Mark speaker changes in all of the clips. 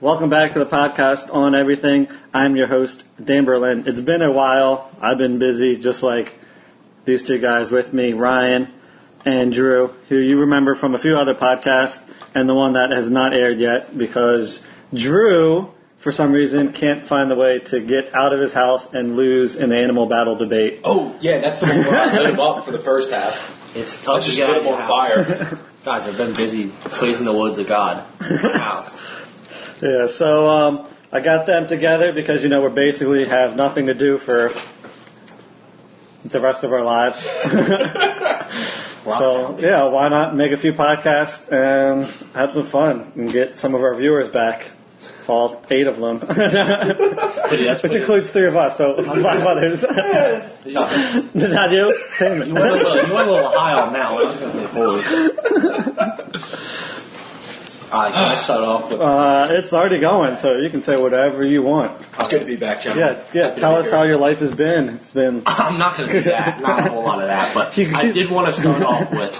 Speaker 1: Welcome back to the podcast on everything. I'm your host, Dan Berlin. It's been a while. I've been busy, just like these two guys with me, Ryan and Drew, who you remember from a few other podcasts, and the one that has not aired yet because Drew, for some reason, can't find the way to get out of his house and lose in the animal battle debate.
Speaker 2: Oh, yeah, that's the one where I lit him up for the first half.
Speaker 3: It's
Speaker 2: I
Speaker 3: tough to
Speaker 2: just
Speaker 3: get
Speaker 2: lit
Speaker 3: out of
Speaker 2: him
Speaker 3: your
Speaker 2: on
Speaker 3: house.
Speaker 2: fire.
Speaker 3: Guys, I've been busy pleasing the woods of God in my house.
Speaker 1: Yeah, so um, I got them together because you know we are basically have nothing to do for the rest of our lives. so yeah, why not make a few podcasts and have some fun and get some of our viewers back, all eight of them,
Speaker 3: Pretty, that's
Speaker 1: which
Speaker 3: pretty-
Speaker 1: includes three of us, so five others.
Speaker 3: you,
Speaker 1: Not you, Tim.
Speaker 3: went a little, you went a little high on that one. I was going to say four. Alright, can I start off with...
Speaker 1: Uh, it's already going, so you can say whatever you want.
Speaker 2: It's good to be back, John.
Speaker 1: Yeah, yeah. Tell us how your life has been. It's been
Speaker 3: I'm not going to do that. Not a whole lot of that, but
Speaker 1: You-
Speaker 3: I did want to start off with...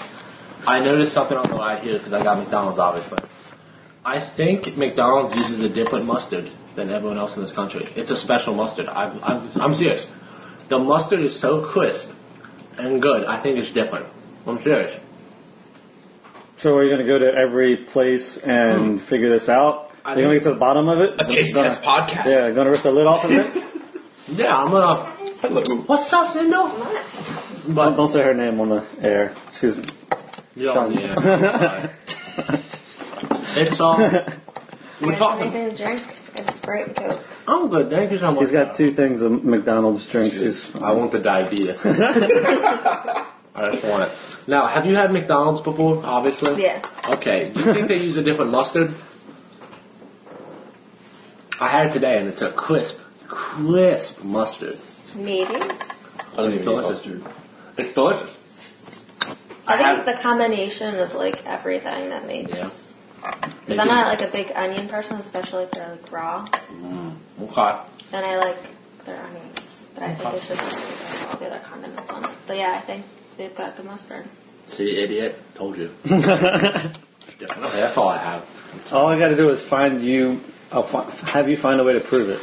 Speaker 3: I noticed something on the ride here because I got McDonald's, obviously. I think McDonald's uses a different mustard than everyone else in this country. It's a special mustard. I'm, I'm, I'm serious. The mustard is so crisp and good. I think it's different. I'm serious.
Speaker 1: So are you going to go to every place and figure this out?
Speaker 3: I
Speaker 1: Are you going to
Speaker 3: think-
Speaker 1: get to the bottom of it?
Speaker 2: Hmm. A taste
Speaker 1: Gonna-
Speaker 2: test podcast.
Speaker 1: Yeah, going to rip the lid off of it?
Speaker 3: Yeah, I'm gonna.
Speaker 2: Hello.
Speaker 3: What's up, Sindo?
Speaker 1: don't,
Speaker 3: But
Speaker 1: don't say her name on the air. She's
Speaker 3: you're on the air. it's um. We're talking.
Speaker 4: Anything to drink? It's Sprite and Coke.
Speaker 3: I'm good. Thank you so much.
Speaker 1: he's got two things of McDonald's drinks. He's,
Speaker 3: Jeez, I want the diabetes. I just want it. Now, have you had McDonald's before? Obviously.
Speaker 4: Yeah.
Speaker 3: Okay. Do you think they use a different mustard? I had it today, and it's a crisp, crisp mustard.
Speaker 4: Maybe.
Speaker 2: I don't even need
Speaker 3: Delicious.
Speaker 2: mustard.
Speaker 3: It's delicious.
Speaker 4: I,
Speaker 3: have-
Speaker 4: think it's the combination of like everything that makes. Cause I'm not like a big onion person, especially if they're like raw,
Speaker 3: Okay.
Speaker 4: and I like their onions. But I think it's just all the other condiments on it. But yeah, I think they've got good mustard.
Speaker 3: See, idiot. Told you. Okay, that's all I have.
Speaker 1: all I got to do is find you. I'll fi- have you find a way to prove it.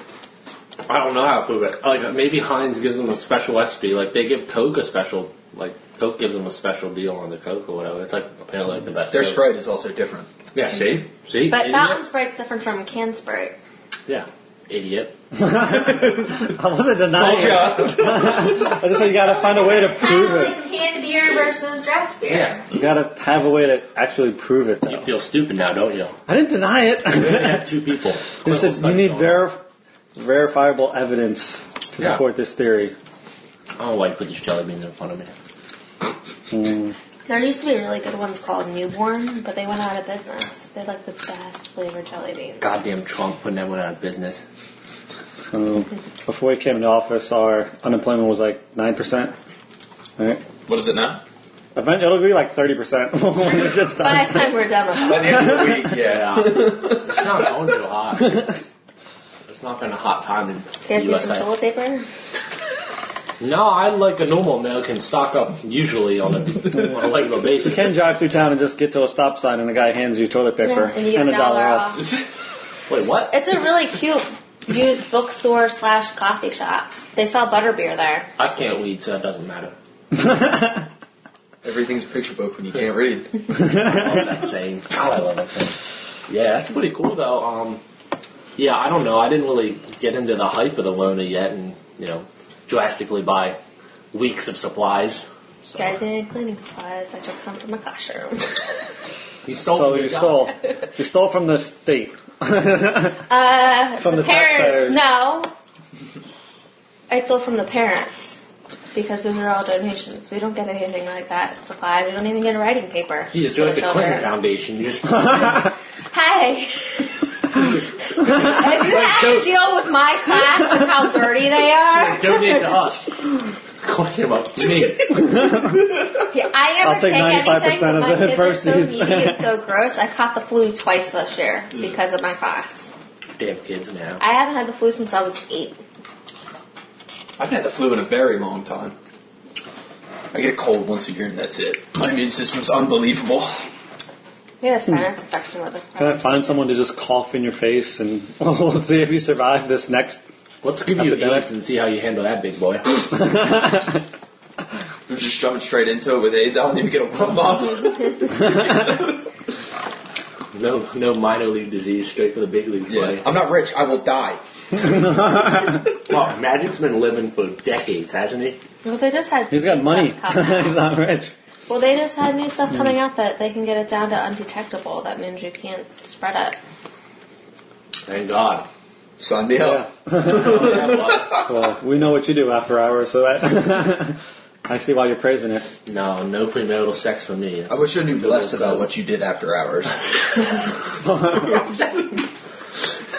Speaker 3: I don't know how to prove it. Like maybe Heinz gives them a special recipe. Like they give Coke a special. Like Coke gives them a special deal on the Coke or whatever. It's like apparently like the best.
Speaker 2: Their
Speaker 3: Coke.
Speaker 2: Sprite is also different.
Speaker 3: Yeah. See. See.
Speaker 4: Mm-hmm. But
Speaker 3: Idiot.
Speaker 4: fountain Sprite's different from canned Sprite.
Speaker 3: Yeah. Idiot.
Speaker 1: I wasn't denying it.
Speaker 2: Told ya.
Speaker 1: I just said you got to find a way to prove it.
Speaker 4: canned beer versus draft beer.
Speaker 3: Yeah.
Speaker 1: You got to have a way to actually prove it,
Speaker 3: You
Speaker 1: though.
Speaker 3: feel stupid now, don't you?
Speaker 1: I didn't deny it.
Speaker 3: We already have two people.
Speaker 1: This is,
Speaker 3: Clinical
Speaker 1: you
Speaker 3: studies
Speaker 1: need
Speaker 3: going
Speaker 1: verif- verifiable evidence to
Speaker 3: Yeah.
Speaker 1: support this theory.
Speaker 3: on. I don't know why you put these jelly beans in front of me.
Speaker 4: There used to be really good ones called Newborn, but they went out of business. They like the best flavored jelly beans.
Speaker 3: Goddamn Trump putting everyone out of business.
Speaker 1: Um, before we came into office, our unemployment was like nine percent. Right?
Speaker 2: what is it now?
Speaker 1: Eventually, it'll be like thirty percent when this shit's
Speaker 4: By
Speaker 1: done.
Speaker 4: the time we're done with
Speaker 2: By the end of the week, yeah.
Speaker 3: Yeah. it's not going too hot. It's not been a hot time in
Speaker 4: You guys need some
Speaker 3: USA.
Speaker 4: toilet paper?
Speaker 3: No, I like a normal American stock up usually on a, on a regular basis.
Speaker 1: You can drive through town and just get to a stop sign, and the guy hands you toilet paper
Speaker 4: Yeah, and you get
Speaker 1: a dollar off.
Speaker 3: Wait, what?
Speaker 4: It's a really cute used bookstore slash coffee shop. They sell butterbeer there.
Speaker 3: I can't read, so that doesn't matter.
Speaker 2: Everything's a picture book when you can't read.
Speaker 3: I love that saying. God, I love that saying. Yeah, that's pretty cool though. Um, yeah, I don't know. I didn't really get into the hype of the Lona yet, and you know, drastically buy weeks of supplies. So,
Speaker 4: You guys needed cleaning supplies. I took some from my classroom.
Speaker 3: you stole
Speaker 1: So
Speaker 3: from
Speaker 1: you
Speaker 3: the
Speaker 1: stole,
Speaker 3: guy.
Speaker 1: you stole from the state.
Speaker 4: Uh,
Speaker 1: From the taxpayers.
Speaker 4: parents. No. I stole from the parents. Because those are all donations. We don't get anything like that supplied. We don't even get a writing paper.
Speaker 3: You just
Speaker 4: for
Speaker 3: do like the
Speaker 4: children.
Speaker 3: Clinton Foundation. You just
Speaker 4: Hey! if you had to deal with my class and how dirty they are,
Speaker 3: donate to us. Question about me.
Speaker 4: yeah, I never
Speaker 1: I'll take 95%
Speaker 4: anything. but
Speaker 1: of
Speaker 4: my
Speaker 1: the
Speaker 4: kids are so
Speaker 1: proceeds.
Speaker 4: needy and so gross. I caught the flu twice this year because of my class.
Speaker 3: Damn kids now.
Speaker 4: I haven't had the flu since I was eight.
Speaker 2: I've had the flu in a very long time. I get a cold once a year and that's it. My immune system's unbelievable.
Speaker 4: You had a
Speaker 1: Hmm.
Speaker 4: sinus infection with it.
Speaker 1: Can I find someone to just cough in your face and we'll see if you survive this next?
Speaker 3: Let's give you
Speaker 1: Epidemic.
Speaker 3: AIDS and see how you handle that big boy.
Speaker 5: You're just jumping straight into it with AIDS. I don't even get a pump up.
Speaker 3: No, no minor league disease, straight for the big leagues, buddy.
Speaker 5: yeah. I'm not rich. I will die.
Speaker 3: Oh, Magic's been living for decades, hasn't he?
Speaker 4: Well, they just had.
Speaker 1: He's got
Speaker 4: new
Speaker 1: money. Hmm.
Speaker 4: stuff coming out.
Speaker 1: He's not rich.
Speaker 4: well, they just had new stuff coming out that they can get it down to undetectable. That means you can't spread it.
Speaker 3: Thank God.
Speaker 5: Sign me
Speaker 1: Yeah.
Speaker 5: up.
Speaker 1: Well, we know what you do after hours, so I, I see why you're praising it.
Speaker 3: no, no premarital sex for me.
Speaker 5: I wish I knew less about what you did after hours.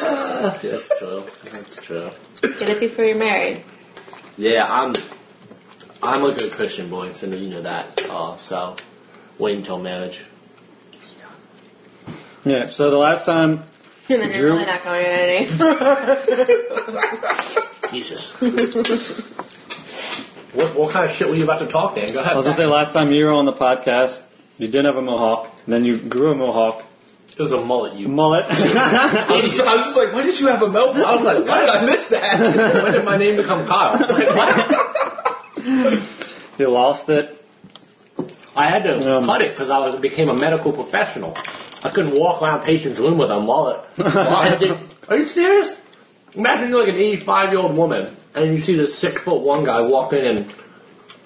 Speaker 3: That's true. That's true.
Speaker 4: Get it before you're married.
Speaker 3: Yeah, I'm. I'm a good Christian boy, so you know that. Uh, so, wait until marriage.
Speaker 1: Yeah. So the last time,
Speaker 4: And then
Speaker 1: Drew?
Speaker 4: you're really not going to any.
Speaker 3: Jesus. what, what kind of shit were you about to talk, Dan? Go ahead.
Speaker 1: I was gonna say last time you were on the podcast, you didn't have a mohawk, and then you grew a mohawk
Speaker 3: it was a mullet. You.
Speaker 1: mullet.
Speaker 5: I was, just, I was just like, why did you have a melt? I was like, why did I miss that?
Speaker 3: when did my name become Kyle?
Speaker 1: you lost it.
Speaker 3: I had to
Speaker 1: Um,
Speaker 3: cut it because I was became a medical professional. I couldn't walk around patients' room with a mullet. I did- Are you serious? Imagine you're like an 85 year old woman and you see this six foot one guy walk in and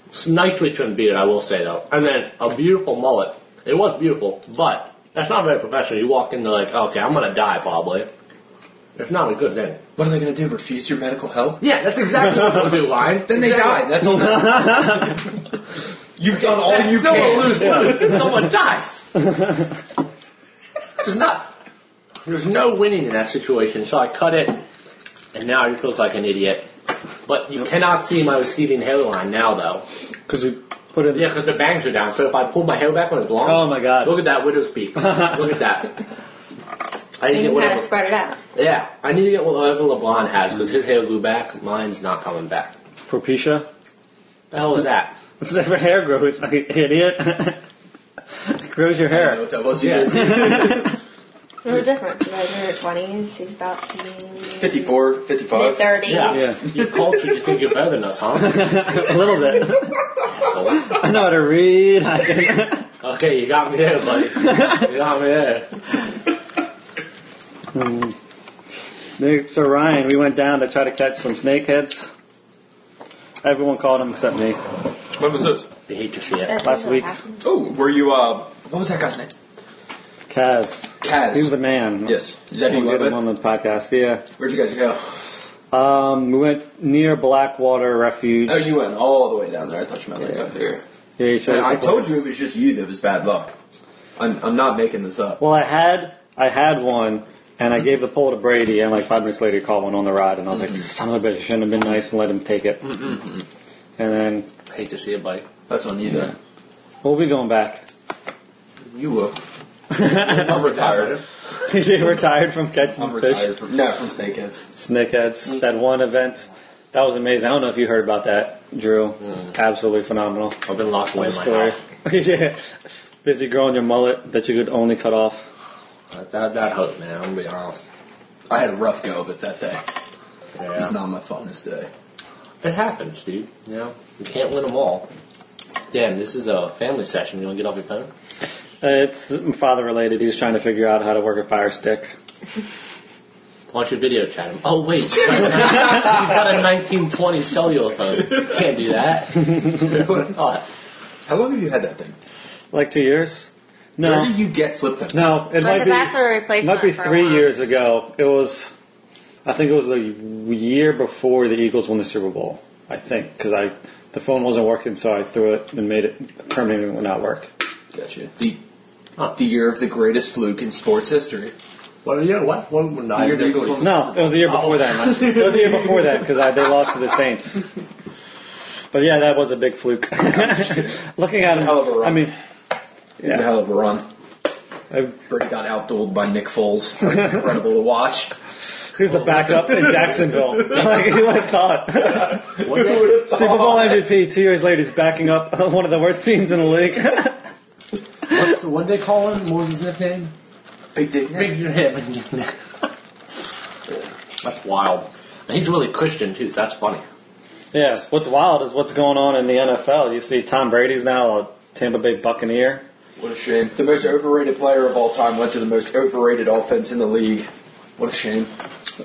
Speaker 3: it's nicely trimmed beard, I will say though, and then a beautiful mullet. It was beautiful, but that's not very professional. You walk in, they're like, okay, I'm gonna die probably. It's not a good thing.
Speaker 5: What are they going to do? Refuse your medical help?
Speaker 3: Yeah, that's exactly what they'll do, Ryan.
Speaker 5: Then they
Speaker 3: Exactly.
Speaker 5: die. That's all. You've done
Speaker 1: Oh,
Speaker 5: all
Speaker 3: That's
Speaker 5: you
Speaker 3: still
Speaker 5: can.
Speaker 3: a lose lose. if Someone dies. this is not. There's no winning in that situation, so I cut it, and now I just look like an idiot. But you cannot see my receding hairline now, though.
Speaker 1: Because you put it.
Speaker 3: Yeah, because the bangs are down. So if I pull my hair back when it's long,
Speaker 1: Oh my God.
Speaker 3: Look at that widow's peak. look at that. I need to
Speaker 4: You
Speaker 3: get
Speaker 4: can kind of
Speaker 3: whatever.
Speaker 4: spread it out.
Speaker 3: Yeah, I need to get whatever LeBron has because his hair grew back. Mine's not coming back.
Speaker 1: Propecia.
Speaker 3: The hell is that?
Speaker 1: What's that for hair growth, you idiot? It grows your
Speaker 5: I don't know
Speaker 1: hair.
Speaker 5: what that was.
Speaker 1: Yeah.
Speaker 5: Yeah.
Speaker 4: We were different. You guys were in your 20s. He's about to be
Speaker 5: 54,
Speaker 4: mid
Speaker 5: 55.
Speaker 4: 30s.
Speaker 3: Yeah.
Speaker 1: Yeah.
Speaker 3: You cultured, you think you're better than us, huh?
Speaker 1: a little bit.
Speaker 3: Asshole.
Speaker 1: I know how to read. I can-
Speaker 3: Okay, you got me there, buddy. you got me there.
Speaker 1: They- so Ryan, we went down to try to catch some snakeheads. Everyone called him except me.
Speaker 5: When was this?
Speaker 3: You hate to see it.
Speaker 4: That's
Speaker 1: Last
Speaker 4: what
Speaker 1: week.
Speaker 4: happens.
Speaker 5: Oh, were you, uh, what was that guy's name?
Speaker 1: Kaz.
Speaker 5: Kaz.
Speaker 1: He's the man.
Speaker 5: Yes. Is that who
Speaker 1: we'll
Speaker 5: you
Speaker 1: get
Speaker 5: went
Speaker 1: him
Speaker 5: with?
Speaker 1: on the podcast. Yeah.
Speaker 5: Where'd you guys go?
Speaker 1: Um, we went near Blackwater Refuge.
Speaker 5: Oh, you went all the way down there. I thought you meant like up here.
Speaker 1: Yeah, he showed us
Speaker 5: I
Speaker 1: the
Speaker 5: told
Speaker 1: place.
Speaker 5: you it was just you that was bad luck. I'm, I'm not making this up.
Speaker 1: Well, I had I had one, and I gave the pole to Brady, and like five minutes later, he caught one on the ride, and I was
Speaker 5: Mm-hmm.
Speaker 1: like, "Son of a bitch, shouldn't have been nice and let him take it." And then
Speaker 3: I hate to see it, buddy.
Speaker 5: That's on you then.
Speaker 1: we'll be going back.
Speaker 5: You will.
Speaker 3: I'm retired.
Speaker 1: you retired from catching
Speaker 5: I'm
Speaker 1: fish,
Speaker 5: retired Mm-hmm. from no from snakeheads.
Speaker 1: snakeheads. That one event, that was amazing. I don't know if you heard about that, Drew.
Speaker 5: Mm-hmm.
Speaker 1: It was absolutely phenomenal.
Speaker 3: I've been locked away
Speaker 1: What a
Speaker 3: in my story.
Speaker 1: story. yeah, busy growing your mullet that you could only cut off.
Speaker 3: That, that, that hurt, man. I'm gonna be honest.
Speaker 5: I had a rough go of it that day.
Speaker 3: Yeah.
Speaker 5: It's not my finest day.
Speaker 3: it happens, dude. You know, you can't win them all. Damn, this is a family session. You wanna get off your phone?
Speaker 1: It's father related. He was trying to figure out how to work a fire stick.
Speaker 3: Why don't you video chat him? Oh wait, you got a 1920 cellular phone. You can't do that. Who would have thought?
Speaker 5: How long have you had that thing?
Speaker 1: Like two years. No.
Speaker 5: Where did you get flip phone?
Speaker 1: No, it might
Speaker 4: Because
Speaker 1: be.
Speaker 4: that's a
Speaker 1: it
Speaker 4: replacement.
Speaker 1: might be
Speaker 4: for
Speaker 1: three
Speaker 4: one.
Speaker 1: years ago. It was, I think it was the year before the Eagles won the Super Bowl. I think because I the phone wasn't working, so I threw it and made it permanently not work.
Speaker 5: Gotcha. The
Speaker 3: Huh.
Speaker 5: the year of the greatest fluke in sports history.
Speaker 3: What are you? What? What? what
Speaker 5: The year the Eagles won-
Speaker 1: No, it was the year before that. It was the year before that because they lost to the Saints. But yeah, that was a big fluke. Looking at
Speaker 5: a hell of a
Speaker 1: him,
Speaker 5: run.
Speaker 1: I mean,
Speaker 5: It was a hell of a run.
Speaker 1: I-
Speaker 5: Brady got outdueled by Nick Foles. That was incredible to watch.
Speaker 1: who's the backup in Jacksonville? like, who would have thought?
Speaker 3: What day-
Speaker 1: Super Bowl MVP. Two years later, he's backing up one of the worst teams in the league.
Speaker 3: What's, what did they call him? What was his nickname?
Speaker 5: Big dick.
Speaker 3: Big your that's wild. And he's really Christian too, so that's funny.
Speaker 1: Yeah, what's wild is what's going on in the NFL. You see, Tom Brady's now a Tampa Bay Buccaneer.
Speaker 5: What a shame. The most overrated player of all time went to the most overrated offense in the league. What a shame.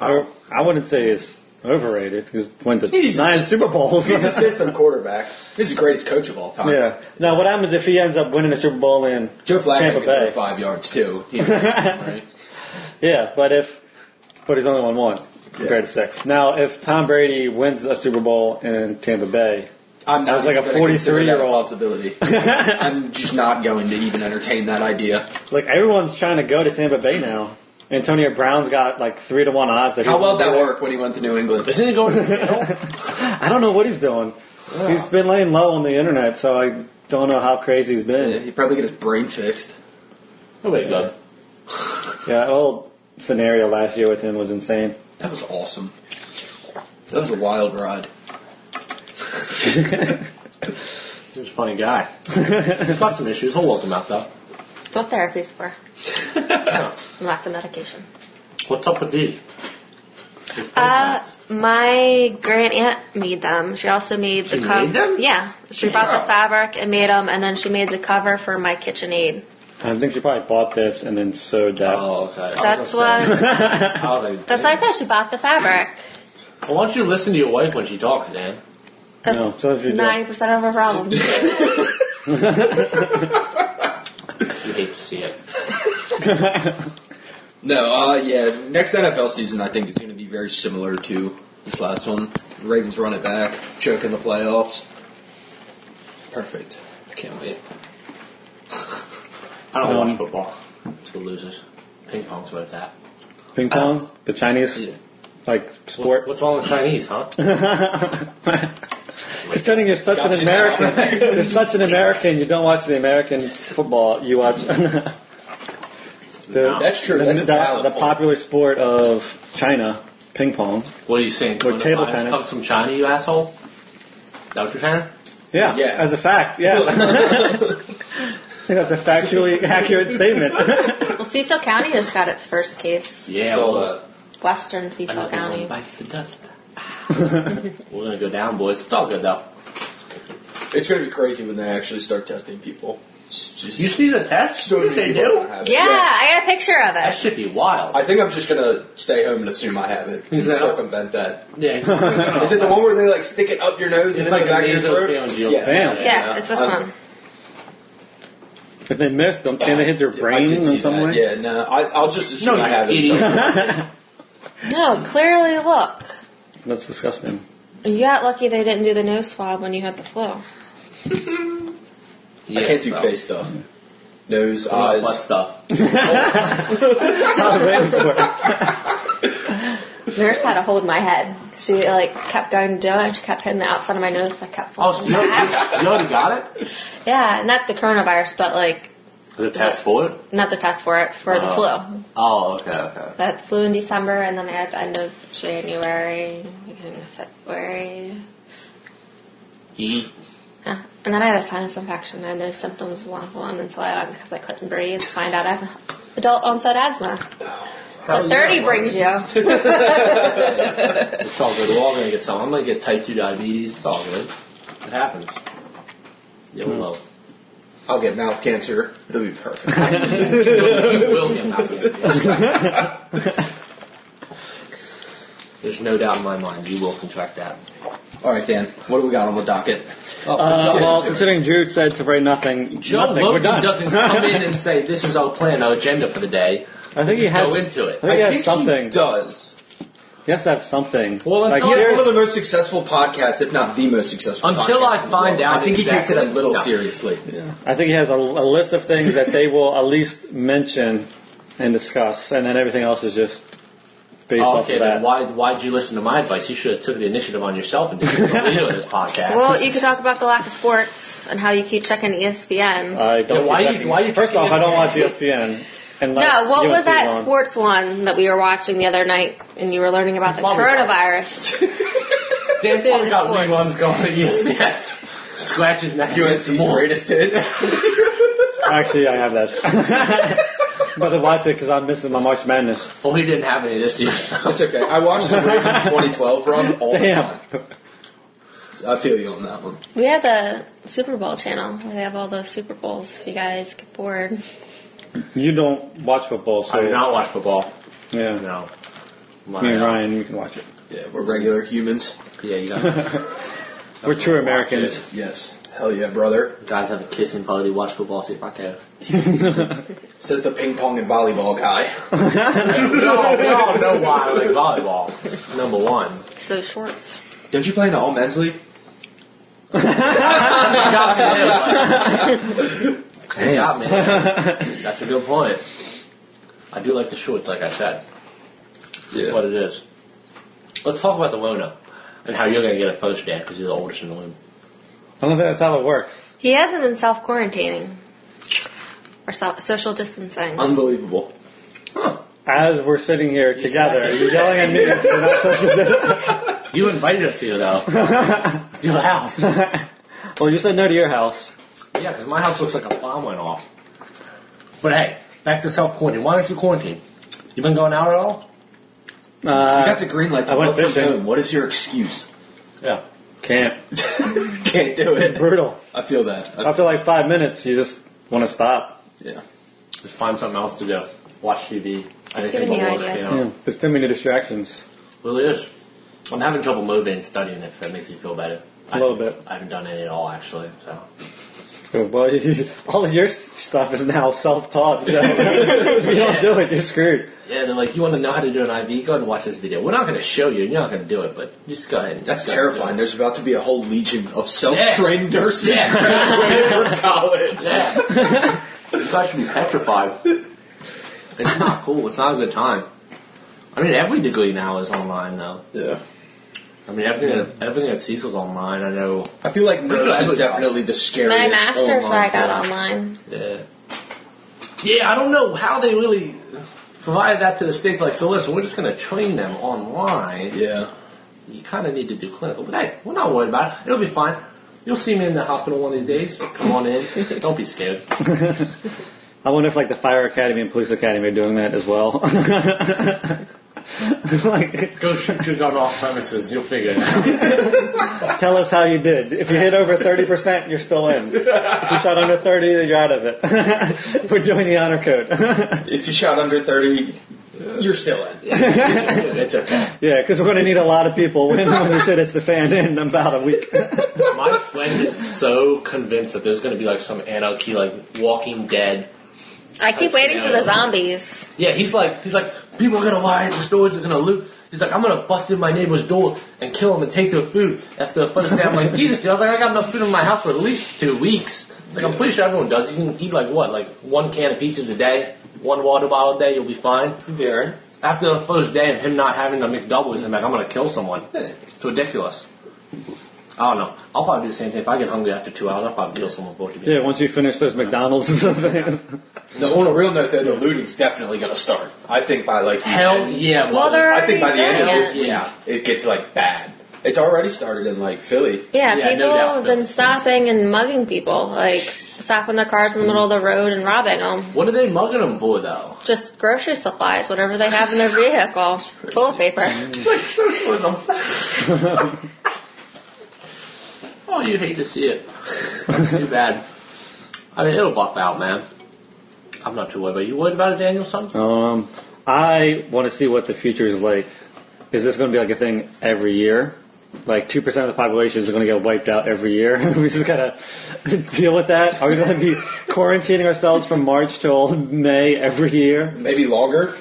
Speaker 1: I, I wouldn't say he's overrated. He's went to
Speaker 5: He's-
Speaker 1: nine Super Bowls.
Speaker 5: He's a system quarterback. He's the greatest coach of all time.
Speaker 1: yeah. Now, what happens if he ends up winning a Super Bowl in
Speaker 5: Joe Flacco
Speaker 1: Tampa
Speaker 5: can throw
Speaker 1: Bay?
Speaker 5: five yards too. He's right?
Speaker 1: Yeah, but if but he's only won one compared to six. Now, if Tom Brady wins a Super Bowl in Tampa Bay,
Speaker 5: I'm
Speaker 1: That
Speaker 5: not
Speaker 1: was like a
Speaker 5: even gonna consider
Speaker 1: 43-year-old.
Speaker 5: that a possibility. I'm just not going to even entertain that idea.
Speaker 1: like everyone's trying to go to Tampa Bay now. Antonio Brown's got like three to one odds. That
Speaker 5: How
Speaker 1: he's
Speaker 5: well
Speaker 1: gonna
Speaker 5: that
Speaker 1: be
Speaker 5: work when he went to New England?
Speaker 3: Isn't he going to jail?
Speaker 1: there. I don't know what he's doing. He's been laying low on the internet, so I don't know how crazy he's
Speaker 5: Yeah,
Speaker 1: been.
Speaker 5: He'd probably get his brain fixed.
Speaker 3: Oh wait, God.
Speaker 1: Yeah, that whole scenario last year with him was insane.
Speaker 5: That was awesome. That was a wild ride.
Speaker 3: He's a funny guy. he's got some issues. He'll work them out though.
Speaker 4: That's what therapy's for.
Speaker 3: Yeah.
Speaker 4: Lots of medication.
Speaker 3: What's up with these? These
Speaker 4: Uh,
Speaker 3: face
Speaker 4: my grand aunt made them. She also made the
Speaker 3: She
Speaker 4: cover.
Speaker 3: made them?
Speaker 4: Yeah, she bought the fabric and made them, and then she made the cover for my KitchenAid.
Speaker 1: I think she probably bought this and then sewed that.
Speaker 3: masks? Oh, okay.
Speaker 4: That's
Speaker 3: why.
Speaker 4: what.
Speaker 3: How they,
Speaker 4: That's why I said she bought the fabric.
Speaker 3: Well, why don't you listen to your wife when she talks, Dan?
Speaker 1: No,
Speaker 4: That's
Speaker 1: so if you do-
Speaker 4: ninety percent of her problem.
Speaker 3: You hate to see it.
Speaker 5: No, uh, yeah. Next NFL season, I think is going to be very similar to this last one. The Ravens run it back, choke in the playoffs. Perfect. Can't wait.
Speaker 3: I don't
Speaker 1: Um,
Speaker 3: watch football. It's for losers. Ping pong's where it's at.
Speaker 1: ping pong, the Chinese
Speaker 5: Ah. Yeah.
Speaker 1: like sport.
Speaker 3: What's all in Chinese, huh?
Speaker 1: Considering you're such an
Speaker 5: Gotcha.
Speaker 1: American, you're such an American. You don't watch the American football. You watch the,
Speaker 5: That's true. That's
Speaker 1: the,
Speaker 5: a valid
Speaker 1: the
Speaker 5: point.
Speaker 1: popular sport of China, ping pong.
Speaker 3: What are you saying?
Speaker 1: Or table
Speaker 3: Coronavirus
Speaker 1: tennis.
Speaker 3: Comes from China, you asshole. Is that what you're saying?
Speaker 1: Yeah,
Speaker 5: Yeah.
Speaker 1: as a fact, yeah. I think that's a factually accurate statement.
Speaker 4: well, Cecil County just got its first case.
Speaker 3: Yeah.
Speaker 5: Saw
Speaker 3: well,
Speaker 5: that.
Speaker 4: Western Cecil
Speaker 3: Another one
Speaker 4: County.
Speaker 3: bites the dust. We're gonna go down, boys. It's all good though.
Speaker 5: It's going to be crazy when they actually start testing people. It's just
Speaker 3: You see the test?
Speaker 5: so
Speaker 3: What
Speaker 5: many
Speaker 3: they
Speaker 5: people are gonna
Speaker 3: do?
Speaker 5: have it.
Speaker 4: Yeah, I got a picture of
Speaker 3: That
Speaker 4: it.
Speaker 3: should be wild.
Speaker 5: I think I'm just gonna stay home and assume I have it.
Speaker 3: Who's that?
Speaker 5: Circumvent that.
Speaker 3: yeah.
Speaker 5: Is it the one where they like stick it up your nose and
Speaker 3: It's
Speaker 5: in
Speaker 3: like
Speaker 5: the back
Speaker 3: a
Speaker 5: of your throat?
Speaker 3: nasopharyngeal.
Speaker 5: Yeah.
Speaker 1: Bam.
Speaker 4: Yeah, it's this
Speaker 5: I'm-
Speaker 4: one.
Speaker 1: if they miss them, can they hit their
Speaker 5: I did
Speaker 1: brain
Speaker 5: see
Speaker 1: in some
Speaker 5: that.
Speaker 1: way?
Speaker 5: Yeah, no, I, I'll just assume
Speaker 3: No,
Speaker 5: I
Speaker 3: you
Speaker 5: have it.
Speaker 3: idiot.
Speaker 4: No, clearly look.
Speaker 1: That's disgusting.
Speaker 4: You got lucky they didn't do the nose swab when you had the flu.
Speaker 5: I
Speaker 3: Yeah,
Speaker 5: can't do
Speaker 3: so-
Speaker 5: face stuff. Nose,
Speaker 3: Eyes. Butt
Speaker 5: eyes.
Speaker 3: stuff.
Speaker 1: I was waiting for it.
Speaker 4: Nurse had to hold my head. She like kept going to do it, and she kept hitting the outside of my nose. I kept
Speaker 3: Oh,
Speaker 4: falling.
Speaker 3: so you, already- you already got it?
Speaker 4: Yeah, not the coronavirus, but like
Speaker 3: The test for it?
Speaker 4: not the test for it for the
Speaker 3: Oh.
Speaker 4: flu.
Speaker 3: Oh, okay, okay.
Speaker 4: That flu in December, and then I had the end of January, beginning of February,
Speaker 3: Yeet.
Speaker 4: yeah. and then I had a sinus infection. I had no symptoms of one of one until I went because I couldn't breathe. To find out I have adult onset asthma. But thirty brings you.
Speaker 3: It's all good. We're all gonna get some. I'm gonna get type 2 diabetes. It's all good. It happens. YOLO.
Speaker 5: I'll get mouth cancer. It'll be perfect.
Speaker 3: You will get knocked out. There's no doubt in my mind you will contract that.
Speaker 5: All right, Dan. What do we got on the docket?
Speaker 1: Uh, well, considering Drew said to write nothing,
Speaker 3: Joe
Speaker 1: nothing, we're
Speaker 3: Logan
Speaker 1: done.
Speaker 3: doesn't come in and say, this is our plan, our agenda for the day.
Speaker 1: I think he
Speaker 3: Just
Speaker 1: has.
Speaker 3: go into it.
Speaker 1: I think he has
Speaker 5: he
Speaker 1: something.
Speaker 5: does.
Speaker 1: He has to have something.
Speaker 3: Well, that's
Speaker 1: like,
Speaker 3: all-
Speaker 5: He has
Speaker 1: here-
Speaker 5: one of the most successful podcasts, if not the most successful.
Speaker 3: Until
Speaker 5: podcast
Speaker 3: I
Speaker 5: in the
Speaker 3: find
Speaker 5: world.
Speaker 3: out
Speaker 5: I think he takes it a
Speaker 3: exactly-
Speaker 5: little
Speaker 3: No.
Speaker 5: seriously.
Speaker 1: I think he has a, a list of things that they will at least mention and discuss, and then everything else is just based
Speaker 3: Oh,
Speaker 1: off
Speaker 3: okay,
Speaker 1: of
Speaker 3: then
Speaker 1: that.
Speaker 3: why, why'd you listen to my advice? You should have took the initiative on yourself and did what we do in this podcast.
Speaker 4: Well, you could talk about the lack of sports and how you keep checking E ESPN.
Speaker 1: I don't.
Speaker 3: Yeah, why
Speaker 1: exactly-
Speaker 3: you- why you
Speaker 1: First
Speaker 3: picking
Speaker 1: off, I don't
Speaker 3: this-
Speaker 1: watch E ESPN. Unless
Speaker 4: No, what
Speaker 1: UNC
Speaker 4: was that
Speaker 1: is on.
Speaker 4: sports one that we were watching the other night and you were learning about the
Speaker 3: Mom,
Speaker 4: coronavirus?
Speaker 3: Dan fucking
Speaker 4: Doing
Speaker 3: got
Speaker 4: sports.
Speaker 3: reruns going at ESPN. Scratches neck.
Speaker 5: UNC's greatest hits.
Speaker 1: Actually, I have that. I'm about to watch it because I'm missing my March Madness.
Speaker 3: Well, we didn't have any this year, so.
Speaker 2: It's okay. I watched the Ravens 2012 run all
Speaker 1: Damn.
Speaker 2: the time. I feel you on that one.
Speaker 4: We have the Super Bowl channel where they have all the Super Bowls if you guys get bored.
Speaker 1: You don't watch football, so
Speaker 3: I do not watch football.
Speaker 1: yeah.
Speaker 3: No. uh,
Speaker 1: Me and Ryan, we can watch it.
Speaker 2: Yeah, we're regular humans.
Speaker 3: Yeah, you guys,
Speaker 1: We're true
Speaker 3: watch
Speaker 1: Americans.
Speaker 2: Yes. Hell yeah, brother.
Speaker 3: guys have a kissing party, watch football, see if I care.
Speaker 2: Says the ping pong and volleyball guy.
Speaker 3: no, we all know why I like volleyball. Number one.
Speaker 4: So shorts.
Speaker 2: Don't you play in the all men's league?
Speaker 3: Hey, yeah, man. That's a good point. I do like the shorts, like I said. That's what it is. Let's talk about the Lona and how you're going to get a coach, Dan, because you're the oldest in the room.
Speaker 1: I don't think that's how it works.
Speaker 4: He hasn't been self quarantining or so- social distancing.
Speaker 2: Unbelievable.
Speaker 1: As we're sitting here together,
Speaker 3: suck.
Speaker 1: you're yelling at me. We're not social distancing.
Speaker 3: You invited us here, though. it's your house. Yeah,
Speaker 1: well, you said no to your house.
Speaker 3: because my house looks like a bomb went off. But hey, back to self quarantine. Why aren't you quarantined? You been going out at all?
Speaker 2: You
Speaker 1: Uh,
Speaker 2: got the green light
Speaker 1: I
Speaker 2: to
Speaker 1: went
Speaker 2: work from
Speaker 1: fishing.
Speaker 2: home. What is your excuse?
Speaker 3: Yeah.
Speaker 1: can't.
Speaker 2: Can't do it.
Speaker 1: Brutal.
Speaker 2: I feel that. I-
Speaker 1: After like five minutes, you just want to stop.
Speaker 2: yeah.
Speaker 3: Just find something else to do. Watch TV.
Speaker 4: Giving
Speaker 3: Anything
Speaker 4: you
Speaker 3: but work,
Speaker 4: ideas.
Speaker 3: you know?
Speaker 1: Yeah. There's too many distractions.
Speaker 3: Really is. I'm having trouble motivating studying if that makes you feel better.
Speaker 1: A little bit.
Speaker 3: I haven't done any at all actually, so
Speaker 1: So, well, all of your stuff is now self-taught. So if you don't do it, you're screwed.
Speaker 3: yeah, they're like, you want to know how to do an IV? Go and watch this video. We're not going to show you. You're not going to do it, but just go ahead. And
Speaker 2: That's
Speaker 3: go
Speaker 2: terrifying.
Speaker 3: and do
Speaker 2: There's about to be a whole legion of self-trained nurses
Speaker 3: Yeah.
Speaker 2: graduating from college.
Speaker 3: it. Yeah. you guys should be petrified. It's not cool. It's not a good time. I mean, every degree now is online though.
Speaker 2: Yeah.
Speaker 3: I mean, everything that, everything at Cecil's online. I know.
Speaker 2: I feel like nurse is
Speaker 3: Actually,
Speaker 2: definitely the scariest.
Speaker 4: My master's
Speaker 2: online
Speaker 4: I got
Speaker 2: thing.
Speaker 4: online.
Speaker 3: Yeah. Yeah, I don't know how they really provided that to the state. Like, so listen, we're just going to train them online.
Speaker 2: Yeah.
Speaker 3: you kind of need to do clinical. But hey, we're not worried about it. It'll be fine. You'll see me in the hospital one of these days. Come on in. Don't be scared.
Speaker 1: I wonder if like the fire academy and police academy are doing that as well. like,
Speaker 3: Go shoot your gun off premises. You'll figure it out.
Speaker 1: tell us how you did. If you hit over thirty percent, you're still in. If you shot under thirty, you're out of it. We're doing the honor code.
Speaker 2: If you shot under 30, you're still in.
Speaker 3: it's okay.
Speaker 1: yeah, because we're going to need a lot of people when, when the shit hits the fan in about a week.
Speaker 3: My friend is so convinced that there's going to be like some anarchy, like Walking Dead.
Speaker 4: I
Speaker 3: Touchdown.
Speaker 4: keep waiting for the zombies.
Speaker 3: Yeah, he's like, he's like, people are going to riot, the stores are going to loot. He's like, I'm going to bust in my neighbor's door and kill him and take their food after the first day. I'm like, Jesus, dude. I was like, I got enough food in my house for at least two weeks. It's like, I'm pretty sure everyone does. You can eat like what, like one can of peaches a day, one water bottle a day, you'll be fine.
Speaker 2: Darren.
Speaker 3: After the first day of him not having the McDoubles, I'm like, I'm gonna kill someone. It's ridiculous. I don't know. I'll probably do the same thing. If I get hungry after two hours, I'll probably kill someone for it to be.
Speaker 1: yeah, once you finish those McDonald's and something.
Speaker 2: No, on a real note, though, the looting's definitely going to start. I think by like the
Speaker 3: Hell
Speaker 2: end-
Speaker 3: yeah,
Speaker 4: Well, they're
Speaker 2: I
Speaker 4: already
Speaker 2: think by the end of
Speaker 4: doing
Speaker 2: this
Speaker 4: it.
Speaker 2: week,
Speaker 3: Yeah.
Speaker 2: it gets like bad. It's already started in like Philly.
Speaker 3: Yeah,
Speaker 4: Yeah,
Speaker 3: no
Speaker 4: people
Speaker 3: doubt,
Speaker 4: have been
Speaker 3: Phil.
Speaker 4: stopping and mugging people, like stopping their cars
Speaker 2: Hmm.
Speaker 4: in the middle of the road and robbing them.
Speaker 3: What are they mugging him for though?
Speaker 4: Just grocery supplies, whatever they have in their vehicle, toilet paper.
Speaker 3: It's like socialism. oh, you hate to see it. That's too bad. I mean, it'll buff out, man. I'm not too worried. Are you worried about it, Daniel? Son?
Speaker 1: Um, I want to see what the future is like. Is this going to be like a thing every year? Like two percent of the population is going to get wiped out every year. we just gotta deal with that. Are we going to be quarantining ourselves from March till May every year?
Speaker 2: Maybe longer.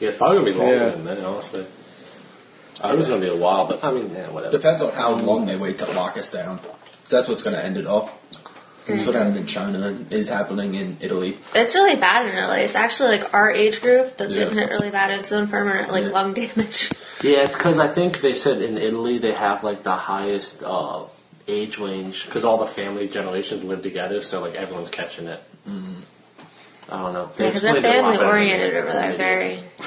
Speaker 3: Yeah, it's probably gonna be longer
Speaker 1: Yeah.
Speaker 3: than that, honestly. I was gonna be a while, but I mean, yeah, whatever.
Speaker 2: Depends on how long they wait to lock us down. So that's what's going to end it all. That's what happened in China and is happening in Italy.
Speaker 4: It's really bad in Italy. It's actually like our age group that's
Speaker 2: Yeah.
Speaker 4: getting it really bad. It's doing permanent like lung damage.
Speaker 3: Yeah, it's because I think they said in Italy they have like the highest uh, age range because all the family generations live together, so like everyone's catching it. Mm-hmm. I don't know. They
Speaker 4: Because they're
Speaker 3: explained it a lot
Speaker 4: family
Speaker 3: better than
Speaker 4: oriented
Speaker 3: me.
Speaker 4: over there,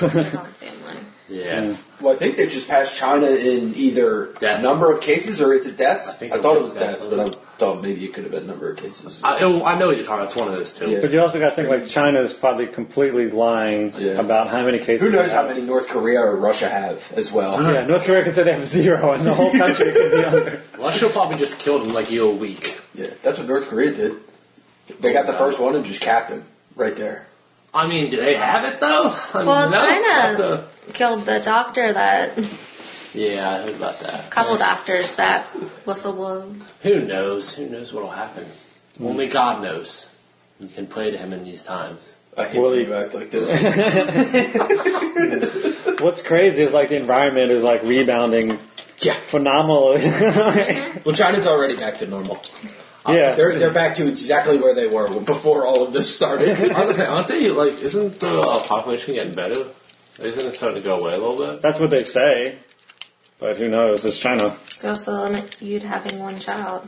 Speaker 4: very strong family.
Speaker 3: Yeah.
Speaker 2: Well, I think they just passed China in either
Speaker 3: Death.
Speaker 2: number of cases or is it deaths?
Speaker 3: think
Speaker 2: I,
Speaker 3: it
Speaker 2: thought it
Speaker 3: was
Speaker 2: was deaths,
Speaker 3: deaths,
Speaker 2: but I'm
Speaker 5: thought maybe it could have been a number of cases.
Speaker 3: I, it- I know what you're talking about. It's one of those two.
Speaker 5: Yeah.
Speaker 1: But you also got to think like China is probably completely lying
Speaker 5: Yeah.
Speaker 1: about how many cases.
Speaker 5: Who
Speaker 1: they
Speaker 5: knows how
Speaker 1: have.
Speaker 5: many North Korea or Russia have as well?
Speaker 1: Yeah, North Korea can say they have zero, and the whole country can be under.
Speaker 3: Russia probably just killed him like you a week.
Speaker 5: Yeah, that's what North Korea did. They got the first one and just capped him right there.
Speaker 3: I mean, do they have it though? I mean,
Speaker 4: Well,
Speaker 3: no, that's
Speaker 4: China
Speaker 3: a-
Speaker 4: killed the doctor that
Speaker 3: yeah, I heard about that.
Speaker 4: couple doctors that whistleblowed.
Speaker 3: Who knows? Who knows what'll happen? Only God knows. You can pray to Him in these times.
Speaker 5: I hate
Speaker 1: Well,
Speaker 5: when you
Speaker 1: he-
Speaker 5: act like this.
Speaker 1: What's crazy is like the environment is like rebounding
Speaker 5: yeah.
Speaker 1: phenomenally.
Speaker 5: Well, China's already back to normal.
Speaker 1: yeah,
Speaker 5: They're, they're back to exactly where they were before all of this started.
Speaker 3: I was saying, aren't they like? Isn't the uh, population getting better? Isn't it starting to go away a little bit?
Speaker 1: that's what they say. But who knows? It's China.
Speaker 4: They also limit you to having one child.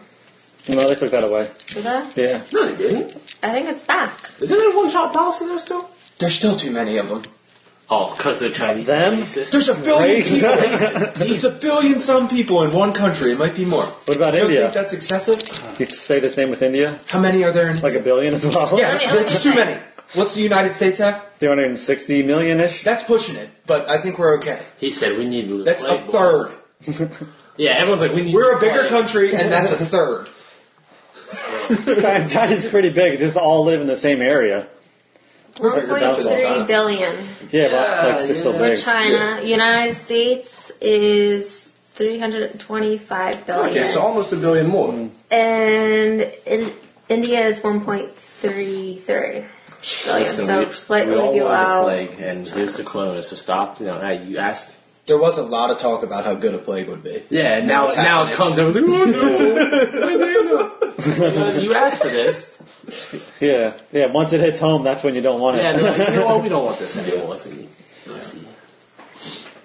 Speaker 1: No, they took that away.
Speaker 4: Did they?
Speaker 1: Yeah,
Speaker 3: No, they didn't.
Speaker 4: I think it's back.
Speaker 3: Isn't it one shot policy there still?
Speaker 5: There's still too many of them.
Speaker 3: Oh, because they're Chinese.
Speaker 1: Them?
Speaker 3: Racist.
Speaker 5: There's a billion
Speaker 1: Race.
Speaker 5: people. There's a billion some people in one country. It might be more.
Speaker 1: What about
Speaker 5: you don't
Speaker 1: India?
Speaker 5: Think that's excessive.
Speaker 1: you say the same with India,
Speaker 5: How many are there in?
Speaker 1: like a billion as well.
Speaker 5: yeah,
Speaker 4: Let me-
Speaker 5: that's,
Speaker 4: let me
Speaker 5: that's too
Speaker 4: check.
Speaker 5: many. What's the United States have?
Speaker 1: three hundred and sixty million ish.
Speaker 5: That's pushing it, but I think we're okay.
Speaker 3: He said we need. to
Speaker 5: That's a
Speaker 3: play boys.
Speaker 5: third.
Speaker 3: Yeah, everyone's like we need.
Speaker 5: We're a
Speaker 3: to
Speaker 5: bigger
Speaker 3: play.
Speaker 5: country, and that's a third.
Speaker 1: China- China's pretty big. Just all live in the same area.
Speaker 5: bigger country than
Speaker 4: 1.3
Speaker 5: China.
Speaker 4: billion.
Speaker 1: Yeah, but
Speaker 3: Yeah,
Speaker 1: like just so
Speaker 3: yeah.
Speaker 4: We're
Speaker 1: big.
Speaker 4: China. United States is 325 billion.
Speaker 3: Okay, so almost a billion more.
Speaker 4: and in, India is 1.33 billion.
Speaker 3: Listen,
Speaker 4: so
Speaker 3: we-
Speaker 4: slightly
Speaker 3: we all
Speaker 4: below.
Speaker 3: wanted plague, and here's the corona. So stop. You know, hey, you asked.
Speaker 5: There was a lot of talk about how good a plague would be.
Speaker 3: Yeah, and
Speaker 5: Now
Speaker 3: now
Speaker 5: it's
Speaker 3: now it
Speaker 5: happening.
Speaker 3: comes over. Oh, no. Because you asked for this.
Speaker 1: Yeah, yeah. Once it hits home, that's when you don't want it.
Speaker 3: Yeah, and they're like, you know what? We don't want this anymore. So you-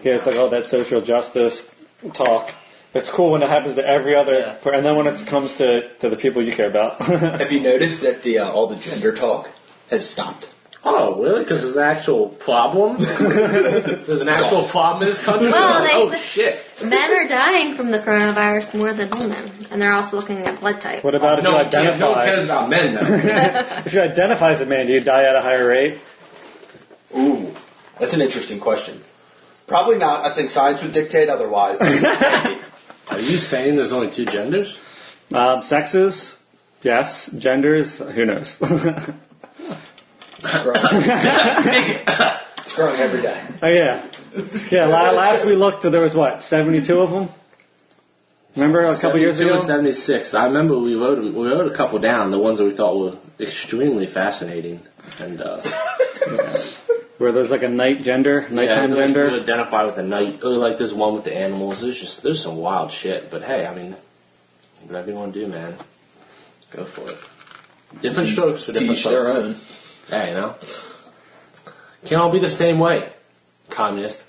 Speaker 1: Yeah, it's like all that social justice talk. It's cool when it happens to every other,
Speaker 3: Yeah.
Speaker 1: per- and then when it comes to, to the people you care about.
Speaker 5: Have you noticed that the uh, all the gender talk has stopped?
Speaker 3: Oh, really? Because there's an actual problem? there's an actual problem in this country?
Speaker 4: Well, they
Speaker 3: oh,
Speaker 4: said-
Speaker 3: shit.
Speaker 4: Men are dying from the coronavirus more than women, and they're also looking at blood type.
Speaker 1: what about if
Speaker 3: Uh, No
Speaker 1: you
Speaker 3: one, cares, no one
Speaker 1: identify?
Speaker 3: cares about men, though.
Speaker 1: if you identify as a man, do you die at a higher rate?
Speaker 5: Ooh, that's an interesting question. Probably not. I think science would dictate otherwise. Maybe.
Speaker 3: Are you saying there's only two genders?
Speaker 1: Um, sexes, yes. Genders, who knows? oh
Speaker 5: It's growing. it's growing every day.
Speaker 1: yeah, yeah. la- Last we looked, there was what seventy-two of them. Remember a couple years
Speaker 3: 72
Speaker 1: ago?
Speaker 3: and 76. I remember we wrote, we wrote a couple down, the ones that we thought were extremely fascinating. And, uh,
Speaker 1: Where there's like a night gender, nighttime
Speaker 3: yeah,
Speaker 1: gender.
Speaker 3: You identify with the night, or like there's one with the animals. There's just, there's some wild shit. But hey, I mean, whatever you want to do, man. Go for it. Different strokes for
Speaker 5: To
Speaker 3: different
Speaker 5: each their
Speaker 3: folks.
Speaker 5: own.
Speaker 3: Yeah, you know. Can't all be the same way, communist.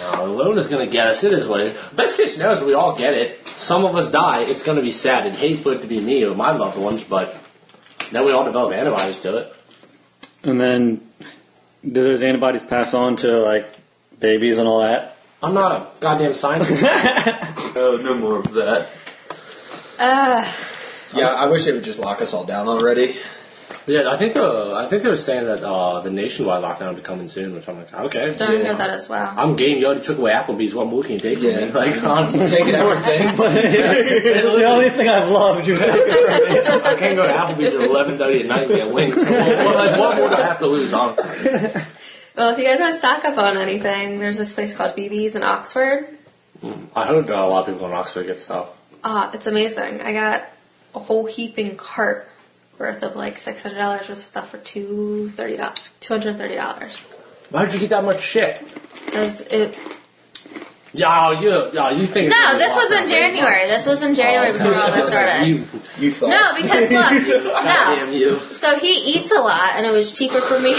Speaker 3: no, alone is going to get us. It is what it is. Best case scenario is we all get it. Some of us die. It's going to be sad and hate for it to be me or my loved ones, but then we all develop antibodies to it.
Speaker 1: And then, do those antibodies pass on to like babies and all that?
Speaker 3: I'm not a goddamn scientist.
Speaker 5: Oh, no more of that.
Speaker 4: Uh,
Speaker 5: Yeah, I wish they would just lock us all down already.
Speaker 3: yeah, I think the I think they were saying that uh, the nationwide lockdown would be coming soon, which I'm like, okay.
Speaker 4: don't
Speaker 5: Yeah.
Speaker 4: know that as well.
Speaker 3: I'm game. You already took away Applebee's. What more can you take from
Speaker 5: Yeah.
Speaker 3: me? Like honestly,
Speaker 5: Taking everything.
Speaker 1: the only thing I've loved you.
Speaker 3: I can't go to Applebee's at eleven thirty at night and get wings. So what, what, like, what would I have to lose, honestly?
Speaker 4: Well, if you guys want to stock up on anything, there's this place called BB's in Oxford.
Speaker 3: I heard uh, a lot of people in Oxford get stuff.
Speaker 4: Ah, it's amazing. I got a whole heaping cart worth of like six hundred dollars worth of stuff for two thirty dollars, two hundred thirty dollars.
Speaker 3: Why would you get that much shit?
Speaker 4: Because it
Speaker 3: Yeah, you, yeah, you think. it's
Speaker 4: no,
Speaker 3: gonna
Speaker 4: this
Speaker 3: lock
Speaker 4: was in
Speaker 3: down very
Speaker 4: January.
Speaker 3: much.
Speaker 4: This was in
Speaker 3: Oh,
Speaker 4: January before all this started.
Speaker 3: You,
Speaker 5: You thought.
Speaker 4: No, because look,
Speaker 3: goddamn
Speaker 4: no.
Speaker 3: you.
Speaker 4: So he eats a lot, and it was cheaper for me.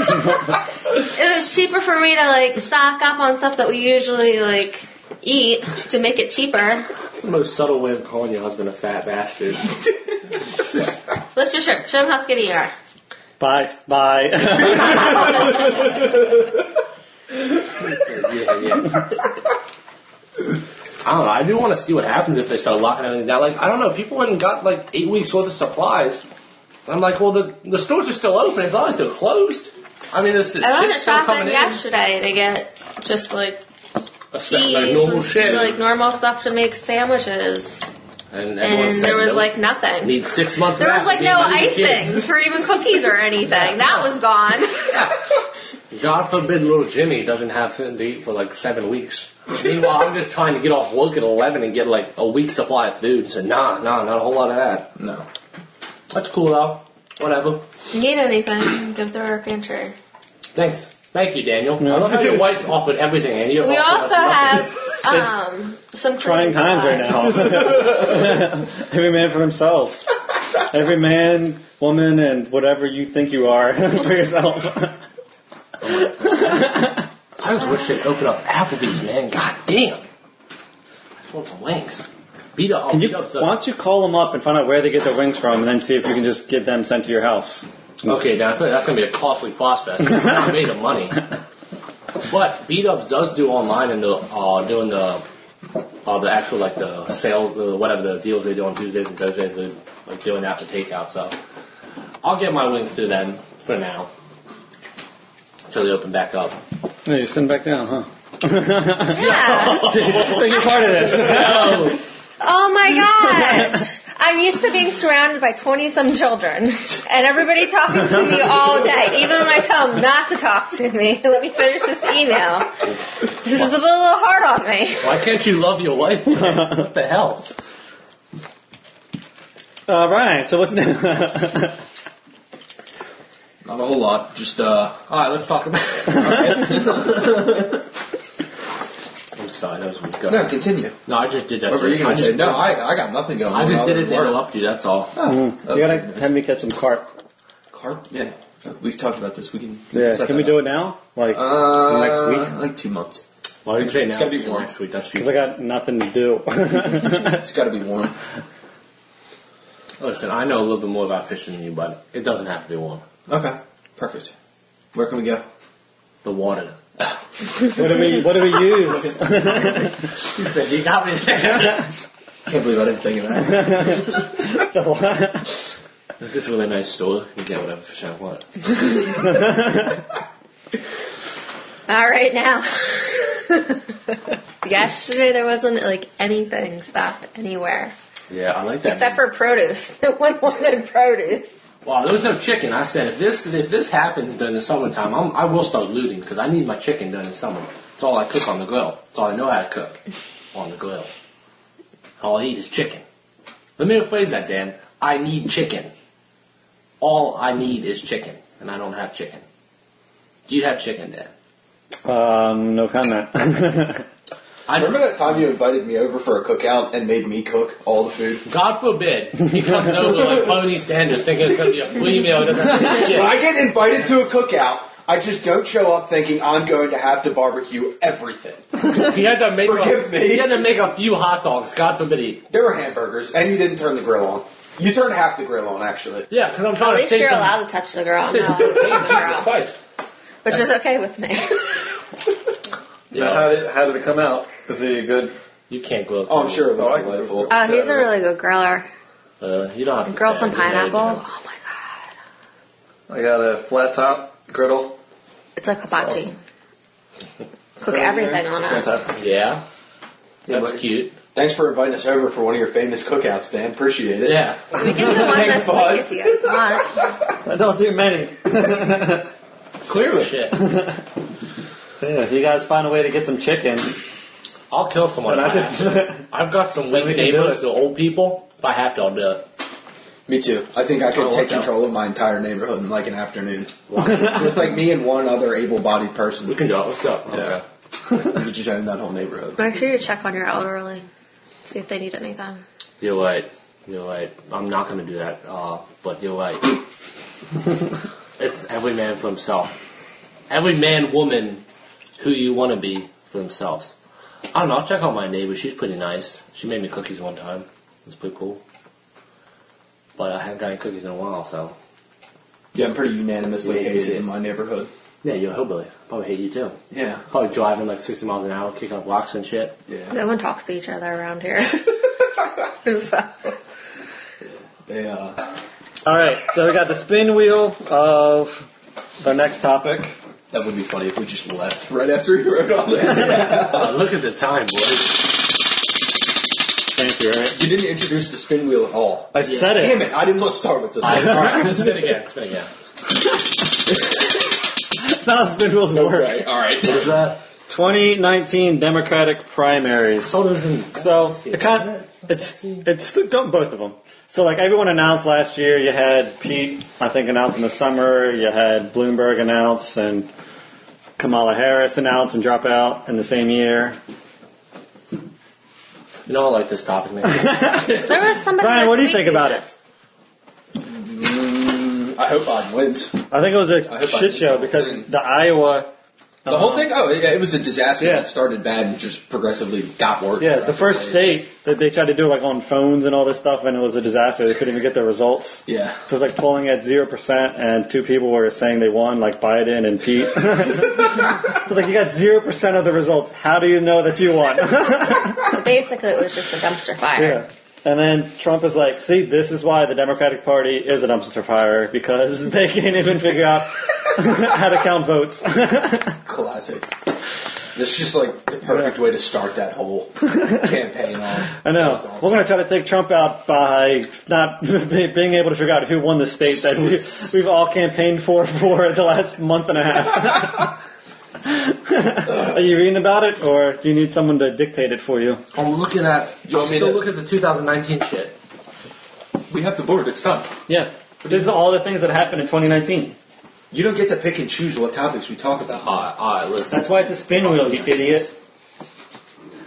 Speaker 4: it was cheaper for me to like stock up on stuff that we usually like eat to make it cheaper.
Speaker 3: That's the most subtle way of calling your husband a fat bastard.
Speaker 4: Lift your shirt. Show him how skinny you are.
Speaker 1: bye, bye.
Speaker 3: yeah, yeah. I don't know. I do want to see what happens if they start locking everything down. Like, I don't know. People went and got like eight weeks worth of supplies. I'm like, well, the the stores are still open. It's not like they're closed. I mean, this is
Speaker 4: I went
Speaker 3: shit's
Speaker 4: to
Speaker 3: still coming
Speaker 4: shopping
Speaker 3: in.
Speaker 4: yesterday to get just like
Speaker 3: That's not
Speaker 4: cheese
Speaker 3: like normal
Speaker 4: and
Speaker 3: shit.
Speaker 4: like normal stuff to make sandwiches,
Speaker 3: and everyone
Speaker 4: and
Speaker 3: said
Speaker 4: there was
Speaker 3: no.
Speaker 4: like nothing.
Speaker 3: need six months.
Speaker 4: There
Speaker 3: of
Speaker 4: was like no
Speaker 3: that to be able to get
Speaker 4: icing for even cookies or anything. That was gone.
Speaker 3: kids. God forbid, little Jimmy doesn't have something to eat for like seven weeks. Meanwhile, I'm just trying to get off work at eleven and get like a week's supply of food. So nah, nah, not a whole lot of that.
Speaker 2: No.
Speaker 3: That's cool though. Whatever.
Speaker 4: Need anything? Go through our pantry.
Speaker 3: Thanks. Thank you, Daniel. I love how your wife's offered everything, and you
Speaker 4: We also have um, some
Speaker 1: Trying
Speaker 4: cleaning
Speaker 1: times right
Speaker 4: supplies.
Speaker 1: now. Every man for themselves. Every man, woman, and whatever you think you are for yourself.
Speaker 3: I just wish they'd open up Applebee's, man. God damn. I just want some wings. Beat up.
Speaker 1: Can you,
Speaker 3: beat up
Speaker 1: why don't you call them up and find out where they get their wings from, and then see if you can just get them sent to your house.
Speaker 3: Okay, now I feel like that's gonna be a costly process. It's not made of money. But Beat Ups does do online and the uh, doing the uh, the actual like the sales, the whatever the deals they do on Tuesdays and Thursdays, they're like doing that for takeout. So I'll get my wings to them for now until they open back up.
Speaker 1: No, you're sitting back down, huh?
Speaker 4: Yeah.
Speaker 1: Think you're part of this.
Speaker 3: Oh,
Speaker 4: Oh my gosh. I'm used to being surrounded by 20 some children and everybody talking to me all day, even when I tell them not to talk to me. Let me finish this email. This is a little hard on me.
Speaker 3: why can't you love your wife? what the hell?
Speaker 1: All right. So what's next?
Speaker 2: Not a whole lot. Just uh,
Speaker 3: All right, let's talk about. I'm sorry, that was weird. Go.
Speaker 2: no. Continue.
Speaker 3: No, I just did that.
Speaker 2: What were
Speaker 3: to-
Speaker 2: you
Speaker 3: I
Speaker 2: gonna
Speaker 3: just
Speaker 2: say? No, I I got nothing going.
Speaker 3: I just
Speaker 2: on
Speaker 3: did
Speaker 2: other
Speaker 3: it to
Speaker 2: than work.
Speaker 3: interrupt you, that's all.
Speaker 1: you gotta have me catch some carp.
Speaker 2: Carp. Yeah. We've talked about this. We can.
Speaker 1: Yeah. Can we do it now? Like
Speaker 2: Uh,
Speaker 1: next week?
Speaker 2: Like two months.
Speaker 3: Why you say
Speaker 2: It's
Speaker 3: now?
Speaker 2: gotta be
Speaker 3: Till
Speaker 2: warm.
Speaker 3: next week. That's
Speaker 1: Because I
Speaker 3: true.
Speaker 1: got nothing to do.
Speaker 2: It's got to be warm.
Speaker 3: Listen, I know a little bit more about fishing than you, but it doesn't have to be warm.
Speaker 2: Okay. Perfect. Where can we go?
Speaker 3: The water.
Speaker 1: what do we What do we use?
Speaker 3: You said you got me there.
Speaker 2: Can't believe I didn't think of that.
Speaker 3: this is a really nice store. You get whatever fish I want.
Speaker 4: All right now. Yesterday there wasn't like anything stocked anywhere
Speaker 3: Yeah, I like that.
Speaker 4: except for produce. No one wanted produce.
Speaker 3: wow, there was no chicken. I said if this if this happens during the summertime, I'm, I will start looting because I need my chicken during the summer. It's all I cook on the grill. It's all I know how to cook on the grill. All I eat is chicken. Let me rephrase that, Dan. I need chicken. All I need is chicken, and I don't have chicken. Do you have chicken, Dan?
Speaker 1: Um, no comment.
Speaker 3: I
Speaker 2: Remember that time you invited me over for a cookout and made me cook all the food?
Speaker 3: God forbid he comes over like Boney Sanders thinking it's going to be a free meal. Doesn't have
Speaker 5: When
Speaker 3: shit.
Speaker 5: I get invited to a cookout, I just don't show up thinking I'm going to have to barbecue everything.
Speaker 3: He had to make a,
Speaker 5: Forgive me.
Speaker 3: he had to make a few hot dogs. God forbid he.
Speaker 5: There were hamburgers, and you didn't turn the grill on. You turned half the grill on, actually.
Speaker 3: Yeah, because I'm
Speaker 4: At
Speaker 3: trying to
Speaker 4: least
Speaker 3: save
Speaker 4: you're
Speaker 3: some.
Speaker 4: allowed to touch the girl. I'm
Speaker 3: save
Speaker 4: not
Speaker 3: some
Speaker 4: allowed to touch the
Speaker 3: Jesus
Speaker 4: girl,
Speaker 3: Christ.
Speaker 4: which is okay with me.
Speaker 3: Yeah,
Speaker 1: did How did it come out? Is he good?
Speaker 3: you can't grill.
Speaker 5: Oh, I'm sure it was
Speaker 1: Oh, I-
Speaker 5: delightful.
Speaker 4: Oh, he's a really good griller.
Speaker 3: Uh, you don't have to.
Speaker 4: Grilled
Speaker 3: say
Speaker 4: some
Speaker 3: it, you know, you
Speaker 4: pineapple.
Speaker 3: know.
Speaker 4: Oh my god. Uh,
Speaker 1: I got a flat top griddle.
Speaker 4: It's like hibachi. Cook everything on it.
Speaker 1: fantastic.
Speaker 3: Yeah, that's
Speaker 5: but-
Speaker 3: cute.
Speaker 5: Thanks for inviting us over for one of your famous cookouts, Dan. Appreciate it.
Speaker 3: Yeah,
Speaker 4: We can do one
Speaker 5: Thank
Speaker 4: this
Speaker 5: God.
Speaker 4: week if you guys want.
Speaker 1: I don't do many.
Speaker 5: Clearly.
Speaker 3: shit.
Speaker 1: Yeah, if you guys find a way to get some chicken,
Speaker 3: I'll kill someone.
Speaker 1: and
Speaker 3: If I
Speaker 1: I
Speaker 3: have to.
Speaker 1: can,
Speaker 3: I've got some weak
Speaker 1: we can do
Speaker 3: neighbors,
Speaker 1: it.
Speaker 3: the old people. If I have to, I'll do it.
Speaker 2: Me too. I think I
Speaker 3: Oh,
Speaker 2: could take
Speaker 3: okay.
Speaker 2: control of my entire neighborhood in like an afternoon. With like me and one other able-bodied person,
Speaker 3: We can do it. Let's go.
Speaker 2: Yeah.
Speaker 3: Okay.
Speaker 2: we could just own that whole neighborhood.
Speaker 4: Make sure you check on your elderly. See if they need anything.
Speaker 3: You're right. You're right. I'm not gonna do that. Uh, but you're right. it's every man for himself. Every man, woman, who you want to be for themselves. I don't know. I'll check out my neighbor. She's pretty nice. She made me cookies one time. It was pretty cool. But I haven't gotten cookies in a while, so
Speaker 5: Yeah, I'm pretty unanimously
Speaker 3: Yeah, you
Speaker 5: hated
Speaker 3: did.
Speaker 5: in my neighborhood.
Speaker 3: Yeah, you're a hillbilly. Probably hate you too.
Speaker 2: Yeah.
Speaker 3: Probably driving like 60 miles an hour, kicking up rocks and shit.
Speaker 2: Yeah.
Speaker 4: No one talks to each other around here. so,
Speaker 2: They, uh,
Speaker 1: All right, so we got the spin wheel of our next topic.
Speaker 2: that would be funny if we just left right after he wrote all this.
Speaker 3: Oh, look at the time, boys.
Speaker 1: Thank you. Right?
Speaker 2: You didn't introduce the spin wheel at all.
Speaker 1: I said it.
Speaker 5: Damn it, I didn't want to start with this.
Speaker 3: All right, I'm gonna spin again. Spin again.
Speaker 1: That's not how spin wheels work.
Speaker 2: Right, all right.
Speaker 3: What is that?
Speaker 1: 2019 Democratic primaries.
Speaker 3: Oh, there's an.
Speaker 1: So it kind it's it's got both of them. So like everyone announced last year, you had Pete, I think, announce in the summer. You had Bloomberg announce and Kamala Harris announce and drop out in the same year.
Speaker 3: You know, I like this topic. Man.
Speaker 4: there was somebody.
Speaker 1: Brian,
Speaker 4: this
Speaker 1: what do you
Speaker 4: week
Speaker 1: think
Speaker 4: who
Speaker 1: about it?
Speaker 4: just-
Speaker 2: I hope Biden wins.
Speaker 1: I think it was
Speaker 2: I
Speaker 1: a
Speaker 2: hope I
Speaker 1: shit
Speaker 2: did.
Speaker 1: show because the Iowa.
Speaker 2: The whole thing? Oh, yeah, it was a disaster.
Speaker 1: Uh-huh. Yeah.
Speaker 2: It started bad and just progressively got worse.
Speaker 1: Yeah, the first state that they tried to do like on phones and all this stuff, and it was a disaster. They couldn't even get their results.
Speaker 2: Yeah.
Speaker 1: It was like polling at zero percent, and two people were saying they won, like Biden and Pete. so like you got zero percent of the results. How do you know that you won?
Speaker 4: So basically, it was just a dumpster fire.
Speaker 1: And then Trump is like, "See, this is why the Democratic Party is a dumpster fire because they can't even figure out how to count votes."
Speaker 2: Classic. That's just like the perfect way to start that whole campaign off.
Speaker 1: I
Speaker 2: That
Speaker 1: know.
Speaker 2: was awesome.
Speaker 1: We're going to try to take Trump out by not being able to figure out who won the state that we, we've all campaigned for for the last month and a half. Are you reading about it, or do you need someone to dictate it for you?
Speaker 3: I'm looking at.
Speaker 2: You
Speaker 3: I'm
Speaker 2: want me
Speaker 3: still
Speaker 2: to-
Speaker 3: looking at the 2019 shit.
Speaker 2: we have the board. It's done.
Speaker 1: Yeah. This is all the things that happened in 2019.
Speaker 2: You don't get to pick and choose what topics we talk about.
Speaker 3: All right, all right. Listen.
Speaker 1: That's why it's a spin wheel, you idiot.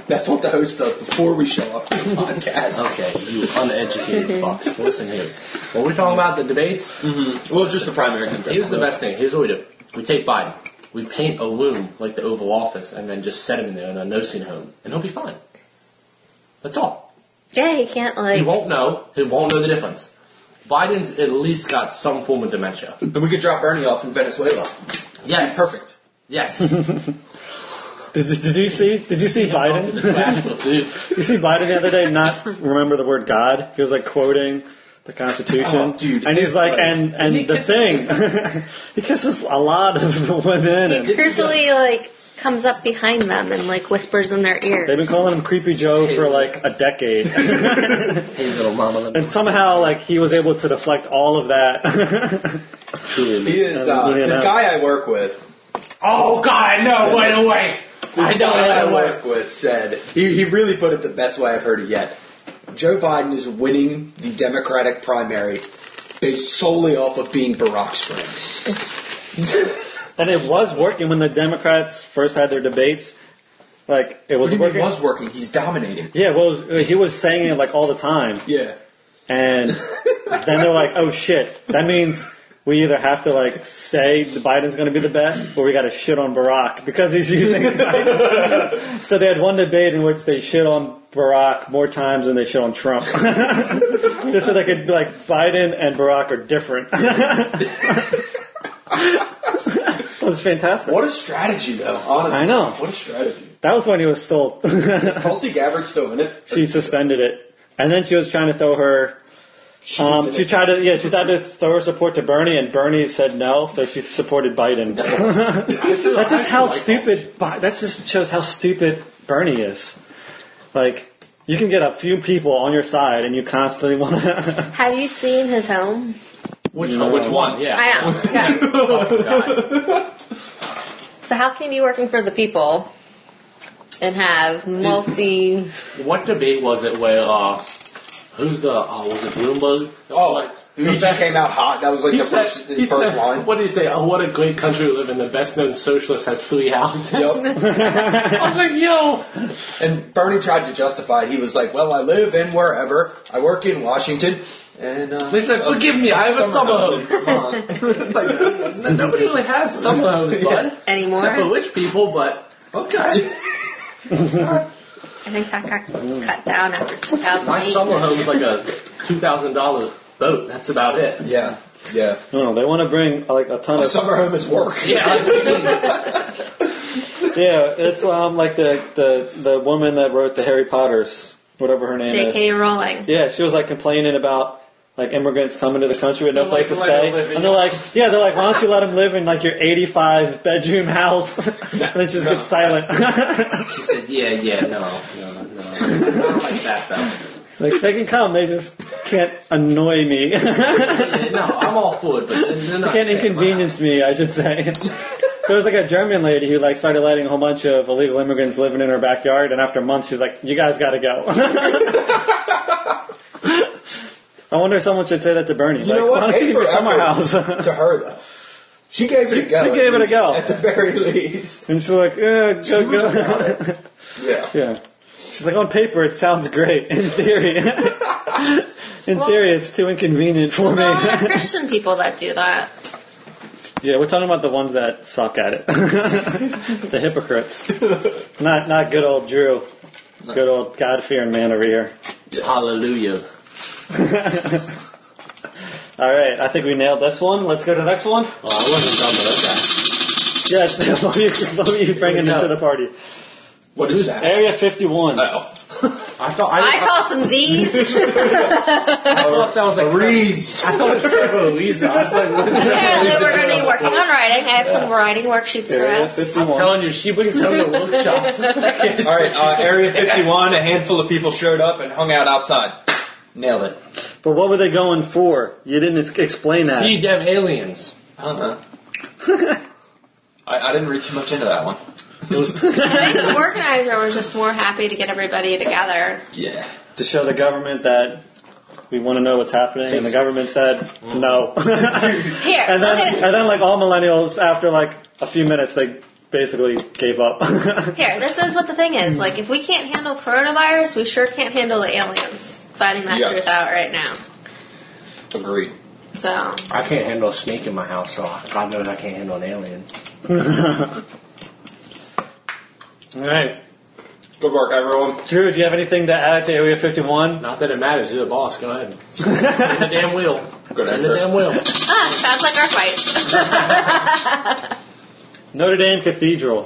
Speaker 2: That's what the host does before we show up for the podcast.
Speaker 3: Okay, you uneducated fucks. Listen here. When we're talking about the debates,
Speaker 2: Well, just the primaries. in
Speaker 3: here's the
Speaker 2: general.
Speaker 3: best thing. Here's what we do. We take Biden. We paint a room like the Oval Office and then just set him in there in a nursing home and he'll be fine. That's all.
Speaker 4: Yeah, he can't
Speaker 3: He
Speaker 4: like.
Speaker 3: won't know. He won't know the difference. Biden's at least got some form of dementia.
Speaker 2: And we could drop Bernie off in Venezuela.
Speaker 3: Yes.
Speaker 2: Perfect.
Speaker 3: Yes. He
Speaker 1: Did, did you see? Did you see
Speaker 3: won't do
Speaker 1: Biden?
Speaker 3: the trash for food.
Speaker 1: You see Biden the other day not remember the word God. He was like quoting the Constitution,
Speaker 2: Oh, dude,
Speaker 1: and he's
Speaker 2: it's
Speaker 1: like,
Speaker 2: like-
Speaker 1: and and
Speaker 3: he
Speaker 1: the
Speaker 3: kisses
Speaker 1: thing. he kisses a lot of women.
Speaker 4: He
Speaker 1: And
Speaker 4: creepily like comes up behind them and like whispers in their
Speaker 1: they've
Speaker 4: ear.
Speaker 1: been calling him Creepy Joe for like a decade,
Speaker 3: Hey, little mama. Let me
Speaker 1: and somehow like he was able to deflect all of that.
Speaker 3: truly.
Speaker 5: He is, uh,
Speaker 1: Hallelujah,
Speaker 5: this
Speaker 1: no.
Speaker 5: guy I work with,
Speaker 3: Oh God! No! Wait! Away! I
Speaker 5: this
Speaker 3: don't
Speaker 5: guy I
Speaker 3: know what.
Speaker 5: work with said, he, he really put it the best way I've heard it yet.
Speaker 2: Joe Biden is winning the Democratic primary based solely off of being Barack's friend.
Speaker 1: and it was working when the Democrats first had their debates. Like it was
Speaker 2: What do you mean
Speaker 1: working.
Speaker 2: was working? He's dominating.
Speaker 1: yeah, well, it was- he was saying it like all the time.
Speaker 2: Yeah.
Speaker 1: And then they're like, oh shit, that means we either have to like say that Biden's going to be the best or we got to shit on Barack because he's using Biden. so they had one debate in which they shit on Barack more times than they shit on Trump. Just so they could be like, Biden and Barack are different. it was fantastic.
Speaker 2: What a strategy, though. Honestly,
Speaker 1: I know.
Speaker 2: What a strategy.
Speaker 1: That was when he was still,
Speaker 5: Tulsi Gabbard's still in it.
Speaker 1: she suspended it. And then she was trying to throw her
Speaker 2: She was
Speaker 1: Um,
Speaker 2: in
Speaker 1: she
Speaker 2: it.
Speaker 1: tried to yeah, she tried to throw her support to Bernie, and Bernie said no, so she supported Biden. that's just how stupid. Bi- That just shows how stupid Bernie is. Like you can get a few people on your side, and you constantly want to.
Speaker 4: Have you seen his home?
Speaker 3: Which one? Which one? Yeah. Oh,
Speaker 4: I know. Yeah.
Speaker 3: God.
Speaker 4: So how can you be working for the people and have multi?
Speaker 3: What debate was it where, uh, who's the, oh, was it Bloomberg?
Speaker 5: Oh, he just came out hot. That was like
Speaker 3: He
Speaker 5: the
Speaker 3: said,
Speaker 5: first,
Speaker 3: he
Speaker 5: his first
Speaker 3: said-
Speaker 5: line.
Speaker 3: What did he say? Oh, what a great country we live in. The best known socialist has three houses. I was like, yo.
Speaker 5: And Bernie tried to justify it. He was like, well, I live in wherever. I work in Washington. And, uh,
Speaker 3: He's like, forgive me, I have a summer home.
Speaker 5: Come on.
Speaker 3: It's like, Nobody really has summer homes, bud.
Speaker 4: Anymore?
Speaker 3: Except for rich people, but okay.
Speaker 4: I think that got cut down after
Speaker 3: My
Speaker 4: 2008.
Speaker 3: summer home is like a $2,000 boat. That's about it.
Speaker 2: yeah.
Speaker 5: Yeah.
Speaker 1: No, they want to bring like a ton
Speaker 5: A
Speaker 1: of
Speaker 5: summer home is work.
Speaker 3: Yeah.
Speaker 1: yeah. It's um like the the the woman that wrote the Harry Potter's whatever her name is.
Speaker 4: J.K. Rowling.
Speaker 1: Yeah, she was like complaining about like immigrants coming to the country with no
Speaker 6: They're like,
Speaker 1: place
Speaker 6: "Let
Speaker 1: to stay,
Speaker 6: them live in
Speaker 1: and they're
Speaker 6: your
Speaker 1: like, yeah, they're like, why don't you let them live in like your 85 bedroom house? and then she just gets silent.
Speaker 3: she said, "Yeah, yeah, no, no, no, no. I don't like that though.
Speaker 1: It's like they can come, they just can't annoy me,
Speaker 3: Yeah, no, I'm all for it, but they're not
Speaker 1: can't
Speaker 3: staying in my
Speaker 1: inconvenience me, I should say. There was like a German lady who like started letting a whole bunch of illegal immigrants living in her backyard, and after months she's like, "You guys got to go." I wonder if someone should say that to Bernie.
Speaker 5: You know
Speaker 1: like,
Speaker 5: what?
Speaker 1: Why don't you
Speaker 5: Pay
Speaker 1: give
Speaker 5: for
Speaker 1: your summer
Speaker 5: effort
Speaker 1: house?
Speaker 5: to her though. She gave it a go.
Speaker 1: she gave it a go.
Speaker 5: At the very least.
Speaker 1: And she's like, eh, go, go.
Speaker 5: Yeah.
Speaker 1: yeah. She's like, on paper it sounds great. In theory, in
Speaker 4: Well-
Speaker 1: theory, it's too inconvenient for
Speaker 4: There's a
Speaker 1: me.
Speaker 4: lot of Christian people that do that.
Speaker 1: yeah, we're talking about the ones that suck at it, the hypocrites. Not not good old Drew, good old God fearing man over here.
Speaker 3: house. Hallelujah.
Speaker 1: All right, I think we nailed this one. Let's go to the next one.
Speaker 3: Well, Oh, I wasn't done with that.
Speaker 1: Yes, what are you, what are you bringing
Speaker 3: Here we go.
Speaker 1: into the party?
Speaker 5: What is that?
Speaker 1: Area fifty-one.
Speaker 5: Oh.
Speaker 3: I thought I,
Speaker 4: I saw some Z's.
Speaker 3: I thought that was like
Speaker 5: Breeze.
Speaker 3: I thought it was Trevor Louisa. I was like, what is that?
Speaker 4: Apparently, we're going to be working on writing. I have some writing worksheets for
Speaker 1: Area
Speaker 4: us.
Speaker 3: I'm
Speaker 1: fifty-one.
Speaker 3: telling you, she brings home the workshops.
Speaker 5: All right, uh, Area 51, a handful of people showed up and hung out outside. Nailed it.
Speaker 1: But what were they going for? You didn't ex- explain that.
Speaker 3: See them aliens.
Speaker 5: I don't know. I, I didn't read too much into that one.
Speaker 3: It was
Speaker 4: I think the organizer was just more happy to get everybody together.
Speaker 5: Yeah.
Speaker 1: to show the government that we want to know what's happening, and the government said no. and
Speaker 4: Here, look
Speaker 1: then,
Speaker 4: at
Speaker 1: and then, like all millennials, after like a few minutes, they basically gave up.
Speaker 4: here. This is what the thing is. Like, if we can't handle coronavirus, we sure can't handle the aliens. Finding that
Speaker 5: Yes.
Speaker 4: truth out right now.
Speaker 5: Agreed.
Speaker 4: So
Speaker 3: I can't handle a snake in my house, so God knows I can't handle an alien.
Speaker 1: all right,
Speaker 5: Good work, everyone.
Speaker 1: Drew, do you have anything to add to Area 51?
Speaker 3: Not that it matters, you're the boss, go ahead. Spin the damn wheel.
Speaker 5: Good
Speaker 3: Spin the
Speaker 5: answer.
Speaker 3: damn wheel.
Speaker 4: ah, sounds like our fight.
Speaker 1: Notre Dame Cathedral.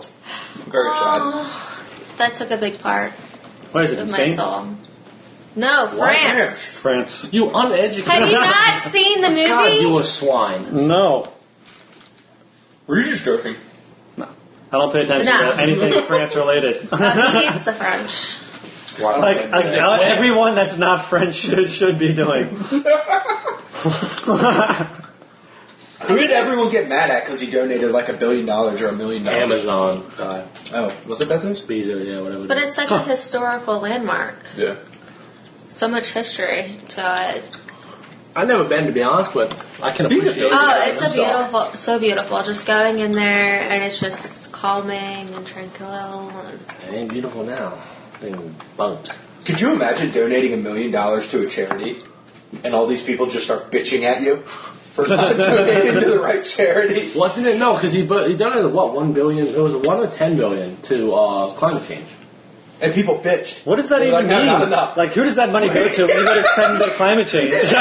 Speaker 5: Very shy.
Speaker 4: Oh, That took a big part
Speaker 1: Where is it? In
Speaker 4: of my
Speaker 1: Spain?
Speaker 4: soul. No, France.
Speaker 1: France.
Speaker 3: You uneducated.
Speaker 4: Have you not seen the movie?
Speaker 3: God, you a swine.
Speaker 1: No,
Speaker 5: Were you just joking?
Speaker 1: I don't pay attention
Speaker 4: No.
Speaker 1: to anything France related.
Speaker 4: Oh, he hates the French.
Speaker 1: Like, like uh, everyone that's not French should, should be doing.
Speaker 5: Who did everyone get mad at because he donated like a billion dollars or a million dollars?
Speaker 3: Amazon. God.
Speaker 5: Oh, was it Bezos?
Speaker 3: Bezos, yeah, whatever.
Speaker 4: But it's such a historical landmark.
Speaker 5: Yeah.
Speaker 4: So much history uh, to it.
Speaker 3: I've never been, to be honest, but I can
Speaker 5: Being a
Speaker 3: appreciate
Speaker 5: builder-
Speaker 3: it.
Speaker 4: Oh, it's a
Speaker 5: Stop.
Speaker 4: beautiful, so beautiful. Just going in there and it's just calming and tranquil. And
Speaker 3: It ain't beautiful now. Being bugged.
Speaker 5: Could you imagine donating a million dollars to a charity and all these people just start bitching at you for not donating to the right charity?
Speaker 3: Wasn't it? No, because he, bu- he donated, what, one billion? It was one or ten billion to uh, climate change.
Speaker 5: And people bitched.
Speaker 1: What does that
Speaker 5: They're
Speaker 1: even
Speaker 5: like, "No,
Speaker 1: mean?
Speaker 5: not enough."
Speaker 1: Like, who does that money go to? We got to send to climate change.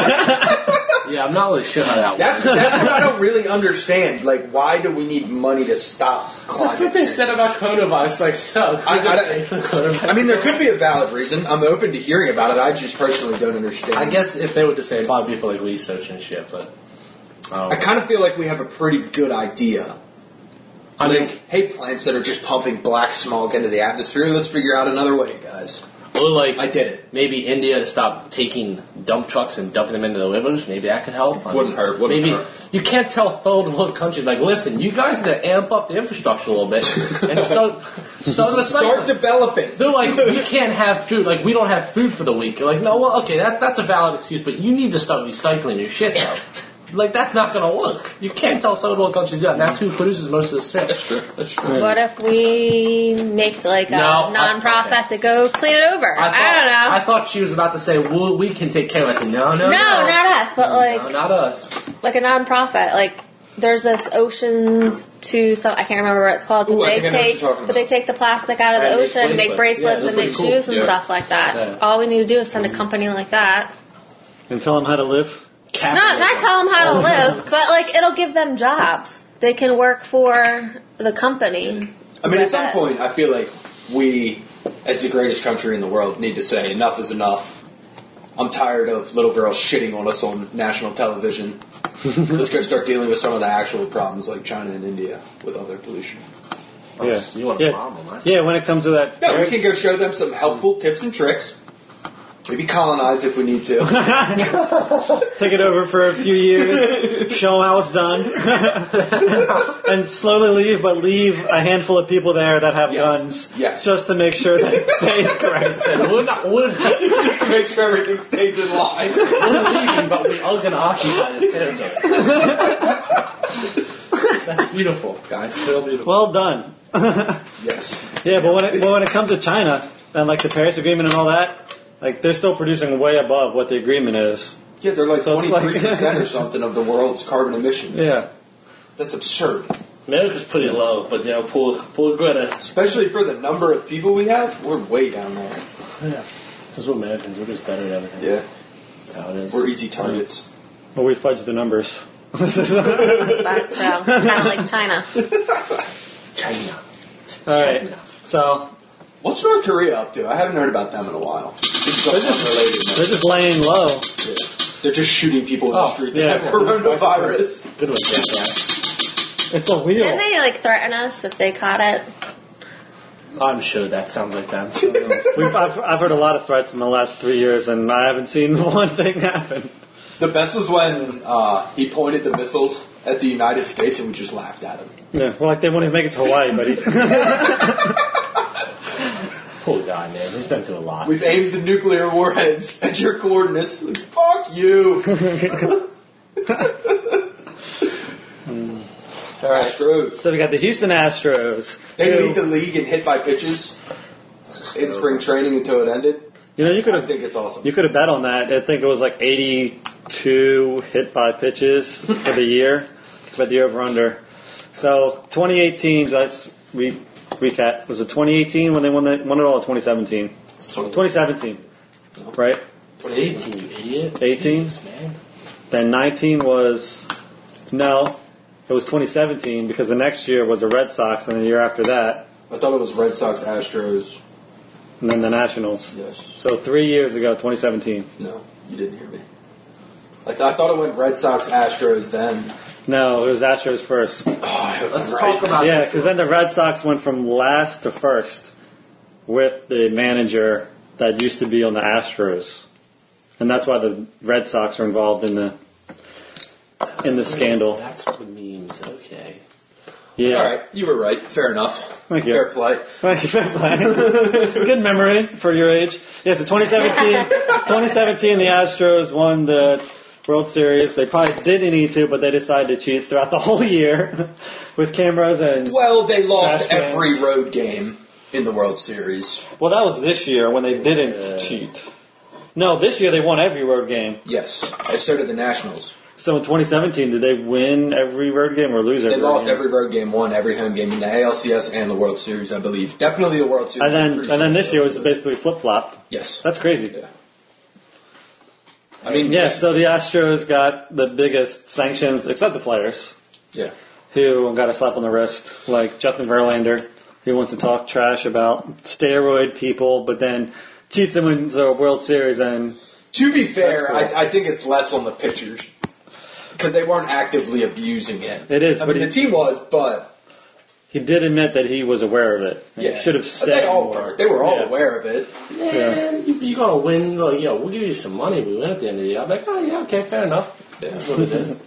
Speaker 3: Yeah, I'm not really sure how that
Speaker 5: That's
Speaker 3: works.
Speaker 5: that's what I don't really understand. Like, why do we need money to stop climate
Speaker 6: That's what they
Speaker 5: change?
Speaker 6: said about coronavirus. Like, so
Speaker 5: I- I don't-
Speaker 6: coronavirus.
Speaker 5: I mean, there could be a valid reason. I'm open to hearing about it. I just personally don't understand.
Speaker 3: I guess if they were to say it'd probably be for like research and shit, but um,
Speaker 5: I kind of feel like we have a pretty good idea.
Speaker 3: I
Speaker 5: like,
Speaker 3: mean,
Speaker 5: hey, plants that are just pumping black smog into the atmosphere. Let's figure out another way, guys.
Speaker 3: or like
Speaker 5: I did it.
Speaker 3: maybe India to stop taking dump trucks and dumping them into the rivers. Maybe that could help. I
Speaker 5: Wouldn't hurt, wouldn't
Speaker 3: maybe
Speaker 5: hurt.
Speaker 3: you can't tell third world countries like, listen, you guys need to amp up the infrastructure a little bit and start start recycling.
Speaker 5: Start developing.
Speaker 3: They're like, we can't have food. Like, we don't have food for the week. You're like, no, well, okay, that, that's a valid excuse, but you need to start recycling your shit, though. Like, that's not gonna work. You can't tell third world countries that. And that's who produces most of the shit.
Speaker 5: Sure, that's true.
Speaker 4: what if we make like a
Speaker 3: No, I-
Speaker 4: non-profit to go clean it over? I,
Speaker 3: thought,
Speaker 4: don't know.
Speaker 3: I thought she was about to say, well, we can take care of it. I said, no, no, no.
Speaker 4: no, not us, but like
Speaker 3: No, not us.
Speaker 4: like a non-profit like there's this oceans to some I can't remember what it's called, but
Speaker 5: Ooh, I
Speaker 4: they
Speaker 5: think I know what
Speaker 4: take
Speaker 5: you're talking
Speaker 4: but they
Speaker 5: about.
Speaker 4: take the plastic out of the
Speaker 3: And make
Speaker 4: ocean,
Speaker 3: bracelets. Yeah,
Speaker 4: make bracelets
Speaker 3: they're
Speaker 4: and make
Speaker 3: pretty cool.
Speaker 4: shoes and
Speaker 5: Yeah.
Speaker 4: stuff like that.
Speaker 3: Yeah.
Speaker 4: All we need to do is send a company like that.
Speaker 1: and tell them how to live.
Speaker 4: Not not tell them how to live, but like it'll give them jobs. They can work for the company.
Speaker 5: I mean, at some
Speaker 4: Like that.
Speaker 5: point, I feel like we, as the greatest country in the world, need to say enough is enough. I'm tired of little girls shitting on us on national television. Let's go start dealing with some of the actual problems like China and India with all their pollution. Oh,
Speaker 1: Yeah.
Speaker 3: Oh, You want to
Speaker 1: yeah.
Speaker 3: bomb them? I see.
Speaker 1: yeah, when it comes to that.
Speaker 5: Yeah, we can go show them some helpful tips and tricks. Maybe colonize if we need to.
Speaker 1: Take it over for a few years, show them how it's done, and slowly leave, but leave a handful of people there that have
Speaker 5: Yes.
Speaker 1: guns,
Speaker 5: Yes.
Speaker 1: just to make sure that it stays correct.
Speaker 3: We're not. We're not
Speaker 5: Just to make sure everything stays in line.
Speaker 3: we're leaving, but we are going to occupy this territory. That's beautiful, guys. So beautiful.
Speaker 1: Well done.
Speaker 5: Yes.
Speaker 1: Yeah, but when it, but when it comes to China and like the Paris Agreement and all that, like they're still producing way above what the agreement is.
Speaker 5: Yeah, they're like
Speaker 1: So it's like-
Speaker 5: 23% or something of the world's carbon emissions.
Speaker 1: Yeah.
Speaker 5: That's absurd.
Speaker 3: America's pretty low, but you know, poor, poor Greta.
Speaker 5: Especially for the number of people we have, we're way down there.
Speaker 3: Because we're Americans, we're just better at everything.
Speaker 5: Yeah.
Speaker 3: That's how it is.
Speaker 5: We're easy targets.
Speaker 1: But we fudge the numbers.
Speaker 4: But so kind of like China.
Speaker 3: China.
Speaker 1: All right. So
Speaker 5: What's North Korea up to? I haven't heard about them in a while. This is all unrelated.
Speaker 1: they're just laying low.
Speaker 5: man. They're just shooting people in the
Speaker 3: Oh,
Speaker 5: street
Speaker 1: yeah.
Speaker 5: that have coronavirus.
Speaker 3: Good one, Jack. guys.
Speaker 1: It's a wheel.
Speaker 4: Didn't they like threaten us if they caught it?
Speaker 3: I'm sure that sounds like them.
Speaker 1: We've, I've, I've heard a lot of threats in the last three years, and I haven't seen one thing happen.
Speaker 5: The best was when uh, he pointed the missiles at the United States and we just laughed at him.
Speaker 1: Yeah, well, like they won't even make it to Hawaii, buddy.
Speaker 3: poor guy, man. He's been through a lot.
Speaker 5: We've aimed the nuclear warheads at your coordinates. Like, Fuck you. Astros.
Speaker 1: so we got the Houston Astros.
Speaker 5: They
Speaker 1: who-
Speaker 5: lead the league in hit by pitches in spring training until it ended.
Speaker 1: you know, you could
Speaker 5: I
Speaker 1: have
Speaker 5: think it's awesome.
Speaker 1: you could have bet on that. I think it was like 82 hit by pitches for the year, but the over under. So 2018, let's re- recap. Was it 2018 when they won the won it all? Or 2017. 2017, right?
Speaker 3: 18, you idiot.
Speaker 1: 18?
Speaker 3: Jesus, man.
Speaker 1: Then 19 was no, it was 2017 because the next year was the Red Sox, and the year after that,
Speaker 5: I thought it was Red Sox, Astros.
Speaker 1: and then the Nationals.
Speaker 5: Yes.
Speaker 1: So three years ago, 2017.
Speaker 5: No, you didn't hear me. I, th- I thought it went Red Sox, Astros then.
Speaker 1: No, it was Astros first.
Speaker 5: Oh, I hope
Speaker 3: Let's
Speaker 5: I'm right.
Speaker 3: talk about
Speaker 1: Yeah,
Speaker 3: this.
Speaker 1: because then the Red Sox went from last to first with the manager that used to be on the Astros, and that's why the Red Sox are involved in the in the scandal.
Speaker 3: That's what it means. Okay.
Speaker 1: Yeah.
Speaker 5: All right, you were right. Fair enough.
Speaker 1: Thank you.
Speaker 5: Fair play.
Speaker 1: Thank you, fair play. Good memory for your age. Yeah, so 2017, 2017, the Astros won the World Series. They probably didn't need to, but they decided to cheat throughout the whole year with cameras and.
Speaker 5: Well, they
Speaker 1: Fast
Speaker 5: lost
Speaker 1: fans.
Speaker 5: every road game in the World Series.
Speaker 1: Well, that was this year when they didn't cheat. No, this year they won every road game.
Speaker 5: Yes, and so did the Nationals.
Speaker 1: So in 2017, did they win every road game or lose every?
Speaker 5: They lost
Speaker 1: road game?
Speaker 5: every road game, won every home game in the ALCS and the World Series, I believe. Definitely the World Series.
Speaker 1: And
Speaker 5: I'm
Speaker 1: then,
Speaker 5: pretty
Speaker 1: and
Speaker 5: sure
Speaker 1: then this
Speaker 5: the
Speaker 1: year
Speaker 5: World
Speaker 1: was
Speaker 5: Series.
Speaker 1: basically flip flopped.
Speaker 5: Yes.
Speaker 1: That's crazy.
Speaker 5: Yeah. I mean,
Speaker 1: Yeah. So the Astros got the biggest sanctions, except the players.
Speaker 5: Yeah.
Speaker 1: who got a slap on the wrist, like Justin Verlander, who wants to talk trash about steroid people, but then cheats and wins a World Series. And
Speaker 5: To be fair,
Speaker 1: That's cool.
Speaker 5: I, I think it's less on the pitchers because they weren't actively abusing it.
Speaker 1: It is,
Speaker 5: I
Speaker 1: but
Speaker 5: mean,
Speaker 1: he-
Speaker 5: the team was, but
Speaker 1: he did admit that he was aware of it. And
Speaker 5: yeah,
Speaker 1: he should have
Speaker 5: But
Speaker 1: said
Speaker 5: They all
Speaker 1: more.
Speaker 5: were. They were all
Speaker 1: Yeah.
Speaker 5: aware of it.
Speaker 1: Yeah.
Speaker 3: Man, you, you gotta win. Like, yo, we'll give you some money. We win at the end of the year. I'm like, oh yeah, okay, fair enough. That's what it is.
Speaker 1: Yeah,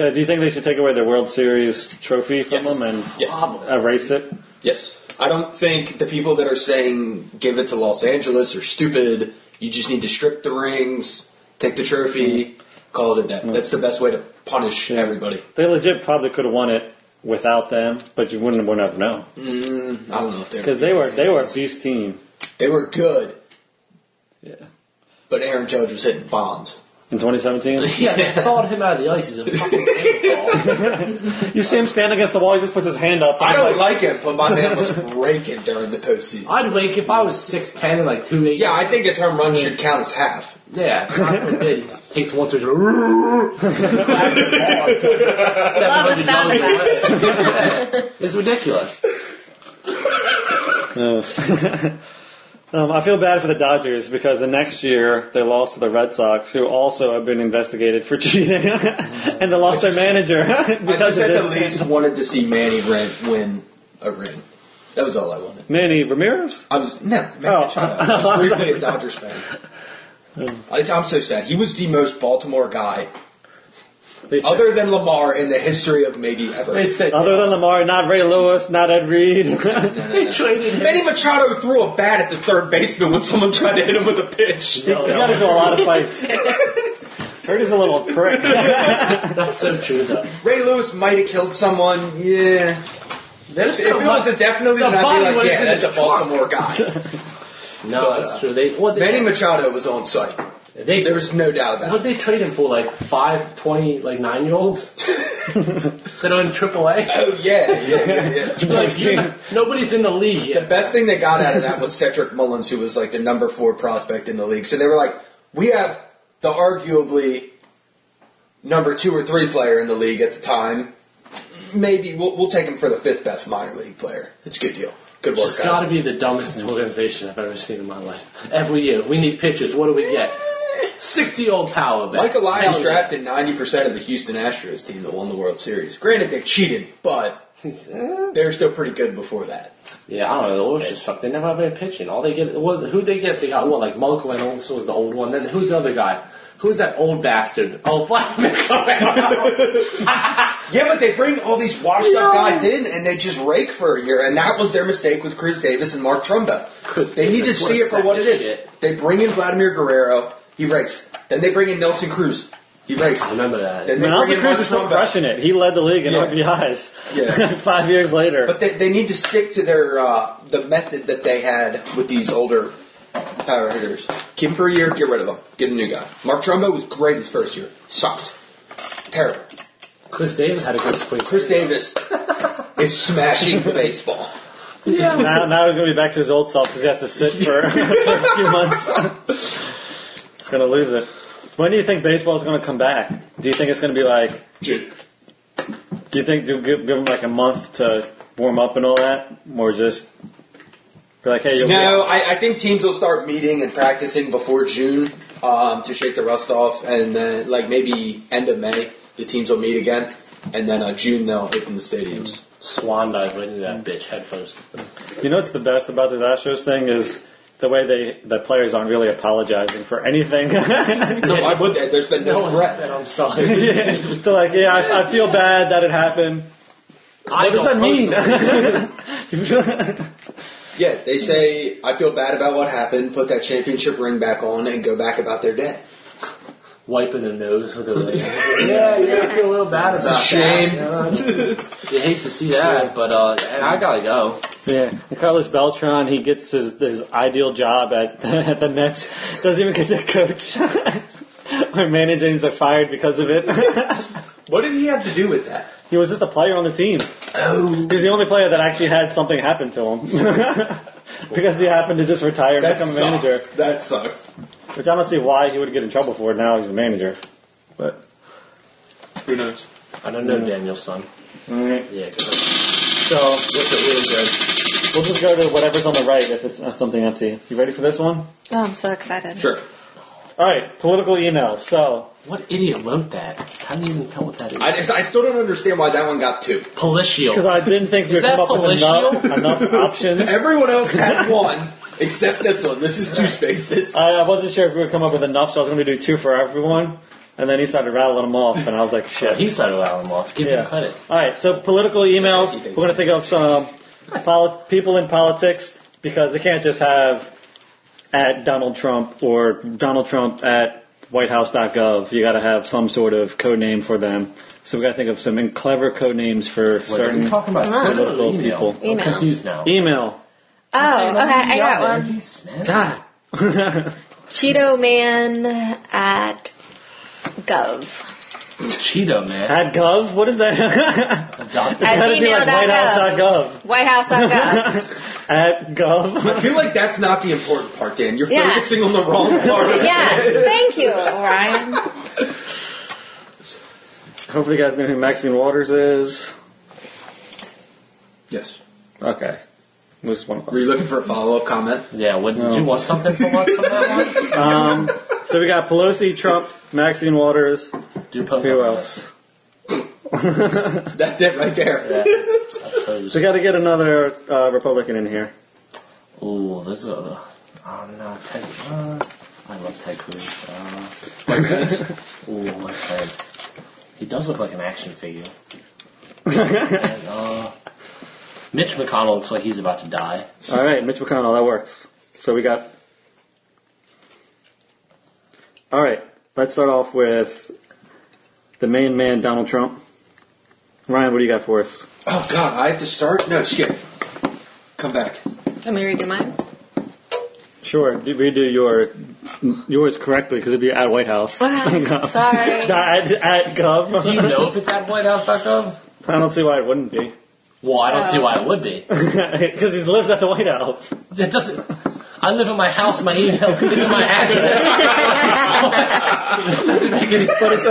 Speaker 1: Uh, do you think they should take away their World Series trophy from
Speaker 5: Yes.
Speaker 1: them and
Speaker 5: Yes.
Speaker 3: Probably.
Speaker 1: erase it?
Speaker 5: Yes. I don't think the people that are saying give it to Los Angeles are stupid. You just need to strip the rings, take the trophy, call it a day. That's the best way to punish everybody.
Speaker 1: They legit probably could have won it without them, but you wouldn't would never know
Speaker 5: Mm, I don't know if they
Speaker 1: because they were they were a beast team.
Speaker 5: they were good,
Speaker 1: Yeah.
Speaker 5: but Aaron Judge was hitting bombs.
Speaker 1: in 2017.
Speaker 3: Yeah, they thawed him out of the ice. He's a fucking idiot.
Speaker 1: You see him stand against the wall. He just puts his hand up.
Speaker 5: I don't like him, but my man was raking during the postseason.
Speaker 3: I'd wake if I was 6'10 and like 280.
Speaker 5: Yeah, I think his home run should count as half.
Speaker 3: Yeah, God forbid, he takes one surgery. Seven hundred
Speaker 4: sound
Speaker 3: dollars. Yeah, It's ridiculous.
Speaker 1: Um, I feel bad for the Dodgers because the next year they lost to the Red Sox, who also have been investigated for cheating, and they lost their manager
Speaker 5: I
Speaker 1: because
Speaker 5: just
Speaker 1: of
Speaker 5: at the
Speaker 1: this.
Speaker 5: least wanted to see Manny Rent win a ring. That was all I wanted.
Speaker 1: Manny Ramirez.
Speaker 5: I was no Manny
Speaker 1: Oh.
Speaker 5: Machado. I was briefly a Dodgers fan. I, I'm so sad. He was the most Baltimore guy,
Speaker 1: They said-
Speaker 5: other than Lamar, in the history of maybe ever.
Speaker 3: They said
Speaker 1: Other than Lamar, not Ray Lewis, not Ed Reed.
Speaker 3: they traded him.
Speaker 5: Manny Machado threw a bat at the third baseman when someone tried to hit him with a pitch.
Speaker 1: you got to do a lot of fights. Hurt is a little prick.
Speaker 3: That's so true, though.
Speaker 5: Ray Lewis might have killed someone. Yeah,
Speaker 3: There's
Speaker 5: if it
Speaker 3: so
Speaker 5: was
Speaker 3: much-
Speaker 5: a definitely,
Speaker 3: the
Speaker 5: then I'd
Speaker 3: body
Speaker 5: be like,
Speaker 3: was
Speaker 5: yeah,
Speaker 3: in
Speaker 5: that's a
Speaker 3: his trunk.
Speaker 5: Baltimore guy.
Speaker 3: No, that's true. They what they,
Speaker 5: Manny Machado was on site.
Speaker 3: they
Speaker 5: There was no doubt about
Speaker 3: what
Speaker 5: it.
Speaker 3: they trade him for like five, twenty, like nine year olds that are in AAA.
Speaker 5: Oh yeah, yeah, yeah. yeah.
Speaker 3: Like, you're not- nobody's in the league
Speaker 5: The
Speaker 3: yet.
Speaker 5: best thing they got out of that was Cedric Mullins, who was like the number four prospect in the league. So they were like, we have the arguably number two or three player in the league at the time. Maybe we'll, we'll take him for the fifth best minor league player. It's a good deal. Good work,
Speaker 3: It's got to
Speaker 5: guys.
Speaker 3: be the dumbest organization I've ever seen in my life. Every year, we need pitchers. What do we get? Sixty-old power back.
Speaker 5: Michael Lyons
Speaker 3: Hell,
Speaker 5: drafted 90% of the Houston Astros team that won the World Series. Granted, they cheated, but they were still pretty good before that.
Speaker 3: Yeah, I don't know. The Orioles just suck. They never have any pitching. All they get, what, who they get, they got what? Like Mark Reynolds was the old one. Then who's the other guy? Who's that old bastard? Oh, Vladimir Guerrero.
Speaker 5: Yeah, but they bring all these washed up guys in and they just rake for a year, and that was their mistake with Chris Davis and Mark Trumbo.
Speaker 3: Chris
Speaker 5: they need to
Speaker 3: Davis, what
Speaker 5: see
Speaker 3: a
Speaker 5: it for what
Speaker 3: sack
Speaker 5: it
Speaker 3: of
Speaker 5: is.
Speaker 3: shit.
Speaker 5: They bring in Vladimir Guerrero, he rakes. Then they bring in Nelson Cruz, he rakes.
Speaker 3: Remember that?
Speaker 5: Then they bring
Speaker 1: Nelson
Speaker 5: in
Speaker 1: Cruz
Speaker 5: Mark
Speaker 1: is still
Speaker 5: Trumbo.
Speaker 1: crushing it. He led the league in
Speaker 5: Yeah.
Speaker 1: RBIs.
Speaker 5: Yeah.
Speaker 1: Five years later.
Speaker 5: But they, they need to stick to their uh, the method that they had with these older power hitters. Keep him for a year, get rid of him, get a new guy. Mark Trumbo was great his first year. Sucks. Terrible.
Speaker 3: Chris Davis had a good spring.
Speaker 5: Chris Davis is smashing the baseball.
Speaker 1: now, now he's going to be back to his old self because he has to sit for, for a few months. he's going to lose it. When do you think baseball is going to come back? Do you think it's going to be like? Do you think do give, give him like a month to warm up and all that, or just be like, hey, you'll
Speaker 5: No, I, I think teams will start meeting and practicing before June um, to shake the rust off, and then like maybe end of May, the teams will meet again, and then uh, June they'll open the stadiums.
Speaker 3: Swan dive right into that bitch head first.
Speaker 1: You know what's the best about this Astros thing is the way they the players aren't really apologizing for anything.
Speaker 5: No, why would they? There's been
Speaker 3: No
Speaker 5: no
Speaker 3: one
Speaker 5: threat.
Speaker 3: said Oh, I'm sorry.
Speaker 1: They're like, yeah, I, I feel bad that it happened.
Speaker 3: I
Speaker 1: What does that
Speaker 3: don't
Speaker 1: mean?
Speaker 5: Yeah, they say I feel bad about what happened. Put that championship ring back on and go back about their day.
Speaker 3: Wiping the nose with a yeah, yeah, I feel real bad about that.
Speaker 5: shame.
Speaker 3: You, know, it's- you hate to see that, but uh, and I gotta go.
Speaker 1: Yeah, and Carlos Beltran, he gets his, his ideal job at at the Mets. Doesn't even get to coach or manage, and he's fired because of it.
Speaker 5: What did he have to do with that?
Speaker 1: he was just a player on the team.
Speaker 5: Oh,
Speaker 1: He's the only player that actually had something happen to him because he happened to just retire and
Speaker 5: that
Speaker 1: become
Speaker 5: sucks.
Speaker 1: a manager.
Speaker 5: That sucks.
Speaker 1: Which I don't see why he would get in trouble for. Now he's the manager. But
Speaker 5: Who knows?
Speaker 3: I don't know Daniel's son. Yeah, 'cause
Speaker 1: so
Speaker 3: that's a really good.
Speaker 1: we'll just go to whatever's on the right if it's something empty. You ready for this one?
Speaker 4: Oh, I'm so excited.
Speaker 5: Sure.
Speaker 1: All right, political email. So
Speaker 3: What idiot wrote that? How do you even tell what that is?
Speaker 5: I just I still don't understand why that one got two.
Speaker 1: because
Speaker 3: Polishio.
Speaker 1: I didn't think we'd
Speaker 3: Is that
Speaker 1: come up with enough,
Speaker 3: Pellicio?
Speaker 1: enough options.
Speaker 5: Everyone else had one except this one. This is two spaces.
Speaker 1: I, I wasn't sure if we would come up with enough, so I was going to do two for everyone. And then he started rattling them off, and I was
Speaker 3: Oh,
Speaker 1: like, shit.
Speaker 3: He started allowing him off. Give him credit.
Speaker 1: All right, so political emails. We're going to think of some polit- people in politics because they can't just have at Donald Trump or Donald Trump at WhiteHouse.gov. You got to have some sort of code name for them. So we got to think of some in- clever code names for certain E-
Speaker 3: talking about
Speaker 4: Twitter
Speaker 1: political people.
Speaker 4: Email.
Speaker 3: I'm confused now.
Speaker 1: Email.
Speaker 4: Oh, okay, I got one.
Speaker 1: God.
Speaker 4: Cheeto Man at gov.
Speaker 3: Cheeto man.
Speaker 1: At gov? What is that?
Speaker 3: Doctor.
Speaker 4: At
Speaker 1: gotta be like
Speaker 4: gmail.gov. Whitehouse.gov.
Speaker 1: At
Speaker 5: I
Speaker 1: gov?
Speaker 5: feel like that's not the important part, Dan. You're
Speaker 4: Yeah.
Speaker 5: focusing on the wrong part. of it.
Speaker 4: yes, thank you, Ryan.
Speaker 1: Hopefully, you guys know who Maxine Waters is.
Speaker 5: Yes.
Speaker 1: Okay. Most one of
Speaker 5: Were you
Speaker 1: us.
Speaker 5: looking for a follow-up comment?
Speaker 3: Yeah, what did
Speaker 1: No.
Speaker 3: you want something from us from that one?
Speaker 1: Um, so we got Pelosi, Trump, Maxine Waters.
Speaker 3: Do poke
Speaker 1: Who
Speaker 3: on
Speaker 1: else?
Speaker 5: That's it right there.
Speaker 3: that. Yeah. I suppose.
Speaker 1: We got to get another uh, Republican in here.
Speaker 3: Ooh, this is a. Oh no, Ted. Uh, I love Ted Cruz. Uh, ooh, my heads. He does look like an action figure. and, uh, Mitch McConnell looks like he's about to die.
Speaker 1: All right, Mitch McConnell, that works. So we got. All right, let's start off with the main man, Donald Trump. Ryan, what do you got for us?
Speaker 5: Oh God, I have to start. No, skip. Come back.
Speaker 4: Let me redo mine.
Speaker 1: Sure, do- redo your yours correctly because it'd be at White House.
Speaker 4: Wow, sorry.
Speaker 1: at, at Gov.
Speaker 3: Do you know if it's at WhiteHouse.gov?
Speaker 1: I don't see why it wouldn't be
Speaker 3: Well, I don't see why it would be.
Speaker 1: because he lives at the White House.
Speaker 3: It doesn't. I live in my house. My email isn't my address. it doesn't make any sense.
Speaker 1: But, it's,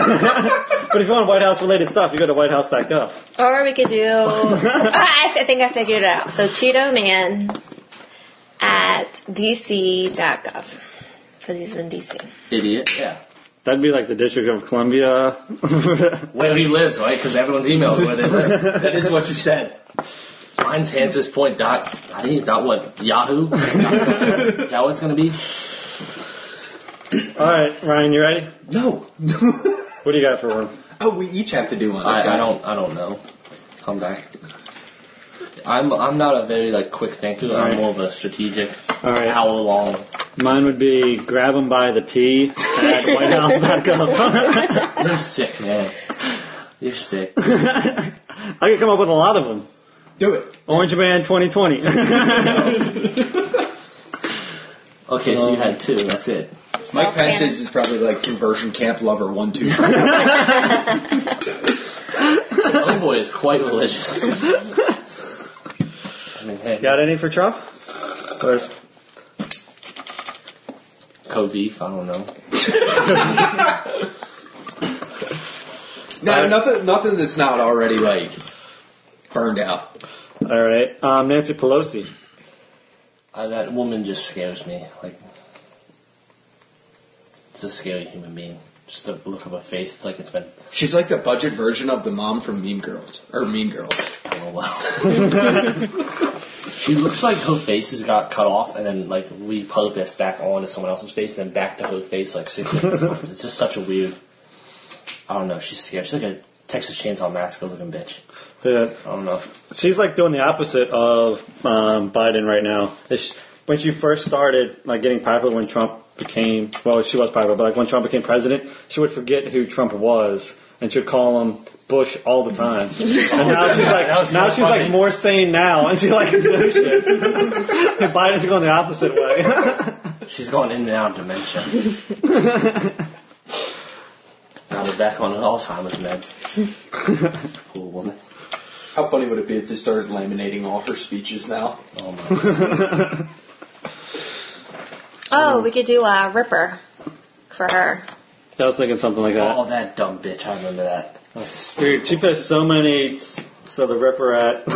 Speaker 1: but if you want White House related stuff, you go to WhiteHouse.gov.
Speaker 4: Or we could do. uh, I, I think I figured it out. So Cheeto Man at DC.gov because he's in DC.
Speaker 3: Idiot. Yeah.
Speaker 1: That'd be like the District of Columbia.
Speaker 3: Where he lives, right? Because everyone's emails where they live.
Speaker 5: That is what you said.
Speaker 3: Mine's Hansis Point dot. I think it's dot what Yahoo. Is that what it's gonna be?
Speaker 1: All right, Ryan, you ready?
Speaker 5: No.
Speaker 1: What do you got for one?
Speaker 5: oh, we each have to do one.
Speaker 3: I,
Speaker 5: Okay.
Speaker 3: I don't. I don't know. Come back. I'm. I'm not a very like quick thinker.
Speaker 1: Alright.
Speaker 3: I'm more of a strategic.
Speaker 1: All right.
Speaker 3: Hour long.
Speaker 1: Mine would be grab him by the pee at whitehouse.gov.
Speaker 3: You're sick, man. You're sick.
Speaker 1: I could come up with a lot of them.
Speaker 5: do it.
Speaker 1: Orange Man 2020.
Speaker 3: Okay, so you had two. That's it.
Speaker 5: Mike Pence
Speaker 4: Bannon.
Speaker 5: is, is probably like conversion camp lover one two.
Speaker 3: Homeboy is quite religious. I mean, hey,
Speaker 1: got any for Trump? Or
Speaker 3: Covief, I don't know.
Speaker 5: no, nothing. Nothing that's not already like burned out.
Speaker 1: all right, um, Nancy Pelosi.
Speaker 3: I, Uh, that woman just scares me. Like, it's a scary human being. Just the look of her face. It's like it's been
Speaker 5: She's like the budget version of the mom from Mean Girls or Mean Girls.
Speaker 3: a while. she looks like her face has got cut off and then like repurposed back onto someone else's face and then back to her face like six different times. It's just such a weird. I don't know. She's scary. She's like a Texas Chainsaw Massacre looking bitch.
Speaker 1: Yeah.
Speaker 3: I don't know.
Speaker 1: She's like doing the opposite of um, Biden right now. It's- When she first started like getting popular, when Trump became well, she was popular, but like when Trump became president, she would forget who Trump was and she'd call him Bush all the time. And now she's like
Speaker 3: That was so
Speaker 1: now she's
Speaker 3: funny.
Speaker 1: like more sane now, and she like no shit. And Biden's going the opposite way.
Speaker 3: She's gone in and out of dementia. now we're back on Alzheimer's meds. Poor woman.
Speaker 5: How funny would it be if they started laminating all her speeches now?
Speaker 3: Oh my.
Speaker 4: Oh, we could do a Ripper for her.
Speaker 1: I was thinking something like that.
Speaker 3: Oh, that dumb bitch. I remember that. That was st-
Speaker 1: Dude, she pissed so many. So the Ripper at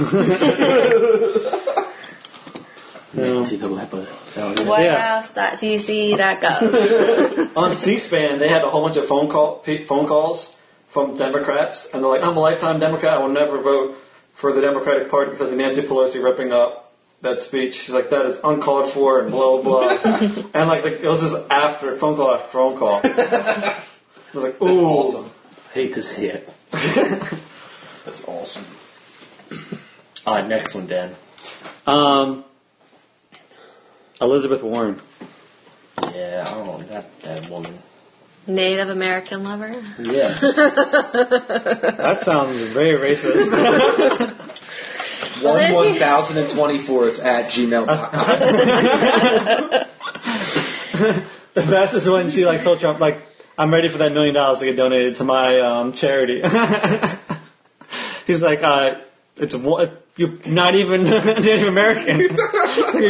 Speaker 3: Nancy the leper. Oh, yeah.
Speaker 4: Whitehouse.gc.gov.
Speaker 1: on C-SPAN, they had a whole bunch of phone call pe- phone calls from Democrats, and they're like, "I'm a lifetime Democrat. I will never vote for the Democratic Party because of Nancy Pelosi ripping up that speech." She's like, "That is uncalled for," and blah blah. blah. and like, the, it was just after phone call after phone call. I was like, "Ooh,
Speaker 5: That's awesome.
Speaker 3: Hate to see it.
Speaker 5: That's awesome.
Speaker 3: All right, next one, Dan.
Speaker 1: um, Elizabeth Warren."
Speaker 3: Yeah, I don't know that that woman.
Speaker 4: Native American lover.
Speaker 3: Yes.
Speaker 1: That sounds very racist.
Speaker 5: One
Speaker 4: there's you-
Speaker 5: one thousand and twenty fourth at gmail.com.
Speaker 1: the best is when she like told Trump like. I'm ready for that million dollars to get donated to my um, charity. He's like, uh, it's one, you're not even Native American. you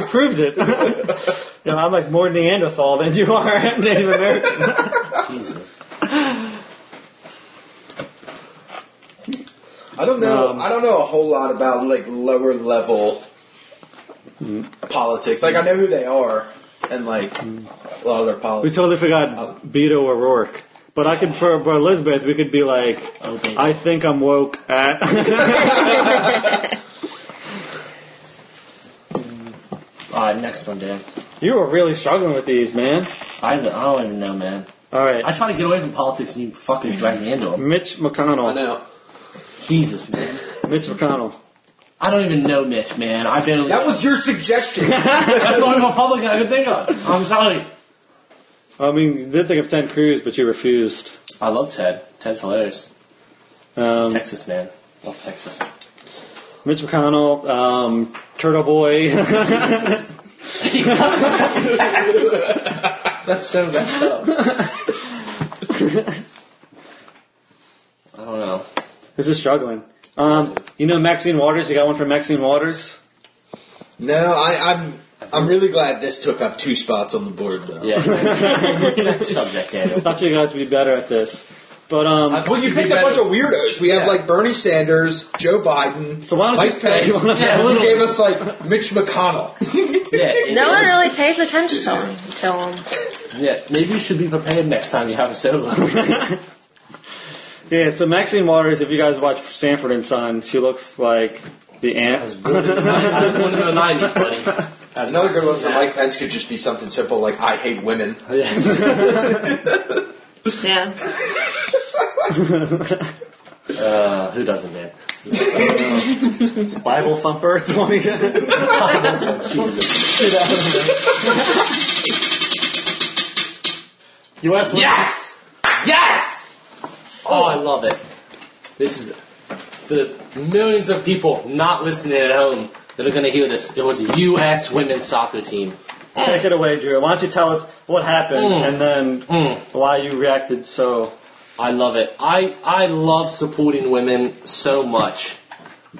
Speaker 1: proved it. you know, I'm like more Neanderthal than you are Native American.
Speaker 3: Jesus.
Speaker 5: I don't know.
Speaker 1: Um,
Speaker 5: I don't know a whole lot about like lower level politics. Like I know who they are, and like a lot of their
Speaker 1: We
Speaker 5: politics.
Speaker 1: totally forgot Beto O'Rourke. But I could, for, for Elizabeth, we could be like,
Speaker 3: Oh, baby.
Speaker 1: I think I'm woke at.
Speaker 3: All right, next one, Dan.
Speaker 1: you were really struggling with these, man.
Speaker 3: I, I don't even know, man.
Speaker 1: All
Speaker 3: I
Speaker 1: right.
Speaker 3: try to get away from politics, and you fucking drag me into them.
Speaker 1: Mitch
Speaker 5: I
Speaker 1: McConnell.
Speaker 5: know
Speaker 3: Jesus, man.
Speaker 1: Mitch McConnell.
Speaker 3: I don't even know Mitch, man. I barely.
Speaker 5: that was your suggestion.
Speaker 3: that's the only Republican I could think of. I'm sorry.
Speaker 1: I mean, you did think of Ted Cruz, but you refused.
Speaker 3: I love Ted. Ted's hilarious.
Speaker 1: Um,
Speaker 3: Texas man. Love Texas.
Speaker 1: Mitch McConnell, um, Turtle Boy.
Speaker 3: That's so messed up. I don't know.
Speaker 1: this is struggling. Um, you know Maxine Waters? You got one for Maxine Waters?
Speaker 5: no, I, I'm. I'm really glad this took up two spots on the board. Though.
Speaker 3: Yeah. next subject, Daniel.
Speaker 1: Thought you guys would be better at this. But, um,
Speaker 3: I-
Speaker 5: Well, you picked a bunch of weirdos. We have
Speaker 3: Yeah.
Speaker 5: like Bernie Sanders, Joe Biden.
Speaker 1: So why don't you
Speaker 5: Mike
Speaker 1: say-
Speaker 5: Pence,
Speaker 1: Yeah,
Speaker 5: and
Speaker 3: a
Speaker 5: you
Speaker 3: little-
Speaker 5: gave us like Mitch McConnell.
Speaker 3: Yeah,
Speaker 4: No one really pays attention to him. To him.
Speaker 3: yeah. Maybe you should be prepared next time you have a solo.
Speaker 1: yeah, so Maxine Waters, if you guys watch Sanford and Son, she looks like the aunt.
Speaker 3: That's one of the nineties
Speaker 5: Another good one for Mike Pence could just be something simple like "I hate women."
Speaker 3: Yes.
Speaker 4: Yeah.
Speaker 3: Uh, who doesn't, man?
Speaker 1: Bible Thumper 20.
Speaker 3: Jesus.
Speaker 1: U.S.
Speaker 3: Yes. Yes. Oh, I love it. This is for the millions of people not listening at home that are going to hear this. It was U.S. women's soccer team.
Speaker 1: Take it away, Drew. Why don't you tell us what happened
Speaker 3: Mm.
Speaker 1: and then
Speaker 3: Mm.
Speaker 1: why you reacted so.
Speaker 3: I love it. I, I love supporting women so much.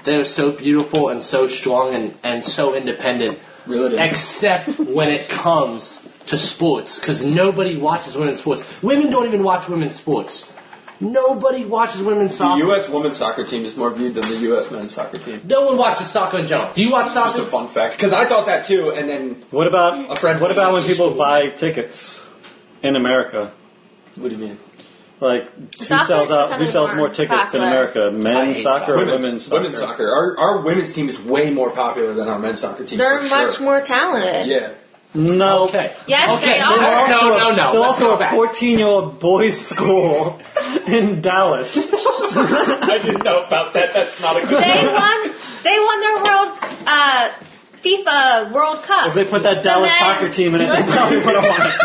Speaker 3: They're so beautiful and so strong and, and so independent.
Speaker 5: Really?
Speaker 3: Except when it comes to sports, because nobody watches women's sports. Women don't even watch women's sports. Nobody watches women's
Speaker 2: The
Speaker 3: soccer.
Speaker 2: U.S. women's soccer team is more viewed than the U.S. men's soccer team.
Speaker 3: No one watches soccer in general. Do you watch
Speaker 2: Just
Speaker 3: soccer?
Speaker 2: a fun fact, because I thought that too, and then
Speaker 1: What about
Speaker 2: A friend
Speaker 1: what about when
Speaker 2: went to
Speaker 1: people
Speaker 2: school.
Speaker 1: buy tickets in America?
Speaker 2: what do you mean?
Speaker 1: Like who
Speaker 4: Soccer's
Speaker 1: sells out? Who
Speaker 4: becoming
Speaker 1: sells
Speaker 4: more
Speaker 1: more tickets in
Speaker 4: popular.
Speaker 1: America? Men's
Speaker 3: hate
Speaker 1: soccer or
Speaker 3: soccer.
Speaker 1: women's,
Speaker 5: women's,
Speaker 1: soccer?
Speaker 5: soccer. Our, our women's team is way more popular than our men's soccer team.
Speaker 4: They're
Speaker 5: for
Speaker 4: much
Speaker 5: sure.
Speaker 4: more talented.
Speaker 5: Yeah.
Speaker 1: No.
Speaker 3: Okay.
Speaker 4: Yes,
Speaker 3: okay.
Speaker 4: they
Speaker 3: no,
Speaker 4: are.
Speaker 3: No, no, no.
Speaker 1: They're
Speaker 3: Let's
Speaker 1: also
Speaker 3: go
Speaker 1: a
Speaker 3: back.
Speaker 1: 14 year old boys' school in Dallas.
Speaker 5: I didn't know about that. That's not a good.
Speaker 4: They won. They won their world uh, FIFA World Cup.
Speaker 1: If they put that Dallas
Speaker 4: men-
Speaker 1: soccer team in it, they
Speaker 4: listen.
Speaker 1: probably would have won it.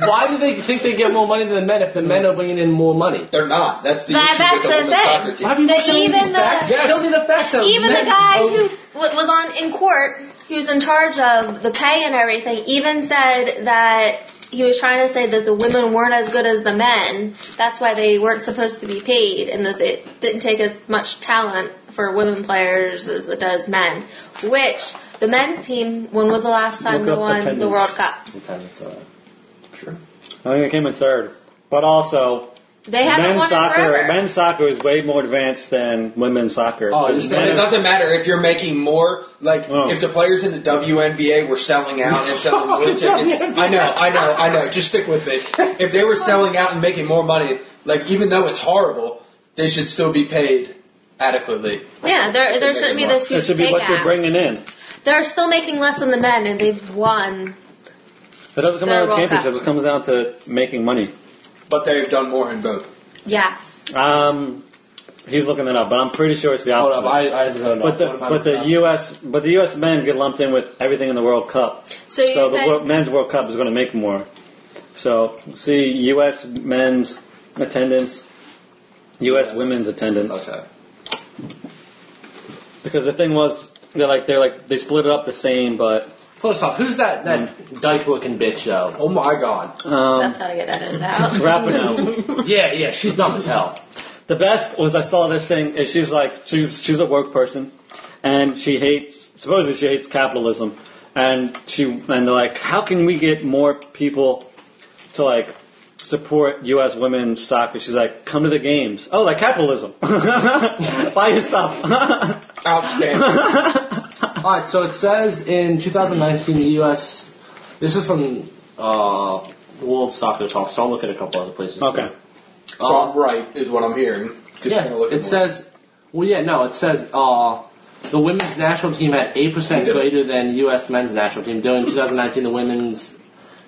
Speaker 3: Why do they think they get more money than the men if the men are bringing in more money?
Speaker 5: They're not. That's the
Speaker 4: That-
Speaker 5: issue
Speaker 4: that's
Speaker 5: with the,
Speaker 4: the
Speaker 5: women's
Speaker 4: thing.
Speaker 5: soccer team.
Speaker 3: Why do you
Speaker 4: They
Speaker 3: not tell me
Speaker 4: even
Speaker 3: these facts?
Speaker 4: the-
Speaker 5: Yes.
Speaker 3: Tell me the facts. that
Speaker 4: even the
Speaker 3: men
Speaker 4: guy
Speaker 3: vote.
Speaker 4: who wa- was on in court, who was in charge of the pay and everything, even said that he was trying to say that the women weren't as good as the men. That's why they weren't supposed to be paid, and that it didn't take as much talent for women players as it does men. Which the men's team, when was the last time
Speaker 1: Look
Speaker 4: they
Speaker 1: up
Speaker 4: won the
Speaker 1: attendance.
Speaker 4: World Cup?
Speaker 3: Sometimes, uh,
Speaker 1: I think they came in third. But also,
Speaker 4: They haven't
Speaker 1: men's
Speaker 4: won it
Speaker 1: soccer,
Speaker 4: forever.
Speaker 1: men's soccer is way more advanced than women's soccer.
Speaker 3: Oh,
Speaker 1: Because
Speaker 3: it's
Speaker 5: And
Speaker 1: men
Speaker 5: it
Speaker 1: are-
Speaker 5: doesn't matter if you're making more. Like
Speaker 1: Oh.
Speaker 5: if the players in the WNBA were selling out and selling
Speaker 3: Oh,
Speaker 5: more tickets. I know, I know, I know. Just stick with me. If they were selling out and making more money, like even though it's horrible, they should still be paid adequately.
Speaker 4: yeah, there, there shouldn't be this huge
Speaker 1: it should be
Speaker 4: pay
Speaker 1: what they're
Speaker 4: gap.
Speaker 1: bringing in.
Speaker 4: They're still making less than the men, and they've won.
Speaker 1: It doesn't come
Speaker 4: They're
Speaker 1: down to
Speaker 4: World Cup.
Speaker 1: championships. It comes down to making money.
Speaker 5: But they've done more in both.
Speaker 4: Yes.
Speaker 1: Um, he's looking that up, but I'm pretty sure it's the
Speaker 3: Hold
Speaker 1: opposite.
Speaker 3: up, Oh, I, I just don't know.
Speaker 1: but the
Speaker 3: What am I
Speaker 1: but the
Speaker 3: looking up?
Speaker 1: U.S. but the U.S. men get lumped in with everything in the World Cup.
Speaker 4: So you
Speaker 1: so the
Speaker 4: think-
Speaker 1: World, men's World Cup is going to make more. So see U.S. men's attendance, U.S. women's attendance.
Speaker 2: Okay.
Speaker 1: Because the thing was, they're like they're like they split it up the same, but
Speaker 3: First off, who's that that dyke looking Mm. bitch though?
Speaker 5: Oh my god.
Speaker 1: Um,
Speaker 4: That's how to get edited out.
Speaker 1: Rapinoe.
Speaker 3: Yeah, yeah, she's dumb as hell.
Speaker 1: The best was I saw this thing. Is she's like she's she's a work person, and she hates supposedly she hates capitalism, and she and they're like, how can we get more people to like support U.S. women's soccer? She's like, come to the games. Oh, like capitalism. Buy your stuff.
Speaker 5: Outstanding.
Speaker 3: All right, so it says in 2019, the U.S. This is from uh, the World Soccer Talk, so I'll look at a couple other places. too.
Speaker 1: okay.
Speaker 5: so I'm right, is what I'm hearing. Just
Speaker 3: Yeah,
Speaker 5: gonna look
Speaker 3: it
Speaker 5: at more.
Speaker 3: says. Well, yeah, no, it says uh, the women's national team had eight percent
Speaker 5: Yeah.
Speaker 3: greater than U.S. men's national team. During 2019, the women's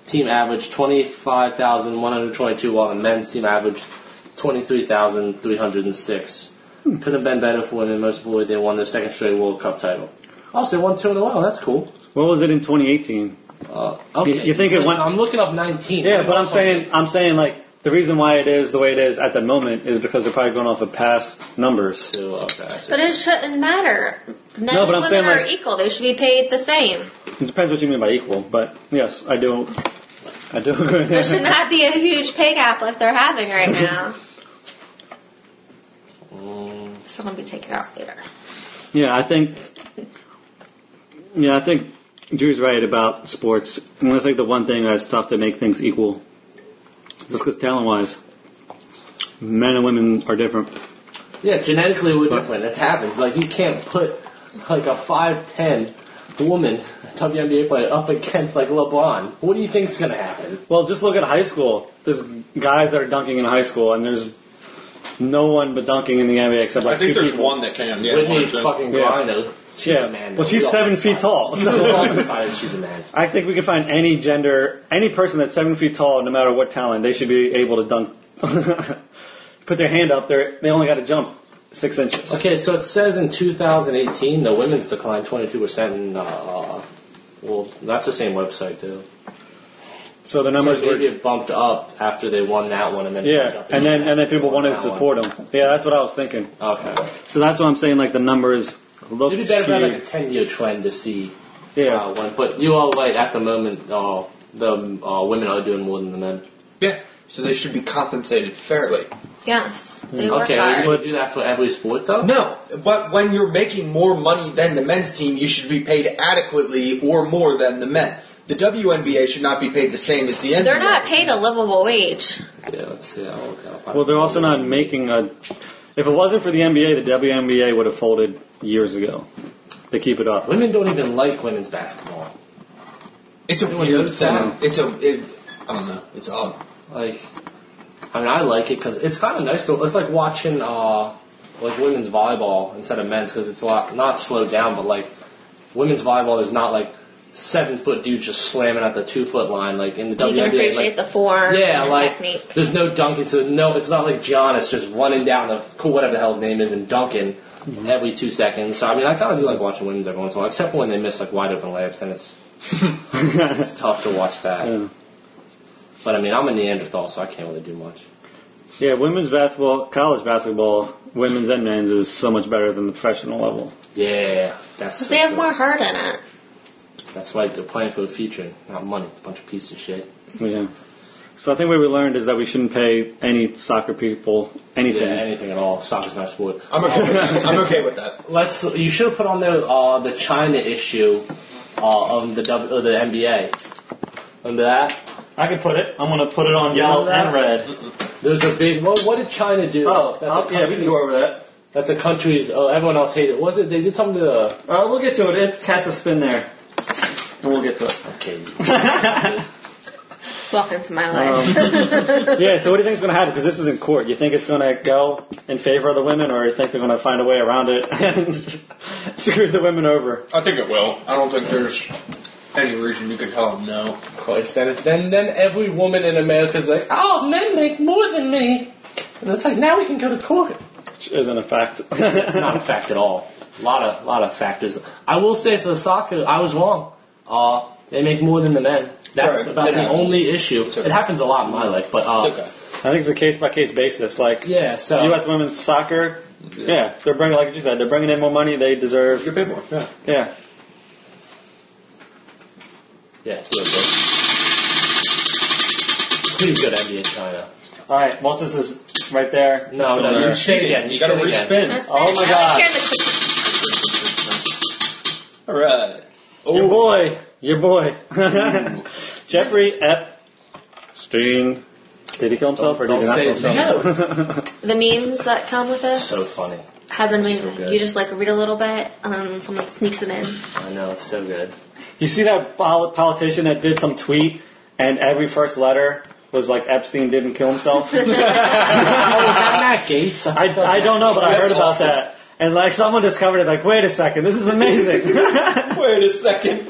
Speaker 3: team averaged 25,122, while the men's team averaged 23,306.
Speaker 1: Hmm.
Speaker 3: Couldn't have been better for women. Most importantly, they won their second straight World Cup title. Also, they won two in a row. That's cool.
Speaker 1: What was it in 2018?
Speaker 3: Uh, okay,
Speaker 1: You- you think it
Speaker 3: Listen,
Speaker 1: went-
Speaker 3: I'm looking up 19.
Speaker 1: Yeah, but I'm saying I'm saying like the reason why it is the way it is at the moment is because they're probably going off of past numbers.
Speaker 3: Two, okay, I see.
Speaker 4: But it shouldn't matter. Men
Speaker 1: No, but I'm
Speaker 4: and women
Speaker 1: saying,
Speaker 4: are
Speaker 1: like-
Speaker 4: equal. They should be paid the same.
Speaker 1: It depends what you mean by equal, but yes, I do. I do agree.
Speaker 4: There should not be a huge pay gap like they're having right now. So let me take it out later.
Speaker 1: Yeah, I think. Yeah, I think Drew's right about sports. And that's like the one thing that's tough to make things equal, just because talent wise, men and women are different.
Speaker 3: Yeah, genetically we're different. It happens. Like you can't put like a five ten woman, a WNBA player, up against like LeBron. What do you think's gonna happen?
Speaker 1: Well, just look at high school. There's guys that are dunking in high school, and there's no one but dunking in the NBA except like
Speaker 2: I think
Speaker 1: two
Speaker 2: there's
Speaker 1: people.
Speaker 2: one that can. Yeah,
Speaker 3: Whitney
Speaker 2: one of them.
Speaker 3: fucking
Speaker 1: Yeah.
Speaker 3: Griner. She's
Speaker 1: Yeah.
Speaker 3: a man.
Speaker 1: Well, she's
Speaker 3: We all
Speaker 1: seven feet
Speaker 3: decided-
Speaker 1: tall, so-
Speaker 3: we all decided she's a man.
Speaker 1: I think we can find any gender, any person that's seven feet tall, no matter what talent, they should be able to dunk. Put their hand up, they they only got to jump six inches.
Speaker 3: Okay, so it says in 2018 the women's declined 22 percent in. Uh, well, that's the same website too.
Speaker 1: So the
Speaker 3: So
Speaker 1: numbers were
Speaker 3: maybe it bumped up after they won that one, and then it bumped
Speaker 1: yeah,
Speaker 3: up
Speaker 1: and then and then people
Speaker 3: won
Speaker 1: wanted
Speaker 3: that
Speaker 1: to
Speaker 3: one.
Speaker 1: support them. Yeah, that's what I was thinking.
Speaker 3: Okay.
Speaker 1: So that's what I'm saying. Like the numbers look
Speaker 3: It'd be better if it had, like
Speaker 1: skewed.
Speaker 3: a ten year trend to see.
Speaker 1: Yeah.
Speaker 3: Uh, when, but you are right. At the moment, uh, the uh, women are doing more than the men.
Speaker 2: Yeah, so they should be compensated fairly.
Speaker 4: Yes, they work
Speaker 3: Okay, are you
Speaker 4: hard.
Speaker 3: going to do that for every sport though?
Speaker 2: No, but when you're making more money than the men's team, you should be paid adequately or more than the men. The WNBA should not be paid the same as the NBA.
Speaker 4: They're not paid a livable wage.
Speaker 3: Yeah, let's see. I'll look it up.
Speaker 1: Well, they're also not making a. If it wasn't for the NBA, the WNBA would have folded years ago. They keep it up.
Speaker 3: Women don't even like women's basketball.
Speaker 2: It's a
Speaker 3: Anyone
Speaker 2: weird
Speaker 3: notice that?
Speaker 2: thing. It's a. It, I don't know. It's odd.
Speaker 3: Like, I mean, I like it because it's kind of nice to. It's like watching uh, like women's volleyball instead of men's because it's a lot not slowed down, but like women's volleyball is not like seven foot dudes just slamming at the two foot line like in the
Speaker 4: You
Speaker 3: WNBA.
Speaker 4: can appreciate
Speaker 3: like,
Speaker 4: the form
Speaker 3: Yeah,
Speaker 4: and the
Speaker 3: like
Speaker 4: technique.
Speaker 3: there's no dunking, so no, it's not like Giannis just running down the cool whatever the hell his name is and dunking every two seconds. So I mean, I kind of do like watching women's every once in a while, except for when they miss like wide open layups, then it's it's tough to watch that.
Speaker 1: Yeah.
Speaker 3: But I mean, I'm a Neanderthal, so I can't really do much.
Speaker 1: Yeah, women's basketball, college basketball, women's and men's is so much better than the professional level.
Speaker 3: Yeah, that's
Speaker 4: Because they have more heart in it.
Speaker 3: That's right. They're playing for the future, not money. bunch of pieces of shit.
Speaker 1: Yeah. So I think what we learned is that we shouldn't pay any soccer people anything.
Speaker 3: Yeah, anything at all. Soccer's not a sport.
Speaker 2: I'm okay. I'm okay with that.
Speaker 3: Let's. You should have put on there uh, the China issue uh, of the w, of the NBA. Remember that?
Speaker 1: I can put it. I'm gonna put it on
Speaker 3: yellow and
Speaker 1: red.
Speaker 3: There's a big. What, what did China do?
Speaker 1: Oh,
Speaker 3: that the
Speaker 1: I'll- yeah, we can
Speaker 3: countries-
Speaker 1: go over that.
Speaker 3: That the countries. Oh, everyone else hated. Was it? They did something to. the...
Speaker 1: Uh, we'll get to it. It has to spin there, and we'll get to it.
Speaker 3: Okay.
Speaker 4: Welcome to my life.
Speaker 1: yeah. So what do you think is gonna happen? Because this is in court. You think it's gonna go in favor of the women, or you think they're gonna find a way around it and screw the women over?
Speaker 2: I think it will. I don't think there's any reason you could tell them no.
Speaker 3: Of course. Then, then, then every woman in America's like, oh, men make more than me, and it's like now we can go to court.
Speaker 1: Which isn't a fact.
Speaker 3: It's not a fact at all. A lot of lot of factors. I will say for the soccer, I was wrong. Uh, they make more than the men. That's
Speaker 2: Sorry,
Speaker 3: about
Speaker 2: it
Speaker 3: the
Speaker 2: happens.
Speaker 3: only issue.
Speaker 2: okay.
Speaker 3: It happens a lot in my life, but uh,
Speaker 2: It's okay.
Speaker 1: I think it's a case by case basis. Like
Speaker 3: yeah. So
Speaker 1: U.S. women's soccer. Yeah. they're bringing, like you said, they're bringing in more money. They deserve.
Speaker 2: You get paid more. Yeah.
Speaker 1: Yeah.
Speaker 3: Yeah, it's really good. Pretty good NBA China.
Speaker 1: All right, Moses is right there.
Speaker 3: No, no, you spin again. You, gotta
Speaker 6: reach spin.
Speaker 3: again.
Speaker 1: Oh my
Speaker 4: I
Speaker 1: God.
Speaker 4: Like hearing the-
Speaker 6: All right.
Speaker 1: Your boy, your boy, Jeffrey Epstein. Did he kill himself or did
Speaker 3: Don't
Speaker 1: he not
Speaker 3: say
Speaker 1: kill
Speaker 3: his
Speaker 1: himself?
Speaker 3: name.
Speaker 4: the memes that come with this
Speaker 3: so funny.
Speaker 4: have been amazing.
Speaker 3: good.
Speaker 4: you just like read a little bit, and then someone sneaks it in.
Speaker 3: I know it's so good.
Speaker 1: You see that pol- politician that did some tweet, and every first letter was like Epstein didn't kill himself.
Speaker 3: Oh, Matt Gates.
Speaker 1: I, I don't know, but I heard about that. And like someone discovered it, like, wait a second, this is amazing.
Speaker 5: Wait a second.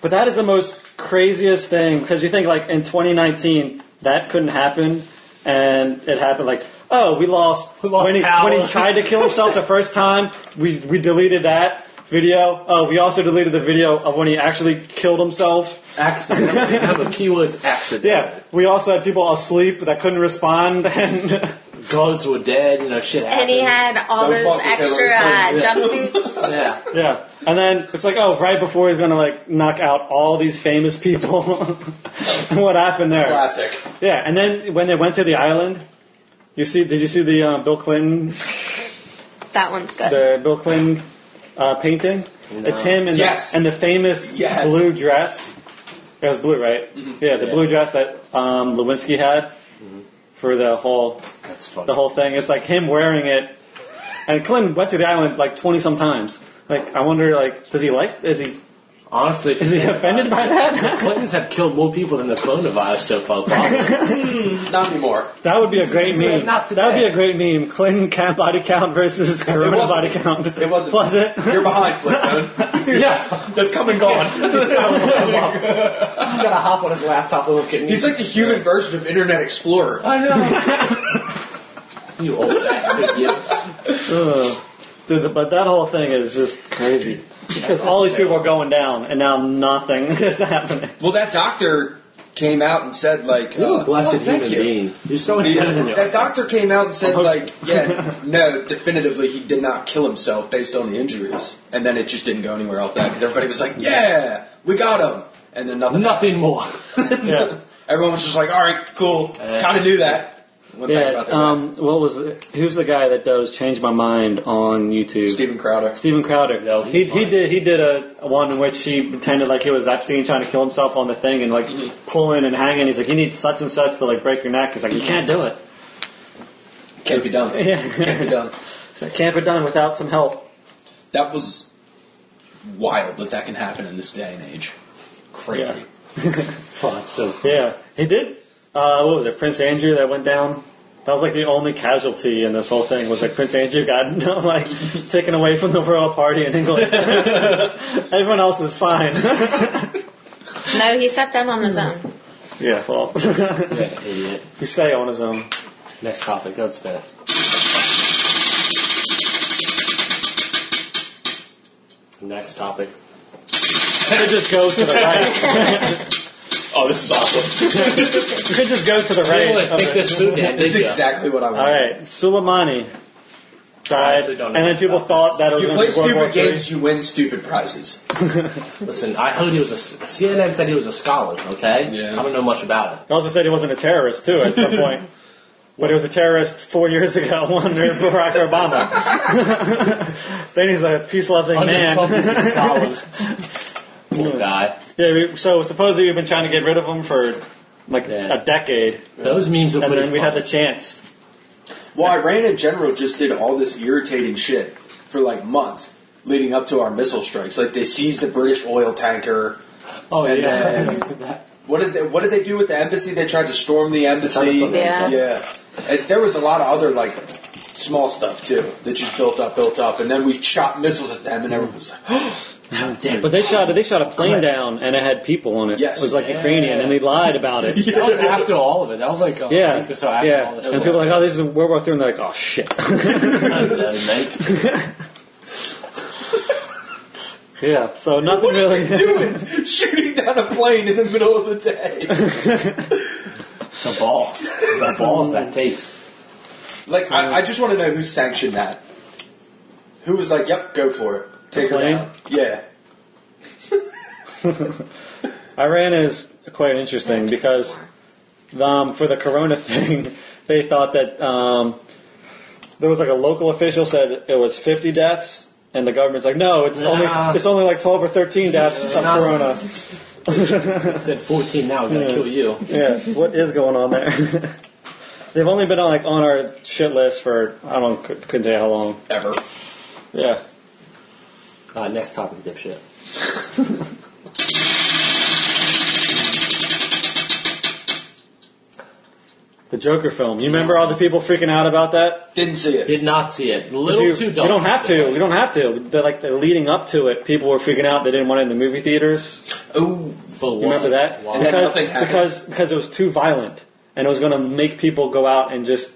Speaker 1: but that is the most craziest thing because you think like in 2019 that couldn't happen, and it happened. Like, oh, we lost.
Speaker 3: We lost
Speaker 1: when, he,
Speaker 3: power.
Speaker 1: when he tried to kill himself the first time, we we deleted that video. Oh, we also deleted the video of when he actually killed himself.
Speaker 3: Accident. Have a keywords accident.
Speaker 1: Yeah, we also had people asleep that couldn't respond, and
Speaker 3: Gods were dead. You know, shit happened.
Speaker 4: And he had all
Speaker 5: Don't
Speaker 4: those
Speaker 5: fuck with
Speaker 4: extra uh,
Speaker 5: Hillary
Speaker 4: jumpsuits.
Speaker 3: Yeah.
Speaker 1: Yeah, and then it's like, oh, right before he's gonna like knock out all these famous people, what happened there?
Speaker 5: Classic.
Speaker 1: Yeah, and then when they went to the island, you see, did you see the uh, Bill Clinton,
Speaker 4: That one's good.
Speaker 1: the Bill Clinton uh, painting? It's him and
Speaker 5: Yes.
Speaker 1: the, and the famous
Speaker 5: Yes. Mm-hmm.
Speaker 1: blue dress. It was blue, right? Yeah, the
Speaker 3: Yeah.
Speaker 1: blue dress that um, Lewinsky had for the whole
Speaker 3: That's funny.
Speaker 1: the whole thing. It's like him wearing it, and Clinton went to the island like twenty some times. Like, I wonder, like, does he like? Is he
Speaker 3: Honestly, if
Speaker 1: Is
Speaker 3: you
Speaker 1: he
Speaker 3: think
Speaker 1: offended
Speaker 3: about
Speaker 1: by
Speaker 3: it,
Speaker 1: that?
Speaker 3: The Clintons have killed more people than the coronavirus so far. probably.
Speaker 5: Not anymore.
Speaker 1: That would be a great
Speaker 3: He said
Speaker 1: meme.
Speaker 3: not
Speaker 1: That would be a
Speaker 3: today.
Speaker 1: great meme. Clinton count body count versus Corona
Speaker 5: wasn't
Speaker 1: body
Speaker 5: me.
Speaker 1: count.
Speaker 5: It wasn't
Speaker 1: Was
Speaker 5: me.
Speaker 1: it?
Speaker 5: You're behind, Flipphone.
Speaker 3: yeah.
Speaker 5: That's come and gone.
Speaker 3: He's gotta hop up. He's gotta hop on his laptop and look at me.
Speaker 5: He's like the human version of Internet Explorer.
Speaker 3: I know. you old bastard. You.
Speaker 1: Ugh. Dude, the- but that whole thing is just crazy. Because all these people are going down, and now nothing is happening.
Speaker 5: Well, that doctor came out and said, like, uh,
Speaker 3: You're a blessed
Speaker 5: oh, thank
Speaker 3: human
Speaker 5: you.
Speaker 3: being. You're so intelligent.
Speaker 5: The, that doctor came out and said,
Speaker 1: I'm
Speaker 5: like,
Speaker 1: hoping-
Speaker 5: yeah, no, definitively he did not kill himself based on the injuries. And then it just didn't go anywhere off that because everybody was like, yeah, we got him. And then nothing.
Speaker 3: Nothing more.
Speaker 1: Yeah.
Speaker 5: Everyone was just like, all right, cool. kind of knew that. Went back
Speaker 1: Yeah,
Speaker 5: about their life.
Speaker 1: um, what was it? Who's the guy that does Change My Mind on YouTube?
Speaker 5: Steven Crowder.
Speaker 1: Steven Crowder.
Speaker 3: No,
Speaker 1: he,
Speaker 3: he's
Speaker 1: he
Speaker 3: fine.
Speaker 1: did he did a one in which he pretended like he was Epstein trying to kill himself on the thing and like pulling and hanging. He's like, you need such and such to like break your neck. He's like, you can't do it.
Speaker 5: Can't be done.
Speaker 1: Yeah.
Speaker 5: Can't be done.
Speaker 1: It can't be done without some help.
Speaker 5: That was wild that that can happen in this day and age. Crazy.
Speaker 1: Yeah.
Speaker 3: Oh, it's so funny.
Speaker 1: Yeah, he did. Uh, what was it, Prince Andrew that went down? That was like the only casualty in this whole thing was like Prince Andrew got like taken away from the royal party in England. Everyone else was fine.
Speaker 4: No, he sat down on his own.
Speaker 1: yeah, well,
Speaker 3: Yeah, idiot.
Speaker 1: you say on his own.
Speaker 3: Next topic. Go spin it. Next topic.
Speaker 1: You could just go to the right.
Speaker 3: Oh, this is awesome.
Speaker 1: You could just go to the
Speaker 3: I
Speaker 1: right.
Speaker 3: want to
Speaker 1: of
Speaker 3: take
Speaker 1: it.
Speaker 3: this food down.
Speaker 5: This is
Speaker 3: did ya?
Speaker 5: exactly what I want.
Speaker 1: All right, Suleimani
Speaker 3: I
Speaker 1: died,
Speaker 3: actually
Speaker 1: and
Speaker 3: don't know
Speaker 1: then people
Speaker 3: about
Speaker 1: thought that it was
Speaker 5: You
Speaker 1: going
Speaker 5: play
Speaker 1: to be World War
Speaker 5: stupid
Speaker 1: Three.
Speaker 5: games, you win stupid prizes.
Speaker 3: Listen, I heard he was a CNN said he was a scholar. Okay,
Speaker 5: Yeah.
Speaker 3: I don't know much about
Speaker 1: They also said he wasn't a terrorist too at some point, but he was a terrorist four years ago under Barack Obama. then he's a peace-loving
Speaker 3: it. Under Trump,
Speaker 1: man.
Speaker 3: he's a scholar. Poor guy.
Speaker 1: yeah, we, so supposedly we've been trying to get rid of him for like
Speaker 3: Yeah.
Speaker 1: a decade,
Speaker 3: Those memes are
Speaker 1: and
Speaker 3: pretty.
Speaker 1: then we
Speaker 3: funny.
Speaker 1: had the chance.
Speaker 5: Well, Iran in general just did all this irritating shit for like months leading up to our missile strikes. Like they seized the British oil tanker.
Speaker 3: Oh
Speaker 5: And
Speaker 3: yeah.
Speaker 5: What did they, what did they do with the embassy? They tried to storm the embassy.
Speaker 4: Yeah.
Speaker 5: yeah. And there was a lot of other like small stuff too that just built up, built up, and then we shot missiles at them, and everyone was like,
Speaker 3: How dare
Speaker 1: But they
Speaker 3: you.
Speaker 1: shot they shot a plane down, and it had people on it.
Speaker 5: Yes.
Speaker 1: It was like
Speaker 3: Yeah.
Speaker 1: Ukrainian, and they lied about it. Oh,
Speaker 3: That was after all of it. That was like a
Speaker 1: Yeah,
Speaker 3: week or so after
Speaker 1: yeah.
Speaker 3: all
Speaker 1: And
Speaker 3: this.
Speaker 1: people are like, "Oh, this is World War Three," and they're like, "Oh shit." yeah. So nothing really.
Speaker 5: "Doing shooting down a plane in the middle of the day."
Speaker 3: the balls. The balls that takes.
Speaker 5: Like I, I just want to know who sanctioned that. Who was like, "Yep, go for it, take her
Speaker 1: plane?
Speaker 5: down." Yeah.
Speaker 1: Iran is quite interesting because um, for the corona thing, they thought that um, there was like a local official said it was 50 deaths, and the government's like, no, it's
Speaker 3: Nah.
Speaker 1: only it's only like 12 or 13 deaths of
Speaker 3: Nah.
Speaker 1: corona.
Speaker 3: I said 14 now, I'm gonna
Speaker 1: Yeah.
Speaker 3: kill you.
Speaker 1: Yeah, what is going on there? They've only been on like on our shit list for I don't know, could- couldn't tell you how long.
Speaker 2: Ever.
Speaker 1: Yeah,
Speaker 3: Uh, next topic, dipshit.
Speaker 1: the Joker film. You remember all the people freaking out about that?
Speaker 2: Didn't see it.
Speaker 3: Did not see it. Little
Speaker 1: But you,
Speaker 3: too
Speaker 1: you
Speaker 3: dark.
Speaker 1: don't have to. You don't have to. They're like they're leading up to it. People were freaking out. They didn't want it in the movie theaters.
Speaker 2: Oh,
Speaker 3: For
Speaker 1: You remember that?
Speaker 3: Why?
Speaker 2: And then
Speaker 1: Because
Speaker 2: nothing happened.
Speaker 1: because because it was too violent and it was going to make people go out and just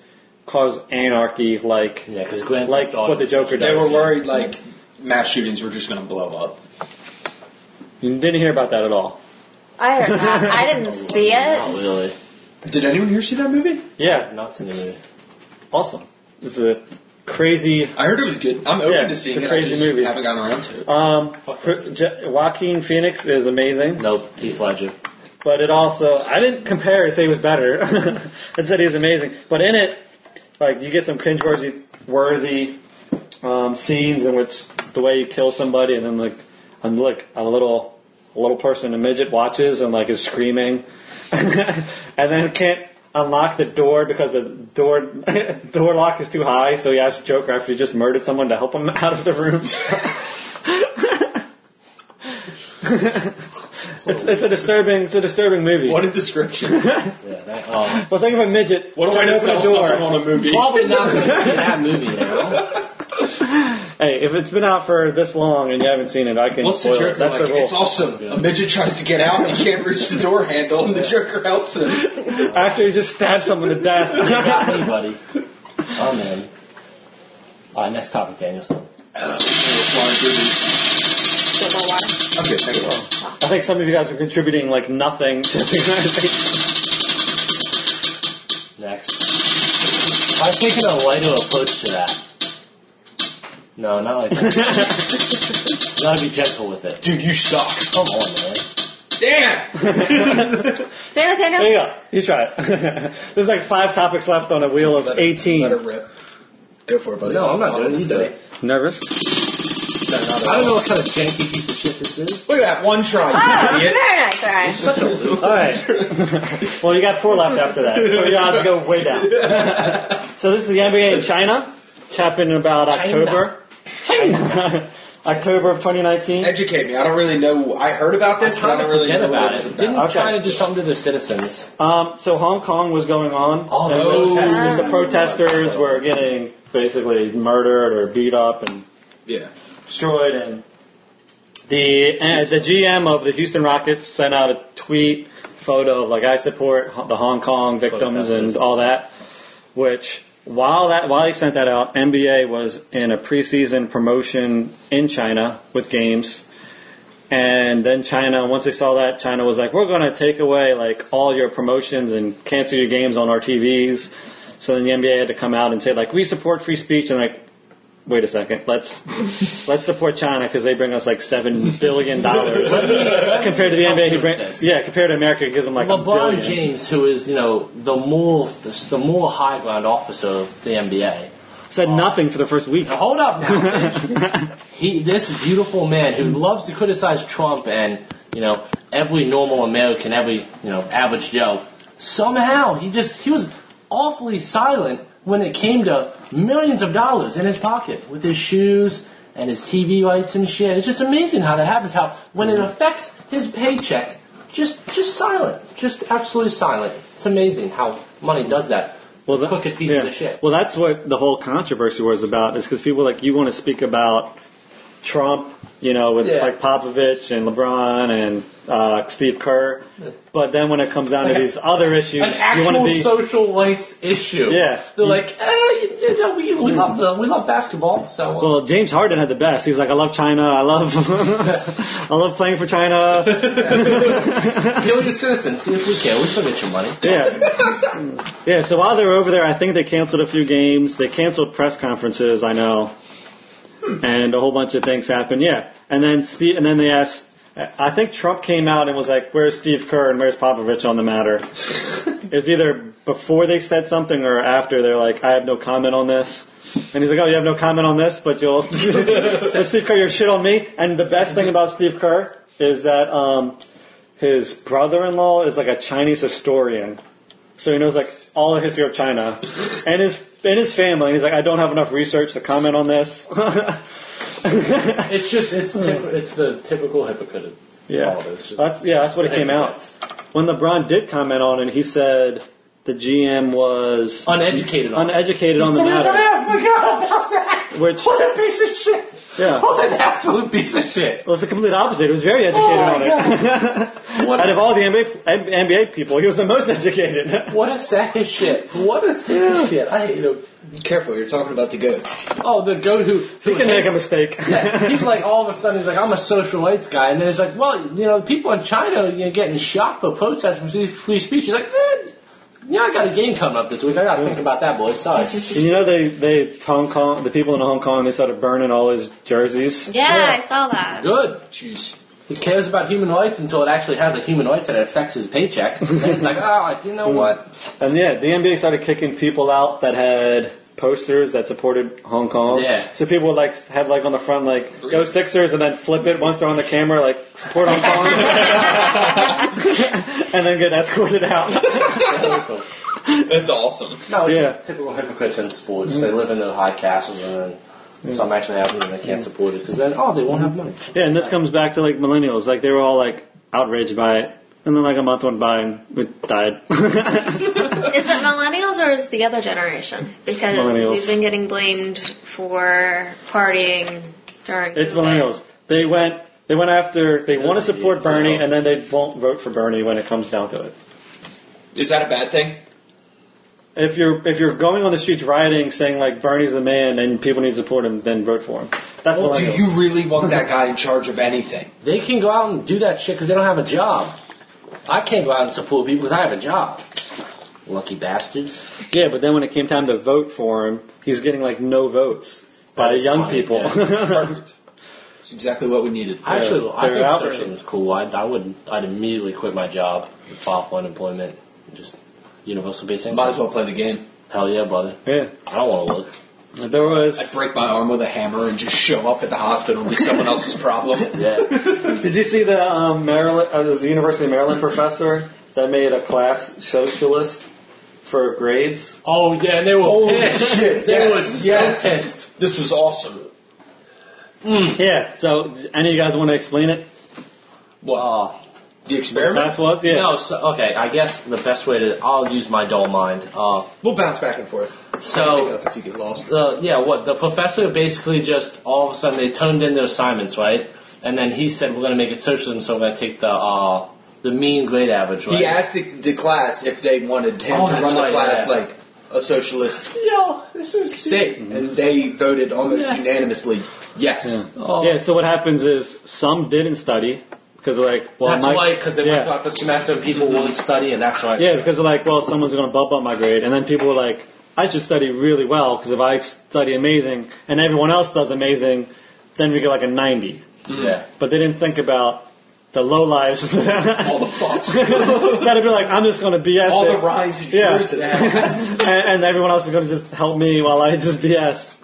Speaker 1: cause anarchy, like
Speaker 3: Yeah, because Grand
Speaker 1: like
Speaker 3: Theft Auto
Speaker 1: what the
Speaker 3: is such
Speaker 1: Joker
Speaker 3: a-
Speaker 2: they
Speaker 1: does.
Speaker 2: were worried like mass shootings were just going to blow up.
Speaker 1: You didn't hear about that at all.
Speaker 4: I heard not. I didn't see
Speaker 3: Not
Speaker 4: it.
Speaker 3: really.
Speaker 2: Did anyone here see that movie?
Speaker 1: Yeah,
Speaker 3: Not seen the movie.
Speaker 1: awesome. This is a crazy.
Speaker 2: I heard it was good. I'm open
Speaker 1: Yeah,
Speaker 2: to seeing
Speaker 1: it's a
Speaker 2: it. I
Speaker 1: crazy
Speaker 2: just
Speaker 1: movie.
Speaker 2: haven't gotten around to it.
Speaker 1: Um,
Speaker 3: Fuck
Speaker 1: cr- Je- Joaquin Phoenix is amazing,
Speaker 3: Nope. Heath Ledger.
Speaker 1: but it also I didn't compare and say he was better. I said he was amazing, but in it, like you get some cringeworthy worthy um, scenes in which the way you kill somebody, and then like and look a little a little person, a midget, watches and like is screaming, and then can't unlock the door because the door door lock is too high. So he asks Joker after he just murdered someone to help him out of the room. it's, it's a disturbing it's a disturbing movie.
Speaker 2: What a description.
Speaker 3: Yeah, that, um,
Speaker 1: well, think of a midget.
Speaker 2: What a way
Speaker 1: trying
Speaker 2: to
Speaker 1: open
Speaker 2: sell
Speaker 1: a door.
Speaker 2: someone on a movie.
Speaker 3: probably not going to see that movie now.
Speaker 1: Hey, if it's been out for this long and you haven't seen it, I can
Speaker 2: What's the
Speaker 1: spoil it.
Speaker 2: Joker
Speaker 1: That's
Speaker 2: like?
Speaker 1: the rule.
Speaker 2: It's awesome. A midget tries to get out and he can't reach the door handle, and the Joker helps him.
Speaker 1: After you just stab someone to death.
Speaker 3: Not anybody. Oh man. Uh, next topic, Danielson.
Speaker 4: Get more water.
Speaker 2: Okay, thank you.
Speaker 1: I think some of you guys are contributing like nothing to the conversation.
Speaker 3: Next. I was thinking a lighter approach to that. No, not like that. you gotta be gentle with it.
Speaker 2: Dude, you suck.
Speaker 3: Come on, man.
Speaker 2: Damn!
Speaker 4: Daniel,
Speaker 1: There you
Speaker 4: Daniel.
Speaker 1: go. You try it. There's like five topics left on a wheel of
Speaker 2: Let it- Let it
Speaker 1: 18.
Speaker 2: rip. Go for it, buddy.
Speaker 3: No, I'm not doing it.
Speaker 2: this
Speaker 3: You do
Speaker 2: day.
Speaker 3: it.
Speaker 1: Nervous?
Speaker 3: I don't know what kind of janky piece of shit this is.
Speaker 2: Look at that one try, you
Speaker 4: Oh,
Speaker 2: idiot.
Speaker 4: very nice, Ryan.
Speaker 3: Such a loser.
Speaker 1: All right. well, you got four left after that, so your odds go way down. so this is the NBA in China. It's happened in about October. China. October of 2019.
Speaker 2: Educate me. I don't really know. I heard about
Speaker 3: I'm
Speaker 2: this, but I
Speaker 3: trying to
Speaker 2: don't really
Speaker 3: forget
Speaker 2: know
Speaker 3: about
Speaker 2: what
Speaker 3: it.
Speaker 2: was
Speaker 3: Didn't
Speaker 1: Okay.
Speaker 3: China do something to their citizens?
Speaker 1: Um, so Hong Kong was going on.
Speaker 3: Oh,
Speaker 1: and
Speaker 3: no.
Speaker 1: the protesters- the
Speaker 3: Ah.
Speaker 1: protesters were getting basically murdered or beat up and
Speaker 2: Yeah.
Speaker 1: destroyed. And the uh, the GM of the Houston Rockets sent out a tweet photo of like I support Ho- the Hong Kong victims and
Speaker 3: Protesters.
Speaker 1: all that. Which while that while he sent that out, NBA was in a preseason promotion in China with games. And then China, once they saw that, China was like, "We're going to take away like all your promotions and cancel your games on our TVs." So then the NBA had to come out and say, "Like, we support free speech," and like, wait a second, let's let's support China because they bring us like seven billion dollars compared to the NBA. Who bring, yeah, compared to America, it gives them like a
Speaker 3: LeBron
Speaker 1: billion.
Speaker 3: James, who is you know the more the, the more high ground officer of the NBA.
Speaker 1: Said nothing for the first week.
Speaker 3: Now, hold up now. bitch. he this beautiful man who loves to criticize Trump and you know every normal American, every you know average Joe. Somehow he just he was awfully silent when it came to millions of dollars in his pocket with his shoes and his TV lights and shit. It's just amazing how that happens. How when it affects his paycheck, just just silent, just absolutely silent. It's amazing how money does that.
Speaker 1: Well, that-
Speaker 3: crooked pieces
Speaker 1: yeah.
Speaker 3: of shit.
Speaker 1: Well, that's what the whole controversy was about. Is because people were like you want to speak about Trump, you know, with
Speaker 3: Yeah.
Speaker 1: like Popovich and LeBron and uh, Steve Kerr, but then when it comes down to these other issues,
Speaker 3: an
Speaker 1: you want to
Speaker 3: actual
Speaker 1: be
Speaker 3: social rights issue.
Speaker 1: Yeah.
Speaker 3: they're like, eh, you- you know, we, we love the we love basketball, so uh,
Speaker 1: Well, James Harden had the best. He's like, I love China. I love, I love playing for China.
Speaker 3: kill your citizens, see if we care. We still get your money.
Speaker 1: Yeah, yeah. So while they were over there, I think they canceled a few games. They canceled press conferences. I know, and a whole bunch of things happened. Yeah, and then Steve, and then they asked I think Trump came out and was like, "Where's Steve Kerr and where's Popovich on the matter?" it was either before they said something or after. They're like, "I have no comment on this," and he's like, "Oh, you have no comment on this, but you'll." but Steve Kerr, you're shit on me. And the best thing about Steve Kerr is that um, his brother-in-law is like a Chinese historian, so he knows like all the history of China and his and his family. And he's like, "I don't have enough research to comment on this."
Speaker 3: It's just it's typ- it's the typical hypocrite. It's
Speaker 1: Hmm. Yeah,
Speaker 3: all it is. Just-
Speaker 1: that's yeah, that's what it came out. When LeBron did comment on it, he said the GM was
Speaker 3: uneducated on it.
Speaker 1: uneducated on the
Speaker 3: Seriously,
Speaker 1: matter,
Speaker 3: I forgot about that.
Speaker 1: which
Speaker 3: What a piece of shit!
Speaker 1: yeah, it
Speaker 3: What an absolute piece of shit!
Speaker 1: was the complete opposite. He was very educated
Speaker 3: Oh
Speaker 1: on
Speaker 3: my
Speaker 1: it. Out of all the NBA, N- NBA people, he was the most educated.
Speaker 3: What a sack of shit! What a sack of shit! I hate him.
Speaker 2: Be careful, you're talking about the goat.
Speaker 3: Oh, the goat who, who
Speaker 1: he can make a
Speaker 3: hates-
Speaker 1: mistake.
Speaker 3: Yeah, he's like all of a sudden he's like I'm a social rights guy, and then he's like, well, you know, people in China are getting shot for protesting free- free speech. He's like, eh, yeah, I got a game coming up this week. I got to think about that, boys. Sorry.
Speaker 1: And you know they they Hong Kong the people in Hong Kong they started burning all his jerseys.
Speaker 4: Yeah, I saw that.
Speaker 3: Good.
Speaker 2: Jeez.
Speaker 3: He cares about human rights until it actually has a human rights and it affects his paycheck. And he's like, oh, you know what?
Speaker 1: And yeah, the NBA started kicking people out that had posters that supported Hong Kong.
Speaker 3: Yeah.
Speaker 1: So people would like have like on the front like go Sixers and then flip it once they're on the camera like support Hong Kong and then get escorted out.
Speaker 2: That's awesome.
Speaker 3: No, it's
Speaker 1: Yeah.
Speaker 3: just typical hypocrites in sports. They live in the high castles and then some actually have them and they can't support it because then, oh, they won't have money.
Speaker 1: yeah, and this comes back to like millennials. Like they were all like outraged by it. And then like a month went by and it died.
Speaker 4: Is it millennials or is it the other generation? Because
Speaker 1: Millennials.
Speaker 4: we've been getting blamed for partying during.
Speaker 1: it's
Speaker 4: COVID.
Speaker 1: millennials. They went they went after they want to
Speaker 3: Those
Speaker 1: support
Speaker 3: idiots,
Speaker 1: Bernie
Speaker 3: yeah.
Speaker 1: and then they won't vote for Bernie when it comes down to it.
Speaker 2: Is that a bad thing?
Speaker 1: If you're if you're going on the streets rioting, saying like Bernie's the man and people need to support him, then vote for him. That's what
Speaker 5: Do you really want that guy in charge of anything?
Speaker 3: They can go out and do that shit because they don't have a job. I can't go out and support people because I have a job. Lucky bastards.
Speaker 1: Yeah, but then when it came time to vote for him, he's getting like no votes by
Speaker 3: That's
Speaker 1: young
Speaker 3: funny,
Speaker 1: people.
Speaker 2: Perfect. It's exactly what we needed.
Speaker 3: I actually, I
Speaker 1: they're
Speaker 3: think
Speaker 1: out
Speaker 3: searching
Speaker 1: there.
Speaker 3: was cool. I'd, I would, I'd immediately quit my job and file for unemployment. and Just universal basic income.
Speaker 2: Might as well play the game.
Speaker 3: Hell yeah, brother.
Speaker 1: yeah,
Speaker 3: I don't want to look.
Speaker 1: there
Speaker 2: I'd
Speaker 1: was.
Speaker 2: break my arm with a hammer and just show up at the hospital and be someone else's problem.
Speaker 3: Yeah.
Speaker 1: Did you see the um, Maryland? Uh, there was a University of Maryland professor that made a class socialist for grades.
Speaker 3: oh yeah, and they were pissed.
Speaker 5: shit,
Speaker 3: They
Speaker 5: yes,
Speaker 3: were so
Speaker 5: yes.
Speaker 3: pissed.
Speaker 5: This was awesome.
Speaker 1: Yeah. So, any of you guys want to explain it?
Speaker 3: Wow.
Speaker 5: The experiment?
Speaker 1: Class was yeah.
Speaker 3: No, so, okay. I guess the best way to I'll use my dull mind. Uh,
Speaker 2: We'll bounce back and forth. Pick
Speaker 3: so
Speaker 2: up if you get lost.
Speaker 3: the yeah, what the professor basically just all of a sudden they turned in their assignments, right? And then he said we're going to make it socialism, so we're going to take the uh, the mean grade average. Right?
Speaker 2: He asked the, the class if they wanted him
Speaker 3: Oh,
Speaker 2: to
Speaker 3: that's
Speaker 2: run the
Speaker 3: right,
Speaker 2: class
Speaker 3: yeah.
Speaker 2: like a socialist
Speaker 3: Yo, this is
Speaker 2: state,
Speaker 3: Mm-hmm.
Speaker 2: and they voted almost
Speaker 3: Yes.
Speaker 2: unanimously yes.
Speaker 3: Oh.
Speaker 1: Yeah. So what happens is some didn't study because like well
Speaker 3: That's
Speaker 1: my,
Speaker 3: why, because they
Speaker 1: yeah.
Speaker 3: went throughout the semester and people wouldn't study, and that's why.
Speaker 1: Yeah, because they're like, well, someone's going to bump up my grade, and then people were like, I should study really well because if I study amazing and everyone else does amazing, then we get like a ninety.
Speaker 3: yeah.
Speaker 1: But they didn't think about the low lives. That'd
Speaker 2: All the fucks,
Speaker 1: be like, I'm just going to BS
Speaker 2: all
Speaker 1: it,
Speaker 2: the rhymes and
Speaker 1: Yeah.
Speaker 2: shrews and
Speaker 1: and, and everyone else is going to just help me while I just BS.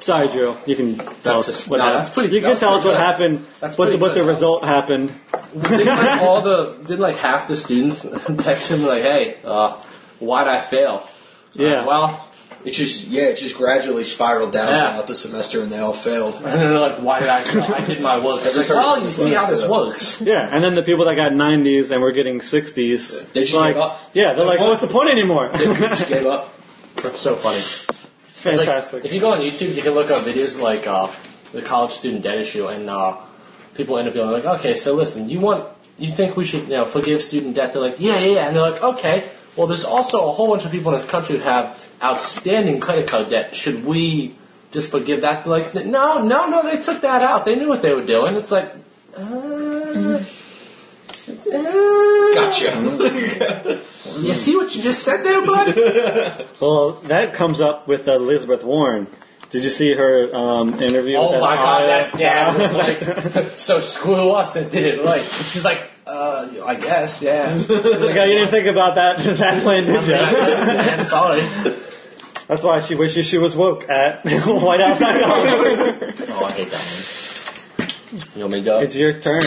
Speaker 1: Sorry, Drew. You can tell
Speaker 3: That's
Speaker 1: us
Speaker 3: a-
Speaker 1: what
Speaker 3: no,
Speaker 1: happened.
Speaker 3: that's pretty-
Speaker 1: you can
Speaker 3: that's
Speaker 1: tell us
Speaker 3: pretty
Speaker 1: what
Speaker 3: good.
Speaker 1: happened.
Speaker 3: That's
Speaker 1: what the,
Speaker 3: pretty
Speaker 1: what the
Speaker 3: good.
Speaker 1: result happened.
Speaker 3: Didn't like all the didn't like half the students text him like, "Hey, uh, why'd I fail?"
Speaker 1: Yeah.
Speaker 3: well,
Speaker 2: It just yeah, it just gradually spiraled down
Speaker 3: Yeah.
Speaker 2: throughout the semester, and they all failed.
Speaker 3: and they're like, "Why did I fail? I did my work." It's like, "Well, you see how this works."
Speaker 1: Yeah, and then the people that got 90s and were getting 60s,
Speaker 2: They just
Speaker 1: like,
Speaker 2: gave up.
Speaker 1: yeah, they're like, what's the point anymore?
Speaker 2: Just gave up.
Speaker 3: That's so funny.
Speaker 1: it's
Speaker 3: It's like,
Speaker 1: fantastic.
Speaker 3: if you go on YouTube, you can look up videos like uh, the college student debt issue and uh, people interviewing. Like, okay, so listen, you want you think we should you know forgive student debt? They're like, yeah, yeah, yeah, and they're like, okay. Well, there's also a whole bunch of people in this country who have outstanding credit card debt. Should we just forgive that? They're like, no, no, no. They took that out. They knew what they were doing. It's like, uh, Mm-hmm.
Speaker 2: Gotcha.
Speaker 3: you see what you just said there, bud?
Speaker 1: well, that comes up with Elizabeth Warren Did you see her um, interview? with
Speaker 3: Oh
Speaker 1: that
Speaker 3: my god,
Speaker 1: Arya?
Speaker 3: that dad was like, so screw us that did it right. She's like, uh, I guess, yeah.
Speaker 1: Like, oh, you didn't think about that that plan, did you?
Speaker 3: I guess, man, sorry. Oh,
Speaker 1: That's why she wishes she was woke at WhiteHouse.com.
Speaker 3: Oh, I hate that one. You want me to go?
Speaker 1: it's your turn.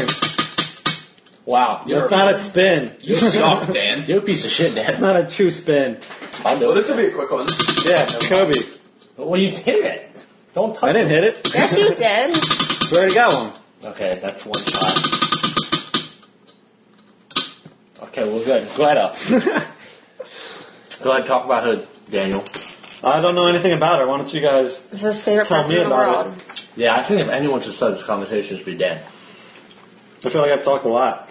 Speaker 3: wow, you're,
Speaker 1: It's not a spin.
Speaker 2: You suck, Dan.
Speaker 3: you're a piece of shit,
Speaker 1: It's
Speaker 3: Dad.
Speaker 1: not a true spin.
Speaker 3: I know.
Speaker 5: Well, this will be a quick one.
Speaker 1: Yeah, Kobe.
Speaker 3: well, you hit it. Don't touch
Speaker 1: I didn't
Speaker 3: it.
Speaker 1: hit it.
Speaker 4: Yes, you did.
Speaker 1: We already got one.
Speaker 3: Okay, that's one shot. Okay, we're good. Go ahead up. Go ahead, talk about Hood, Daniel.
Speaker 1: I don't know anything about her. Why don't you guys?
Speaker 4: This is his favorite
Speaker 1: Tell
Speaker 4: person
Speaker 1: me
Speaker 4: in the
Speaker 1: about
Speaker 4: world.
Speaker 3: Yeah, I think if anyone should start this conversation, it should be Dan.
Speaker 1: I feel like I've talked a lot.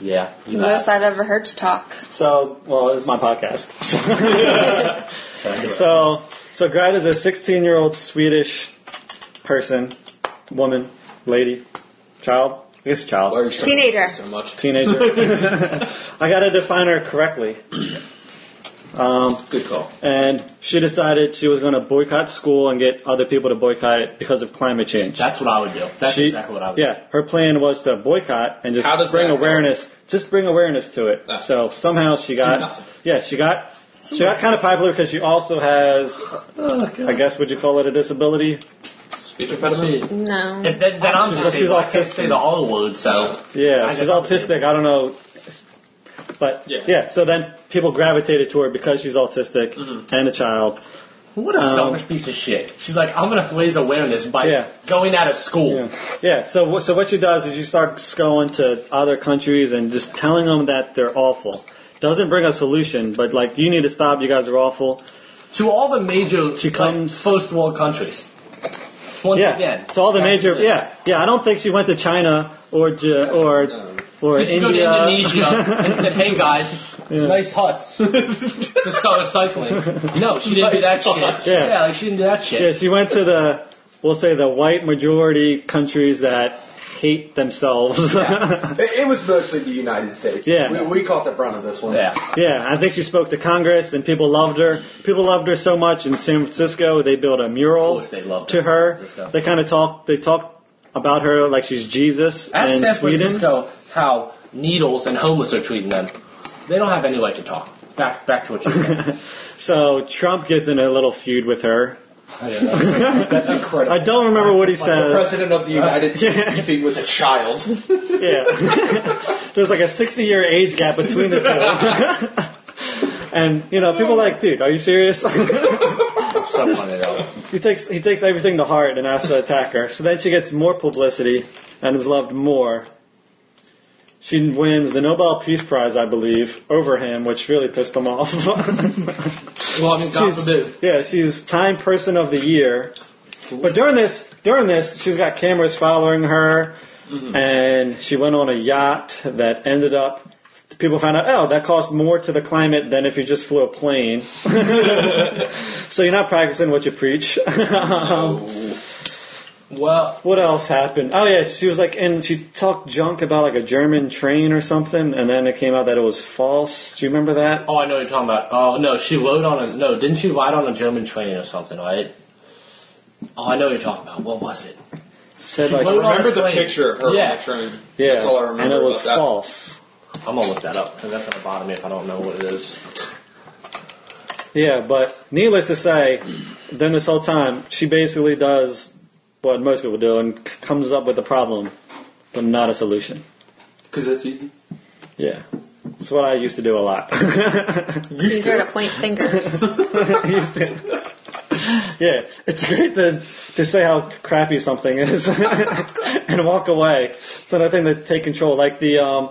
Speaker 3: Yeah.
Speaker 4: The
Speaker 3: you know.
Speaker 4: most I've ever heard you talk.
Speaker 1: So, well, it's my podcast.
Speaker 3: So, anyway.
Speaker 1: so, so Grad is a 16-year-old Swedish person, woman, lady, child. I guess child.
Speaker 5: Why are you struggling
Speaker 4: Teenager.
Speaker 5: so much?
Speaker 1: teenager. I got to define her correctly. Um,
Speaker 2: Good call.
Speaker 1: and she decided she was going to boycott school and get other people to boycott it because of climate change.
Speaker 3: that's what I would do. That's
Speaker 1: she,
Speaker 3: exactly what I would do.
Speaker 1: yeah, her plan was to boycott and
Speaker 2: How does
Speaker 1: just bring
Speaker 2: that help?
Speaker 1: awareness. Just bring awareness to it.
Speaker 2: Ah.
Speaker 1: So somehow she got,
Speaker 2: nothing.
Speaker 1: yeah, she got, she got kind of popular because she also has,
Speaker 3: Oh,
Speaker 1: I guess, would you call it a disability?
Speaker 2: Speech
Speaker 3: See,
Speaker 2: impediment.
Speaker 3: if
Speaker 4: No.
Speaker 3: then, then I'm
Speaker 1: She's
Speaker 3: just saying, I
Speaker 1: autistic.
Speaker 3: can't say the other word, so.
Speaker 1: Yeah,
Speaker 3: I
Speaker 1: she's
Speaker 3: guess I would
Speaker 1: autistic. I don't know. But yeah.
Speaker 2: Yeah.
Speaker 1: so then people gravitated to her because she's autistic
Speaker 3: Mm-hmm.
Speaker 1: and a child.
Speaker 3: What a selfish piece of shit. She's like, I'm gonna raise awareness by
Speaker 1: Um, Yeah.
Speaker 3: going out of school.
Speaker 1: Yeah, yeah. So wh- so what she does is she starts going to other countries and just telling them that they're awful. Doesn't bring a solution, but like you need to stop. You guys are awful.
Speaker 3: To all the major
Speaker 1: She
Speaker 3: like,
Speaker 1: comes-
Speaker 3: first world countries. Once
Speaker 1: yeah,
Speaker 3: again.
Speaker 1: to all the
Speaker 3: Back
Speaker 1: major.
Speaker 3: to this.
Speaker 1: Yeah, yeah. I don't think she went to China or J- or
Speaker 2: No.
Speaker 1: or
Speaker 3: Did she
Speaker 1: India.
Speaker 3: go to Indonesia and said, hey guys, nice huts. Discover cycling. No, she didn't do that shit.
Speaker 1: Yeah.
Speaker 3: like she didn't do that shit.
Speaker 1: Yeah, she went to the we'll say the white majority countries that hate themselves.
Speaker 5: It, it was mostly the United States.
Speaker 1: Yeah.
Speaker 5: We, we caught the brunt of this one.
Speaker 3: Yeah.
Speaker 1: Yeah, I think she spoke to Congress, and people loved her. People loved her so much in San Francisco, they built a mural
Speaker 3: course they loved
Speaker 1: to
Speaker 3: her in
Speaker 1: her.
Speaker 3: San Francisco.
Speaker 1: They kind of talk. They talk about her like she's Jesus
Speaker 3: Ask
Speaker 1: in
Speaker 3: San
Speaker 1: Sweden.
Speaker 3: Francisco how needles and homeless are treating them. They don't have any right to talk. Back back to what you said.
Speaker 1: So Trump gets in a little feud with her.
Speaker 5: That's incredible.
Speaker 1: I don't remember what he
Speaker 5: the
Speaker 1: says.
Speaker 5: president of the
Speaker 2: Uh,
Speaker 5: United States beefing with a child.
Speaker 1: Yeah, there's like a 60 year age gap between the two. And you know, people are like, dude, are you serious?
Speaker 3: Someone at all.
Speaker 1: He takes he takes everything to heart and asks to attack her. So then she gets more publicity and is loved more. She wins the Nobel Peace Prize, I believe, over him, which really pissed him off.
Speaker 3: Well, I mean, God
Speaker 1: she's,
Speaker 3: forbid.
Speaker 1: yeah, she's Time Person of the Year. But during this during this, she's got cameras following her,
Speaker 2: Mm-hmm.
Speaker 1: and she went on a yacht that ended up. People found out, oh, that cost more to the climate than if you just flew a plane. so you're not practicing what you preach. Um,
Speaker 3: Well,
Speaker 1: What else happened? Oh yeah, she was like, and she talked junk about like a German train or something, and then it came out that it was false. Do you remember that?
Speaker 3: oh, I know what you're talking about. Oh no, she rode on a no. Didn't she ride on a German train or something? Right. Oh, I know what you're talking about. What was it?
Speaker 1: She said
Speaker 3: She wrote
Speaker 1: like,
Speaker 3: on
Speaker 2: Remember
Speaker 3: a
Speaker 2: the
Speaker 3: plane.
Speaker 2: picture of her
Speaker 3: Yeah.
Speaker 2: on the train?
Speaker 1: yeah,
Speaker 2: That's all I
Speaker 1: and
Speaker 2: remember
Speaker 1: it was
Speaker 2: about that.
Speaker 1: false.
Speaker 3: I'm gonna look that up because that's gonna bother me if I don't know what it is.
Speaker 1: Yeah, but needless to say, then this whole time she basically does what most people do and c- comes up with a problem, but not a solution.
Speaker 2: Because that's easy.
Speaker 1: Yeah, it's what I used to do a lot.
Speaker 4: It's easier to point fingers.
Speaker 1: used to. Yeah, it's great to to say how crappy something is and walk away. It's another thing to take control. Like the um,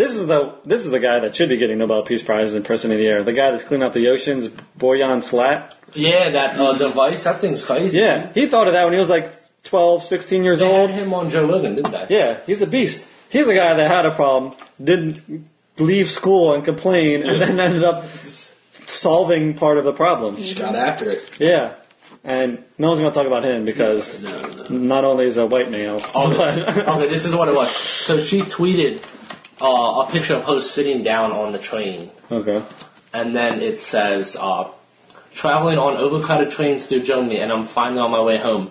Speaker 1: this is the this is the guy that should be getting Nobel Peace Prize in Person of the Year. The guy that's cleaning up the oceans, Boyan Slat.
Speaker 3: Yeah, that uh, device. That thing's crazy.
Speaker 1: Yeah, he thought of that when he was like 12, 16 years
Speaker 3: They had
Speaker 1: old.
Speaker 3: him on Joe Rogan, didn't they?
Speaker 1: Yeah, he's a beast. He's a guy that had a problem, didn't leave school and complain, and then ended up solving part of the problem.
Speaker 2: She got after it.
Speaker 1: Yeah, and no one's going to talk about him because not only is a white male,
Speaker 3: Oh, this,
Speaker 1: but
Speaker 3: okay, this is what it was. So she tweeted uh, a picture of her sitting down on the train,
Speaker 1: okay,
Speaker 3: and then it says, uh, traveling on overcrowded trains through Germany, and I'm finally on my way home.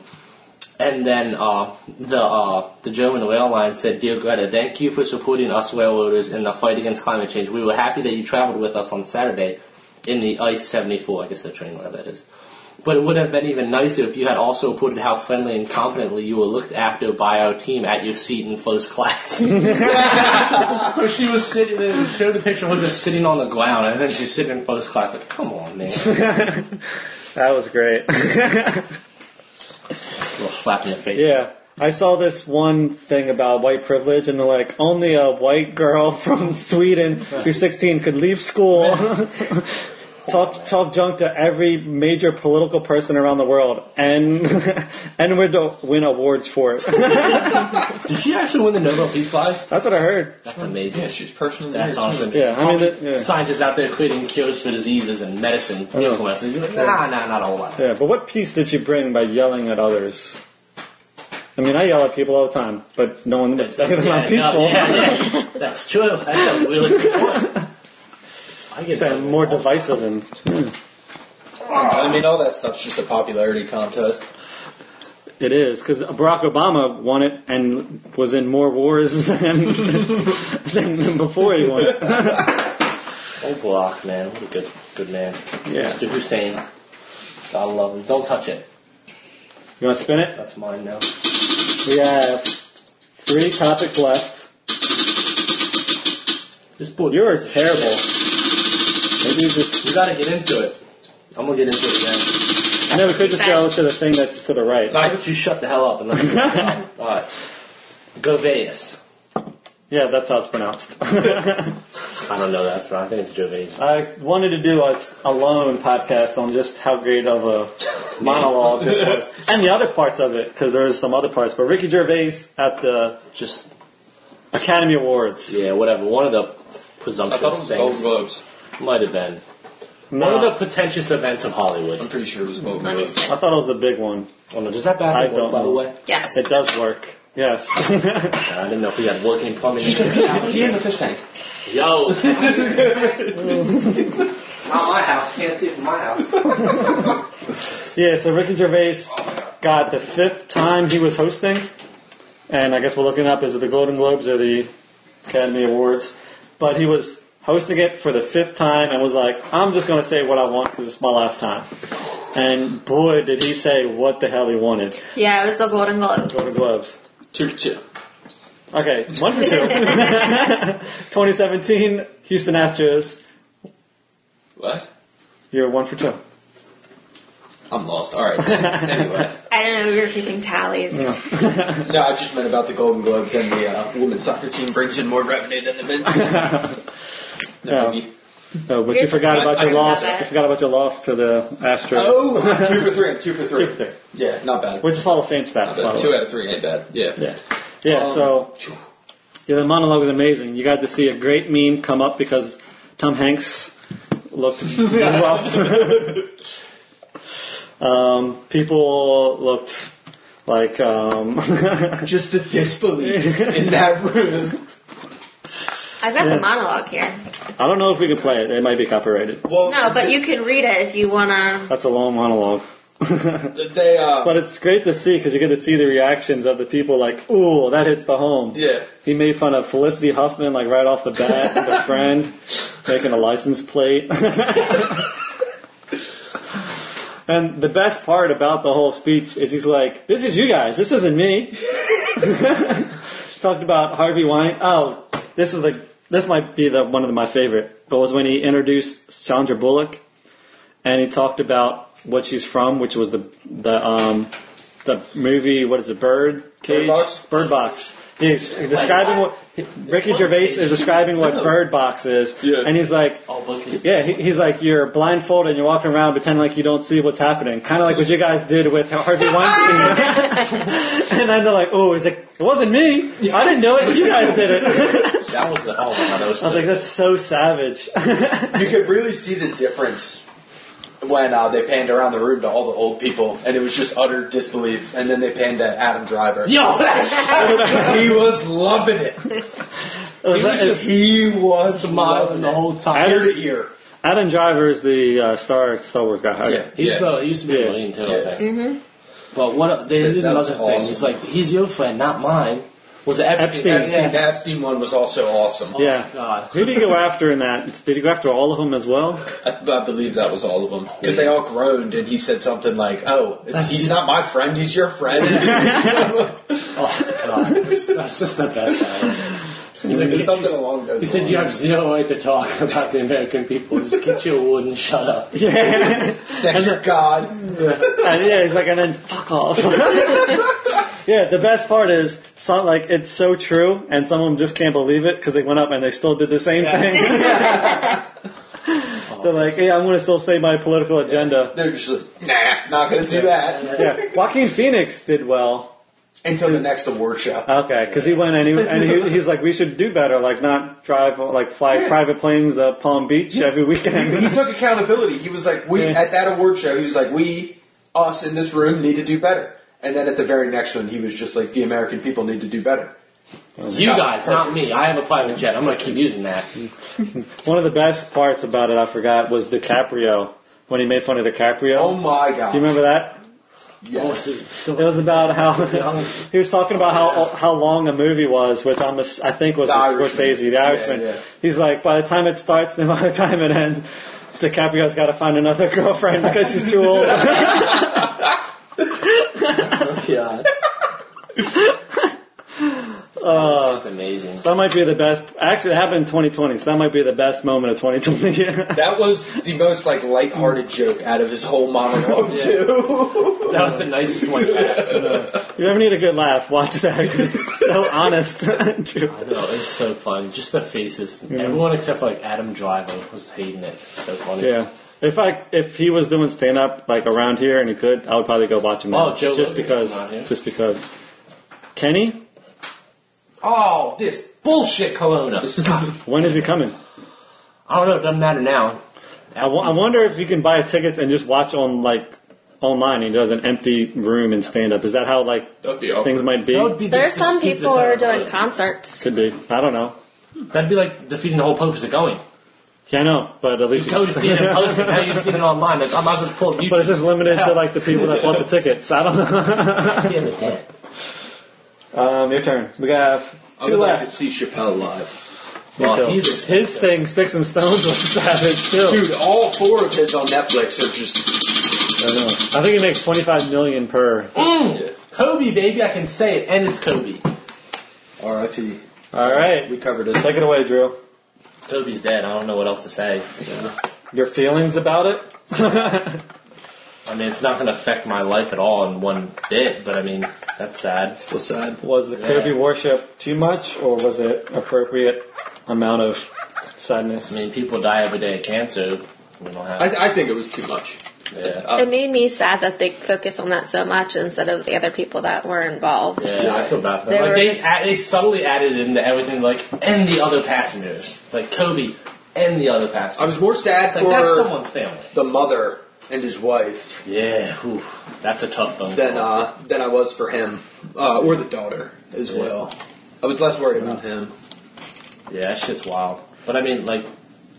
Speaker 3: And then uh, the uh, the German rail line said, "Dear Greta, thank you for supporting us railroaders in the fight against climate change. We were happy that you traveled with us on Saturday in the ICE 74, I guess the train, whatever that is. But it would have been even nicer if you had also reported how friendly and competently you were looked after by our team at your seat in first class." But she was sitting and showed the picture of her just sitting on the ground, and then she's sitting in first class. Like, come on, man.
Speaker 1: That was great.
Speaker 3: little slap in the face.
Speaker 1: Yeah. I saw this one thing about white privilege, and they're like, only a white girl from Sweden who's 16 could leave school, talk talk junk to every major political person around the world, and and win, win awards for it.
Speaker 3: Did she actually win the Nobel Peace Prize?
Speaker 1: That's what I heard.
Speaker 3: That's amazing.
Speaker 2: Yeah, she's personally.
Speaker 3: That's awesome.
Speaker 1: Yeah, I mean, that- yeah.
Speaker 3: Scientists out there creating cures for diseases and medicine, miracle medicine. She's like, nah, nah, not all that.
Speaker 1: Yeah, but what peace did she bring by yelling at others? I mean, I yell at people all the time, but no one that's,
Speaker 3: yeah,
Speaker 1: not peaceful.
Speaker 3: No, yeah, yeah. That's true. That's a really good point. I get
Speaker 1: So
Speaker 3: that.
Speaker 1: I'm more divisive and
Speaker 2: I mean, all that stuff's just a popularity contest.
Speaker 1: It is because Barack Obama won it and was in more wars than than, than before he won it.
Speaker 3: Oh, Block, man. What a good, good man.
Speaker 1: Yeah.
Speaker 3: Mr. Hussein. God love him. Don't touch it.
Speaker 1: You want to spin it?
Speaker 3: That's mine now.
Speaker 1: We have three topics left.
Speaker 3: Just bull-
Speaker 1: You're terrible. Maybe you just
Speaker 3: You gotta get into it. I'm gonna get into it again.
Speaker 1: I know we could just go to the thing that's to the right.
Speaker 3: Why don't you shut the hell up and let me Alright. Gervais.
Speaker 1: Yeah, that's how it's pronounced.
Speaker 3: I don't know that's right. I think it's Gervais.
Speaker 1: I wanted to do a alone podcast on just how great of a monologue this was, and the other parts of it because there's some other parts. But Ricky Gervais at the
Speaker 3: Just,
Speaker 1: Academy Awards.
Speaker 3: yeah, whatever. One of the
Speaker 2: I thought it
Speaker 3: presumptuous
Speaker 2: was Golden
Speaker 3: things.
Speaker 2: Globes.
Speaker 3: Might have been.
Speaker 1: No,
Speaker 3: One of the pretentious events of
Speaker 2: I'm
Speaker 3: Hollywood.
Speaker 2: pretty sure it was Golden
Speaker 4: Let me
Speaker 2: Globes.
Speaker 4: see.
Speaker 1: I thought it was the big one.
Speaker 3: Oh no, does that bad
Speaker 1: I
Speaker 3: work,
Speaker 1: don't
Speaker 3: by
Speaker 1: know.
Speaker 3: the way?
Speaker 4: Yes.
Speaker 1: It does work. Yes.
Speaker 3: I didn't know if we had working plumbing. in this town.
Speaker 2: Yeah, in the fish tank.
Speaker 3: Yo!
Speaker 6: Not my house. Can't see it from my house.
Speaker 1: yeah, so Ricky Gervais got the fifth time he was hosting. And I guess we're looking up is it the Golden Globes or the Academy Awards? But he was hosting it for the fifth time and was like, I'm just going to say what I want because it's my last time. And boy, did he say what the hell he wanted.
Speaker 4: Yeah, it was the Golden Globe.
Speaker 1: Golden Globes.
Speaker 2: Two to two.
Speaker 1: Okay, one for two. 2017, Houston Astros.
Speaker 2: What?
Speaker 1: You're one for two.
Speaker 2: I'm lost. All right. anyway,
Speaker 4: I don't know if you're keeping tallies.
Speaker 2: no, I just meant about the Golden Globes and the uh, women's soccer team brings in more revenue than the men's.
Speaker 1: Yeah.
Speaker 2: no, biggie.
Speaker 1: Oh, but you
Speaker 4: You're-
Speaker 1: forgot about
Speaker 2: I
Speaker 1: your
Speaker 2: forgot
Speaker 1: loss.
Speaker 4: that.
Speaker 1: You forgot about your loss to the Astros.
Speaker 2: Oh, two for three. I'm Two for three.
Speaker 1: Two for three.
Speaker 2: Yeah, not bad.
Speaker 1: Which is Hall of Fame stats. by
Speaker 2: So
Speaker 1: the
Speaker 2: two
Speaker 1: way.
Speaker 2: out of three ain't bad. Yeah.
Speaker 1: Yeah, yeah. so yeah, the monologue was amazing. You got to see a great meme come up because Tom Hanks looked rough. um, people looked like um,
Speaker 2: Just the disbelief in that room.
Speaker 4: I've got the monologue here.
Speaker 1: I don't know if we could play it. It might be copyrighted.
Speaker 2: Well,
Speaker 4: No, but you can read it if you wanna.
Speaker 1: That's a long monologue.
Speaker 2: they. Uh,
Speaker 1: But it's great to see because you get to see the reactions of the people. Like, ooh, that hits the home.
Speaker 2: yeah.
Speaker 1: He made fun of Felicity Huffman like right off the bat, the friend, making a license plate. and the best part about the whole speech is he's like, This is you guys, this isn't me. Talked about Harvey Wine. Oh, this is the this might be the one of my favorite. But was when he introduced Sandra Bullock and he talked about what she's from, which was the the um the movie what is it, Bird Cage?
Speaker 2: Box?
Speaker 1: Bird Box. He's describing what Ricky Gervais is describing what Bird Box is,
Speaker 2: Yeah.
Speaker 1: and he's like,
Speaker 3: All bookies.
Speaker 1: yeah, he, he's like you're blindfolded and you're walking around pretending like you don't see what's happening, kind of like what you guys did with Harvey Weinstein. and then they're like, oh, he's like, it wasn't me, I didn't do it, you guys did it. I
Speaker 3: That was the oh my god, that was,
Speaker 1: was like, that's so savage.
Speaker 2: You could really see the difference when uh, they panned around the room to all the old people, and it was just utter disbelief. And then they panned to Adam Driver.
Speaker 3: Yo that's
Speaker 2: he was loving it.
Speaker 1: It was-
Speaker 2: He was
Speaker 3: smiling
Speaker 2: loving
Speaker 3: the
Speaker 2: it.
Speaker 3: whole time.
Speaker 2: ear to ear.
Speaker 1: Adam Driver is the uh, star Star Wars guy.
Speaker 2: Yeah.
Speaker 3: He used to, he used to be
Speaker 1: Yeah.
Speaker 3: a million too,
Speaker 2: Yeah.
Speaker 3: I think.
Speaker 1: Mm-hmm.
Speaker 3: But what they
Speaker 2: That-
Speaker 3: did
Speaker 2: that
Speaker 3: another
Speaker 2: was
Speaker 3: thing.
Speaker 2: awesome.
Speaker 3: It's like he's your friend, not mine. Was it Epstein?
Speaker 1: Epstein.
Speaker 3: Yeah.
Speaker 5: Epstein, The Epstein one was also awesome.
Speaker 2: Oh,
Speaker 1: Yeah.
Speaker 3: God.
Speaker 1: Who did he go after in that? Did he go after all of them as well?
Speaker 5: I, I believe that was all of them because they all groaned, and he said something like, "Oh, it's, he's not my friend; he's your friend."
Speaker 3: Oh God, that's that's just the best. guy. He's like,
Speaker 5: It's something
Speaker 3: he's-
Speaker 5: along those
Speaker 3: He said
Speaker 5: lines.
Speaker 3: you have zero right to talk about the American people. Just get your wood and shut up.
Speaker 1: Yeah.
Speaker 5: Thank you, God.
Speaker 1: and yeah, he's like, and then fuck off. yeah, the best part is, some, like, it's so true, and some of them just can't believe it because they went up and they still did the same
Speaker 3: Yeah.
Speaker 1: thing. They're like, yeah, I'm going to still say my political agenda.
Speaker 5: They're just like, nah, not gonna do that
Speaker 1: Yeah, Joaquin Phoenix did well.
Speaker 5: until the next award show.
Speaker 1: Okay, because he went and he and he, he's like, we should do better, like not drive, like fly private planes to Palm Beach every
Speaker 5: he
Speaker 1: weekend.
Speaker 5: took accountability. He was like, we
Speaker 1: Yeah.
Speaker 5: at that award show. He was like, we, us in this room need to do better. And then at the very next one, he was just like, the American people need to do better.
Speaker 2: Oh
Speaker 3: You
Speaker 5: Yeah,
Speaker 3: guys, not me. I have a private jet. I'm gonna keep using that.
Speaker 1: One of the best parts about it, I forgot, was DiCaprio when he made fun of DiCaprio.
Speaker 5: Oh my God!
Speaker 1: Do you remember Oh, that?
Speaker 5: Yes.
Speaker 1: It was about how he was talking about how how long a movie was, which I'm, I think was
Speaker 5: The Irishman.
Speaker 1: Scorsese, The Irishman.
Speaker 5: yeah.
Speaker 1: He's like, by the time it starts and by the time it ends, DiCaprio's got to find another girlfriend because she's too old.
Speaker 3: God. That's just amazing.
Speaker 1: that might be the best. Actually, it happened in 2020, so that might be the best moment of 2020.
Speaker 5: That was the most like lighthearted joke out of his whole monologue too.
Speaker 3: That was the nicest one. you had.
Speaker 1: if you ever need a good laugh, watch that. 'cause it's so honest. and true.
Speaker 3: I know it's so fun. Just the faces. Everyone except for like Adam Driver was hating it. So funny.
Speaker 1: Yeah. If I if he was doing stand up like around here and he could, I would probably go watch him.
Speaker 3: Oh,
Speaker 1: now.
Speaker 3: Joe
Speaker 1: just
Speaker 3: Rogan's around here.
Speaker 1: because, just because. Kenny,
Speaker 3: Oh, this bullshit Corona.
Speaker 1: when is he coming?
Speaker 3: I don't know. It doesn't matter now.
Speaker 1: I wo- I wonder if you can buy tickets and just watch on like online and does an empty room and stand up. Is that how like
Speaker 2: That'd be awkward.
Speaker 1: things might be?
Speaker 3: That would be
Speaker 4: There are
Speaker 3: just the
Speaker 4: some
Speaker 3: stupidest
Speaker 4: people who are
Speaker 3: thing I've
Speaker 4: doing
Speaker 3: heard.
Speaker 4: concerts.
Speaker 1: Could be. I don't know.
Speaker 3: That'd be like defeating the whole purpose of going.
Speaker 1: Yeah, I know, but at least
Speaker 3: You go to see it in person. Now you're seeing it online. Like, I might as well just pull up YouTube.
Speaker 1: But it's just limited to like the people that bought the tickets. I don't know.
Speaker 3: Damn it, Dan.
Speaker 1: um, your turn. We have
Speaker 2: I
Speaker 1: two
Speaker 2: would like
Speaker 1: left.
Speaker 2: to see Chappelle live.
Speaker 1: Me
Speaker 3: Well,
Speaker 1: too.
Speaker 3: he's-
Speaker 1: His thing, sticks and stones, was savage too.
Speaker 5: Dude, all four of his on Netflix are just
Speaker 1: I think he makes twenty five million per.
Speaker 3: Mm. Kobe, baby, I can say it, and it's Kobe.
Speaker 2: R.I.P.
Speaker 1: All right,
Speaker 2: We covered it.
Speaker 1: take it away, Drew.
Speaker 3: Kobe's dead. I don't know what else to say.
Speaker 1: Your feelings about it?
Speaker 3: I mean, it's not going to affect my life at all in one bit. But I mean, that's sad.
Speaker 2: Still sad.
Speaker 1: was the Kobe
Speaker 3: Yeah.
Speaker 1: worship too much, or was it appropriate amount of sadness?
Speaker 3: I mean, people die every day of cancer. We don't have.
Speaker 2: I, I think it was too much.
Speaker 3: yeah. Oh,
Speaker 4: It made me sad that they focused on that so much instead of the other people that were involved.
Speaker 3: Yeah, I feel bad for
Speaker 4: They
Speaker 3: them. Like
Speaker 4: were
Speaker 3: they,
Speaker 4: just-
Speaker 3: add- they subtly added into everything, like and the other passengers. It's like Kobe and the other
Speaker 5: I
Speaker 3: passengers.
Speaker 5: was more sad
Speaker 3: It's like that's
Speaker 5: for
Speaker 3: someone's family.
Speaker 5: the mother and his wife
Speaker 3: Yeah, whew, that's a tough phone.
Speaker 5: than
Speaker 3: call.
Speaker 5: uh than I was for him. Uh, or the daughter as well. I was less worried about him.
Speaker 3: yeah, that shit's wild. But I mean, like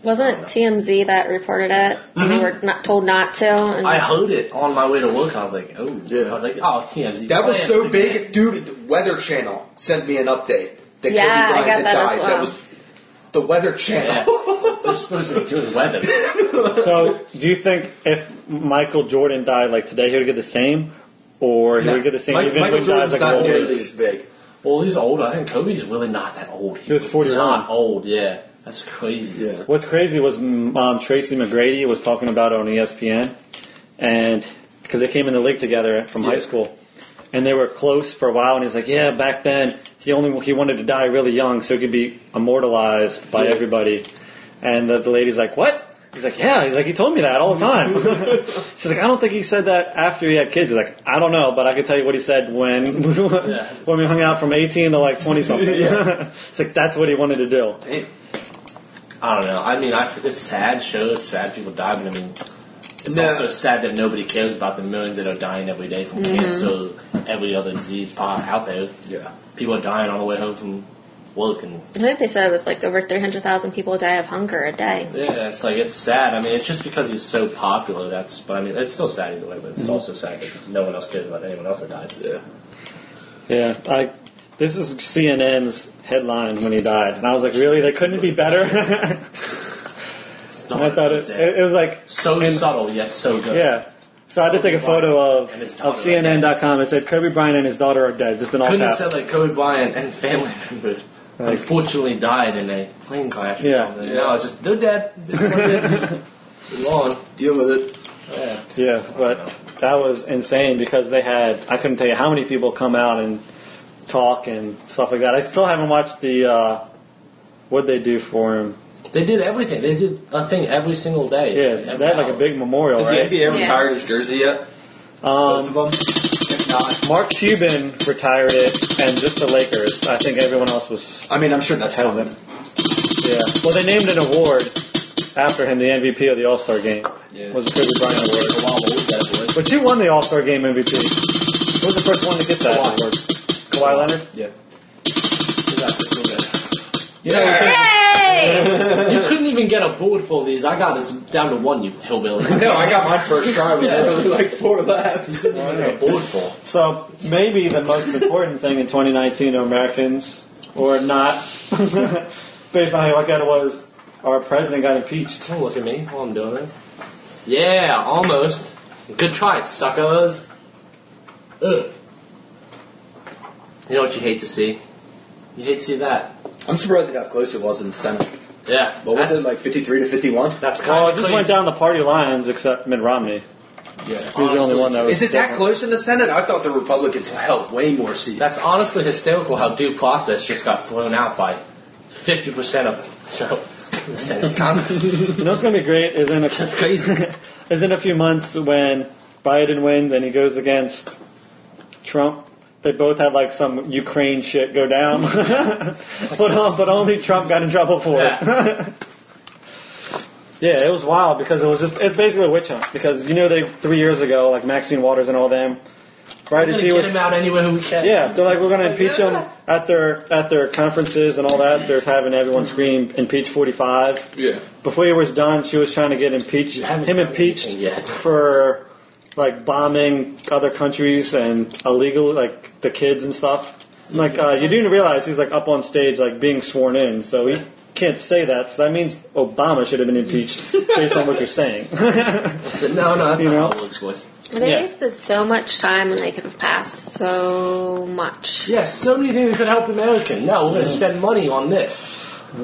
Speaker 4: Wasn't it TMZ that reported it? And they were not told not to. And
Speaker 3: Mm-hmm. I heard it on my way to work. I was like, oh,
Speaker 5: Yeah.
Speaker 3: I was like, oh, TMZ.
Speaker 5: That was
Speaker 3: plans
Speaker 5: so
Speaker 3: again.
Speaker 5: big, dude. The Weather Channel sent me an update that
Speaker 4: Yeah, I
Speaker 5: Kobe Bryant
Speaker 4: got
Speaker 5: had
Speaker 4: that as
Speaker 5: died.
Speaker 4: well.
Speaker 5: That was the Weather
Speaker 3: Yeah,
Speaker 5: Channel.
Speaker 3: they're supposed to be doing weather.
Speaker 1: So, do you think if Michael Jordan died like today, he would get the same, or he would get the same
Speaker 5: Mike-
Speaker 1: even
Speaker 5: Michael
Speaker 1: when he dies
Speaker 5: Jordan's
Speaker 1: like
Speaker 5: not
Speaker 1: an old
Speaker 5: nearly
Speaker 1: age?
Speaker 5: as big.
Speaker 3: Well, he's old. I think Kobe's really not that old. He,
Speaker 1: was 41.
Speaker 3: Not old. Yeah, that's crazy.
Speaker 2: Yeah.
Speaker 1: What's crazy was mm, um, Tracy McGrady was talking about it on E ESPN, and because they came in the league together from high school, and they were close for a while, and he's like, yeah, back then he only he wanted to die really young so he could be immortalized by everybody, and the, the lady's like, what? He's like, yeah. He's like, he told me that all the time. She's like, I don't think he said that after he had kids. He's like, I don't know, but I can tell you what he said when when we hung out from 18 to like 20 something. it's like that's what he wanted to do.
Speaker 3: I don't know. I mean, I, it's sad. Sure, it's sad people die, but I mean, it's
Speaker 5: No.
Speaker 3: also sad that nobody cares about the millions that are dying every day from cancer, every other disease pop out there.
Speaker 5: Yeah.
Speaker 3: People are dying on the way home from well, it can
Speaker 4: I think they said it was like over 300,000 people die of hunger a day.
Speaker 3: Yeah, it's like it's sad. I mean, it's just because he's so popular. That's, but I mean, it's still sad either way. But it's
Speaker 1: Mm-hmm.
Speaker 3: also sad that no one else cares about anyone else that dies.
Speaker 2: Yeah.
Speaker 1: Yeah, I. This is CNN's headline when he died, and I was like, really? They couldn't be better. and I thought it, it, it was like,
Speaker 3: so
Speaker 1: and-
Speaker 3: subtle yet so good.
Speaker 1: yeah. So I did take a photo of
Speaker 3: And his daughter
Speaker 1: of CNN.com. It said Kobe Bryant and his daughter are dead, just in all
Speaker 3: Couldn't have
Speaker 1: caps.
Speaker 3: said like Kobe Bryant and family members unfortunately died in a plane crash. Or
Speaker 1: Yeah.
Speaker 3: something.
Speaker 2: Yeah.
Speaker 3: No, it's just they're dead. It's what it is. Move on.
Speaker 2: Deal with it.
Speaker 3: Yeah.
Speaker 1: Yeah, but that was insane because they had I couldn't tell you how many people come out and talk and stuff like that. I still haven't watched the uh, what they do for him.
Speaker 3: They did everything. They did a thing every single day.
Speaker 1: Yeah,
Speaker 3: Like, every
Speaker 1: they had like
Speaker 3: hour.
Speaker 1: a big memorial,
Speaker 2: Has
Speaker 1: right?
Speaker 2: the NBA
Speaker 4: Yeah.
Speaker 2: retired his jersey yet?
Speaker 1: Um,
Speaker 2: Both of them. If not,
Speaker 1: Mark Cuban retired it, and just the Lakers. I think everyone else was
Speaker 5: I mean, I'm sure that's
Speaker 1: has
Speaker 5: common.
Speaker 1: it. Yeah. Well, they named an award after him, the MVP of the All Star Game.
Speaker 2: Yeah.
Speaker 1: Was the Kobe Bryant award.
Speaker 2: for a while, what was that boy?
Speaker 1: But you won the All Star Game MVP. Who was the first one to get that
Speaker 5: Kawhi.
Speaker 1: award? Kawhi Leonard.
Speaker 5: Yeah.
Speaker 3: It's not just so good.
Speaker 4: Yay!
Speaker 3: You couldn't even get a board full of these. I got it's down to one. You hillbilly.
Speaker 5: No, I got mine first try. We
Speaker 3: Yeah.
Speaker 5: were only like four left.
Speaker 3: a board full.
Speaker 1: So maybe the most important thing in 2019 to Americans, or not, based on how you look at it, was our president got impeached.
Speaker 3: Don't look at me while I'm doing this. Yeah, almost. Good try, suckers. Ugh. You know what you hate to see? You hate to see that.
Speaker 5: I'm surprised at how close it was in the Senate.
Speaker 3: Yeah.
Speaker 5: What was
Speaker 3: that's,
Speaker 5: it, like 53 to 51?
Speaker 3: That's kind
Speaker 1: Well,
Speaker 3: of
Speaker 1: it just went down the party lines except Mitt Romney.
Speaker 5: Yeah.
Speaker 1: He was the only one that was.
Speaker 5: Is it that close in the Senate? I thought the Republicans held way more seats.
Speaker 3: That's honestly hysterical how due process just got thrown out by 50% of so, the Senate Congress.
Speaker 1: You know what's going to be great is in a
Speaker 3: That's crazy.
Speaker 1: is in a few months when Biden wins and he goes against Trump. They both had like some Ukraine shit go down, but um, but only Trump got in trouble for it. yeah, it was wild because it was just it's basically a witch hunt because you know they three years ago like Maxine Waters and all them, right?
Speaker 3: We're
Speaker 1: As
Speaker 3: gonna
Speaker 1: she
Speaker 3: get
Speaker 1: was
Speaker 3: him out anywhere we can.
Speaker 1: yeah, they're like, we're going to impeach them at their at their conferences and all that. They're having everyone scream impeach 45.
Speaker 2: Yeah.
Speaker 1: Before he was done, she was trying to get impeached,
Speaker 3: haven't
Speaker 1: him
Speaker 3: done
Speaker 1: impeached
Speaker 3: anything yet.
Speaker 1: for like bombing other countries and illegal like the kids and stuff. And, like uh, you didn't realize he's like up on stage like being sworn in, so he can't say that. So that means Obama should have been impeached based on what you're saying.
Speaker 3: I said, no, no, that's
Speaker 1: You
Speaker 3: not
Speaker 1: know?
Speaker 3: how it looks, boys.
Speaker 4: They
Speaker 1: Yeah.
Speaker 4: wasted so much time and they could have passed so much.
Speaker 3: Yes, so many things that could help American. No, we're going to spend money on this.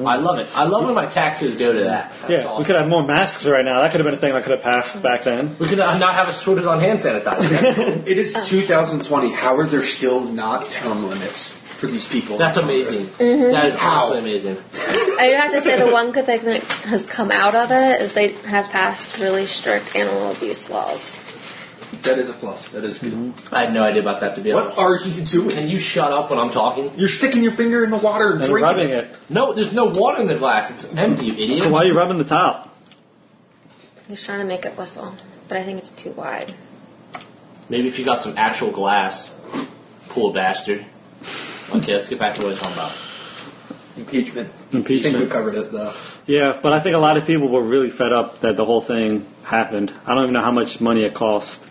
Speaker 3: I love it. I love when my taxes go to that. That's
Speaker 1: Mm. yeah, we
Speaker 3: awesome.
Speaker 1: could have more masks right now. That could have been a thing that could have passed back then.
Speaker 3: we could uh, not have a shortage on hand sanitizer.
Speaker 5: It is 2020. How are there still not term limits for these people?
Speaker 3: That's amazing. That is absolutely amazing.
Speaker 4: I would have to say the one good thing that has come out of it is they have passed really strict animal abuse laws.
Speaker 5: That is a plus. That is good.
Speaker 3: I had no idea about that to be
Speaker 5: What
Speaker 3: honest.
Speaker 5: are you doing?
Speaker 3: Can you shut up when I'm talking?
Speaker 5: You're sticking your finger in the water and,
Speaker 1: And
Speaker 5: drinking
Speaker 1: rubbing
Speaker 5: it.
Speaker 1: it.
Speaker 3: No, there's no water in the glass. It's empty, you idiot.
Speaker 1: So why are you rubbing the top?
Speaker 4: He's trying to make it whistle, but I think it's too wide.
Speaker 3: Maybe if you got some actual glass, poor bastard. Okay, let's get back to what we're talking about.
Speaker 5: Impeachment. I think we
Speaker 1: Impeachment.
Speaker 5: covered it though.
Speaker 1: Yeah, but I think a lot of people were really fed up that the whole thing happened. I don't even know how much money it cost.
Speaker 2: I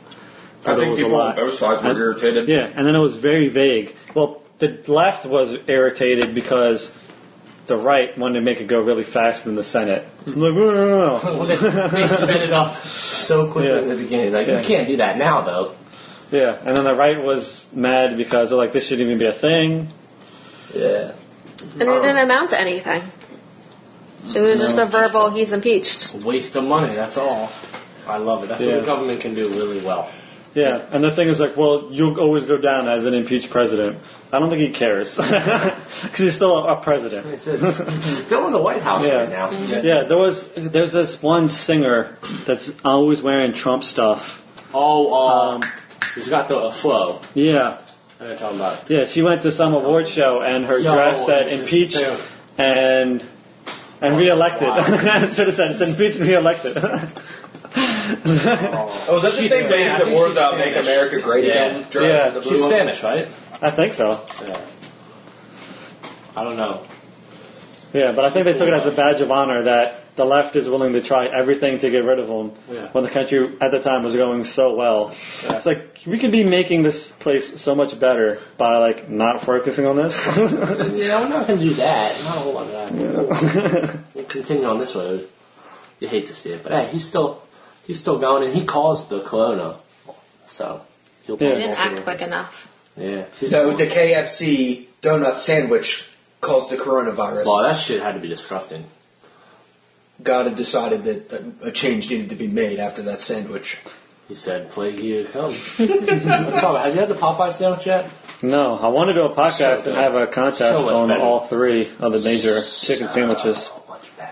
Speaker 1: But it
Speaker 2: think
Speaker 1: was a
Speaker 2: people on
Speaker 1: lot.
Speaker 2: both sides were
Speaker 1: And-
Speaker 2: irritated.
Speaker 1: Yeah, and then it was very vague. Well, the left was irritated because the right wanted to make it go really fast in the Senate. Like, "Oh, no, no, no."
Speaker 3: they, they sped it up so quickly
Speaker 1: Yeah.
Speaker 3: in the beginning. Like,
Speaker 1: Yeah.
Speaker 3: you can't do that now, though.
Speaker 1: Yeah, and then the right was mad because they're like, this shouldn't even be a thing.
Speaker 3: Yeah.
Speaker 4: And it didn't amount to anything. It was just a verbal, he's impeached.
Speaker 3: waste of money. That's all. I love it. That's
Speaker 1: Yeah.
Speaker 3: what the government can do really well.
Speaker 1: Yeah, and the thing is like, well, you'll always go down as an impeached president. I don't think he cares because he's still a president.
Speaker 3: It's, it's still in the White House
Speaker 1: Yeah.
Speaker 3: right now.
Speaker 1: Yeah, there was there's this one singer that's always wearing Trump stuff.
Speaker 3: Oh, um, he's got the uh, flow.
Speaker 1: Yeah,
Speaker 3: I know what you're talking about.
Speaker 1: yeah. She went to some award show and her
Speaker 3: Yo,
Speaker 1: dress said
Speaker 3: it's
Speaker 1: impeached
Speaker 3: hysterical.
Speaker 1: and and
Speaker 3: Oh,
Speaker 1: reelected.
Speaker 3: wow.
Speaker 1: Should have said it's impeached and reelected.
Speaker 5: Oh, is that the
Speaker 3: She's
Speaker 5: same
Speaker 3: Spanish.
Speaker 5: lady
Speaker 3: I
Speaker 5: that
Speaker 3: think
Speaker 5: wore
Speaker 3: she's
Speaker 5: the "Make
Speaker 3: Spanish.
Speaker 5: America Great
Speaker 3: Yeah.
Speaker 5: Again" dress?
Speaker 1: Yeah.
Speaker 5: the blue
Speaker 3: She's
Speaker 5: one?
Speaker 3: Spanish, right?
Speaker 1: I think so.
Speaker 3: Yeah. I don't know.
Speaker 1: Yeah, but I think they took it as a badge of honor that the left is willing to try everything to get rid of them
Speaker 3: Yeah.
Speaker 1: when the country at the time was going so well. It's like we could be making this place so much better by like not focusing on this.
Speaker 3: yeah, we're not going to do that. Not a whole lot of that. We'll- uh, we'll continue on this road. You hate to see it, but hey, he's still he's still going, and he caused the Kelowna, so he'll
Speaker 1: Yeah.
Speaker 4: They didn't act quick enough.
Speaker 3: Yeah, he's
Speaker 5: No, the KFC donut sandwich caused the coronavirus.
Speaker 3: Wow, that shit had to be disgusting.
Speaker 5: God had decided that a- a change needed to be made after that sandwich.
Speaker 3: He said, "Play here, come." Let's talk about. Have you had the Popeye sandwich yet?
Speaker 1: no, I want to do a podcast
Speaker 3: So
Speaker 1: and
Speaker 3: good.
Speaker 1: have a contest
Speaker 3: So much
Speaker 1: on
Speaker 3: better.
Speaker 1: all three of the major chicken sandwiches.
Speaker 3: So much better.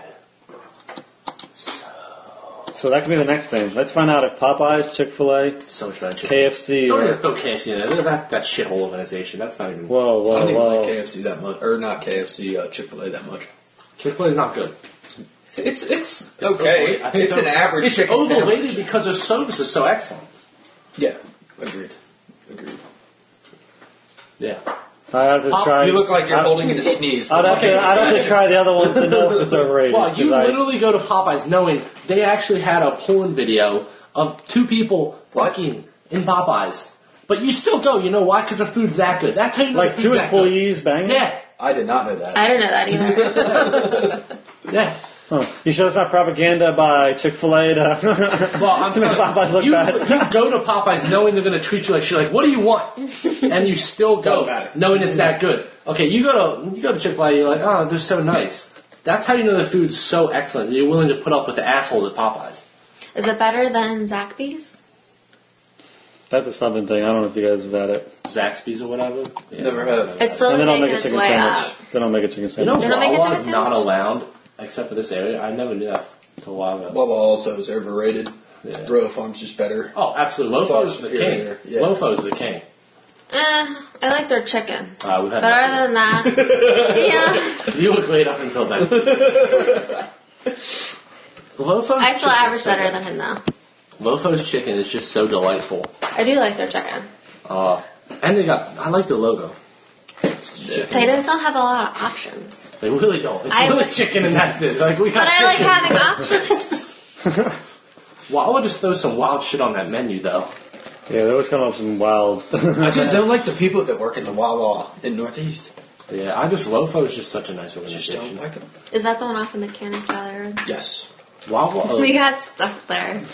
Speaker 1: So that could be the next thing. Let's find out if Popeyes, Chick Fil A,
Speaker 3: So much better. chicken.
Speaker 1: KFC,
Speaker 3: Don't even
Speaker 1: or
Speaker 3: throw KFC in there. Look at That, that shithole organization. That's not even.
Speaker 1: whoa,
Speaker 5: I don't
Speaker 1: whoa,
Speaker 5: even like
Speaker 1: whoa.
Speaker 5: KFC that much, or not KFC, uh, Chick Fil A that much.
Speaker 3: Chick Fil A is not good.
Speaker 5: It's it's
Speaker 3: It's
Speaker 5: okay.
Speaker 3: overrated. I think
Speaker 5: it's an
Speaker 3: they're-
Speaker 5: average
Speaker 3: it's
Speaker 5: chicken
Speaker 3: overrated
Speaker 5: sandwich.
Speaker 3: because their service is so excellent.
Speaker 5: Yeah, agreed, agreed.
Speaker 3: Yeah.
Speaker 1: I have to
Speaker 3: Pop-
Speaker 1: try.
Speaker 5: You look like you're
Speaker 1: I-
Speaker 5: holding in a sneeze.
Speaker 1: I'd have,
Speaker 3: Okay,
Speaker 1: to, I'd have to try the other ones to know if it's overrated.
Speaker 3: Well, you
Speaker 1: 'cause I-
Speaker 3: literally go to Popeyes knowing they actually had a porn video of two people fucking in Popeyes. But you still go, you know why? Because the food's that good. That's how you know
Speaker 1: like
Speaker 3: the
Speaker 1: two
Speaker 3: food's that good.
Speaker 1: employees banging.
Speaker 3: Yeah,
Speaker 5: I did not know that.
Speaker 4: I don't know that either.
Speaker 3: yeah.
Speaker 1: Huh. Oh, You sure it's not propaganda by Chick Fil A? To...
Speaker 3: Well, I'm
Speaker 1: To make
Speaker 3: telling
Speaker 1: Popeyes look
Speaker 3: you,
Speaker 1: bad.
Speaker 3: you go to Popeyes knowing they're going to treat you like shit. Like, what do you want? And you still go
Speaker 5: Doesn't matter.
Speaker 3: knowing it's that good. Okay, you go to you go to Chick Fil A. You're like, oh, they're so nice. That's how you know the food's so excellent. You're willing to put up with the assholes at Popeyes.
Speaker 4: Is it better than Zaxby's?
Speaker 1: That's a southern thing. I don't know if you guys have had it.
Speaker 3: Zaxby's or whatever. Yeah.
Speaker 5: Never have.
Speaker 4: It's
Speaker 1: And
Speaker 4: slowly
Speaker 1: they don't make
Speaker 4: making
Speaker 1: a
Speaker 4: its
Speaker 1: chicken
Speaker 4: way
Speaker 1: sandwich.
Speaker 4: up.
Speaker 1: They don't make a chicken
Speaker 3: You know,
Speaker 1: sandwich.
Speaker 4: They don't make a
Speaker 3: Wawa's
Speaker 4: chicken
Speaker 3: not
Speaker 4: sandwich?
Speaker 3: allowed except for this area. I never knew that until a while ago.
Speaker 5: Bubba also is overrated.
Speaker 3: Yeah.
Speaker 5: Bro Farm's just better.
Speaker 3: Oh, absolutely. Lofo's
Speaker 5: Far
Speaker 3: the
Speaker 5: superior,
Speaker 3: king.
Speaker 5: yeah.
Speaker 3: Lofo's the king.
Speaker 4: Eh, I like their chicken.
Speaker 3: Uh, we've had
Speaker 4: But other than that, yeah,
Speaker 3: You were great up until then. Lofo's
Speaker 4: I
Speaker 3: chicken
Speaker 4: still
Speaker 3: is
Speaker 4: average
Speaker 3: so
Speaker 4: better
Speaker 3: good.
Speaker 4: than him though.
Speaker 3: Lofo's chicken is just so delightful.
Speaker 4: I do like their chicken.
Speaker 3: Uh, and they got, I like the logo. It's chicken.
Speaker 4: They
Speaker 1: Mm-hmm.
Speaker 4: just don't have a lot of options.
Speaker 3: They really don't. It's
Speaker 4: I
Speaker 3: really
Speaker 4: like-
Speaker 3: chicken and that's it. Like, we got
Speaker 4: But I like
Speaker 3: chicken.
Speaker 4: having options.
Speaker 3: Wow, I would just throw some wild shit on that menu though.
Speaker 1: Yeah, they always come up with some wild.
Speaker 5: I just don't like the people that work at the Wawa in Northeast.
Speaker 3: Yeah, I just, Lofo is just such a nice
Speaker 5: Just don't
Speaker 3: organization.
Speaker 5: like them.
Speaker 4: Is that the one off the Mechanic Valley Road?
Speaker 5: Yes.
Speaker 3: Wawa, oh,
Speaker 4: We got stuck there.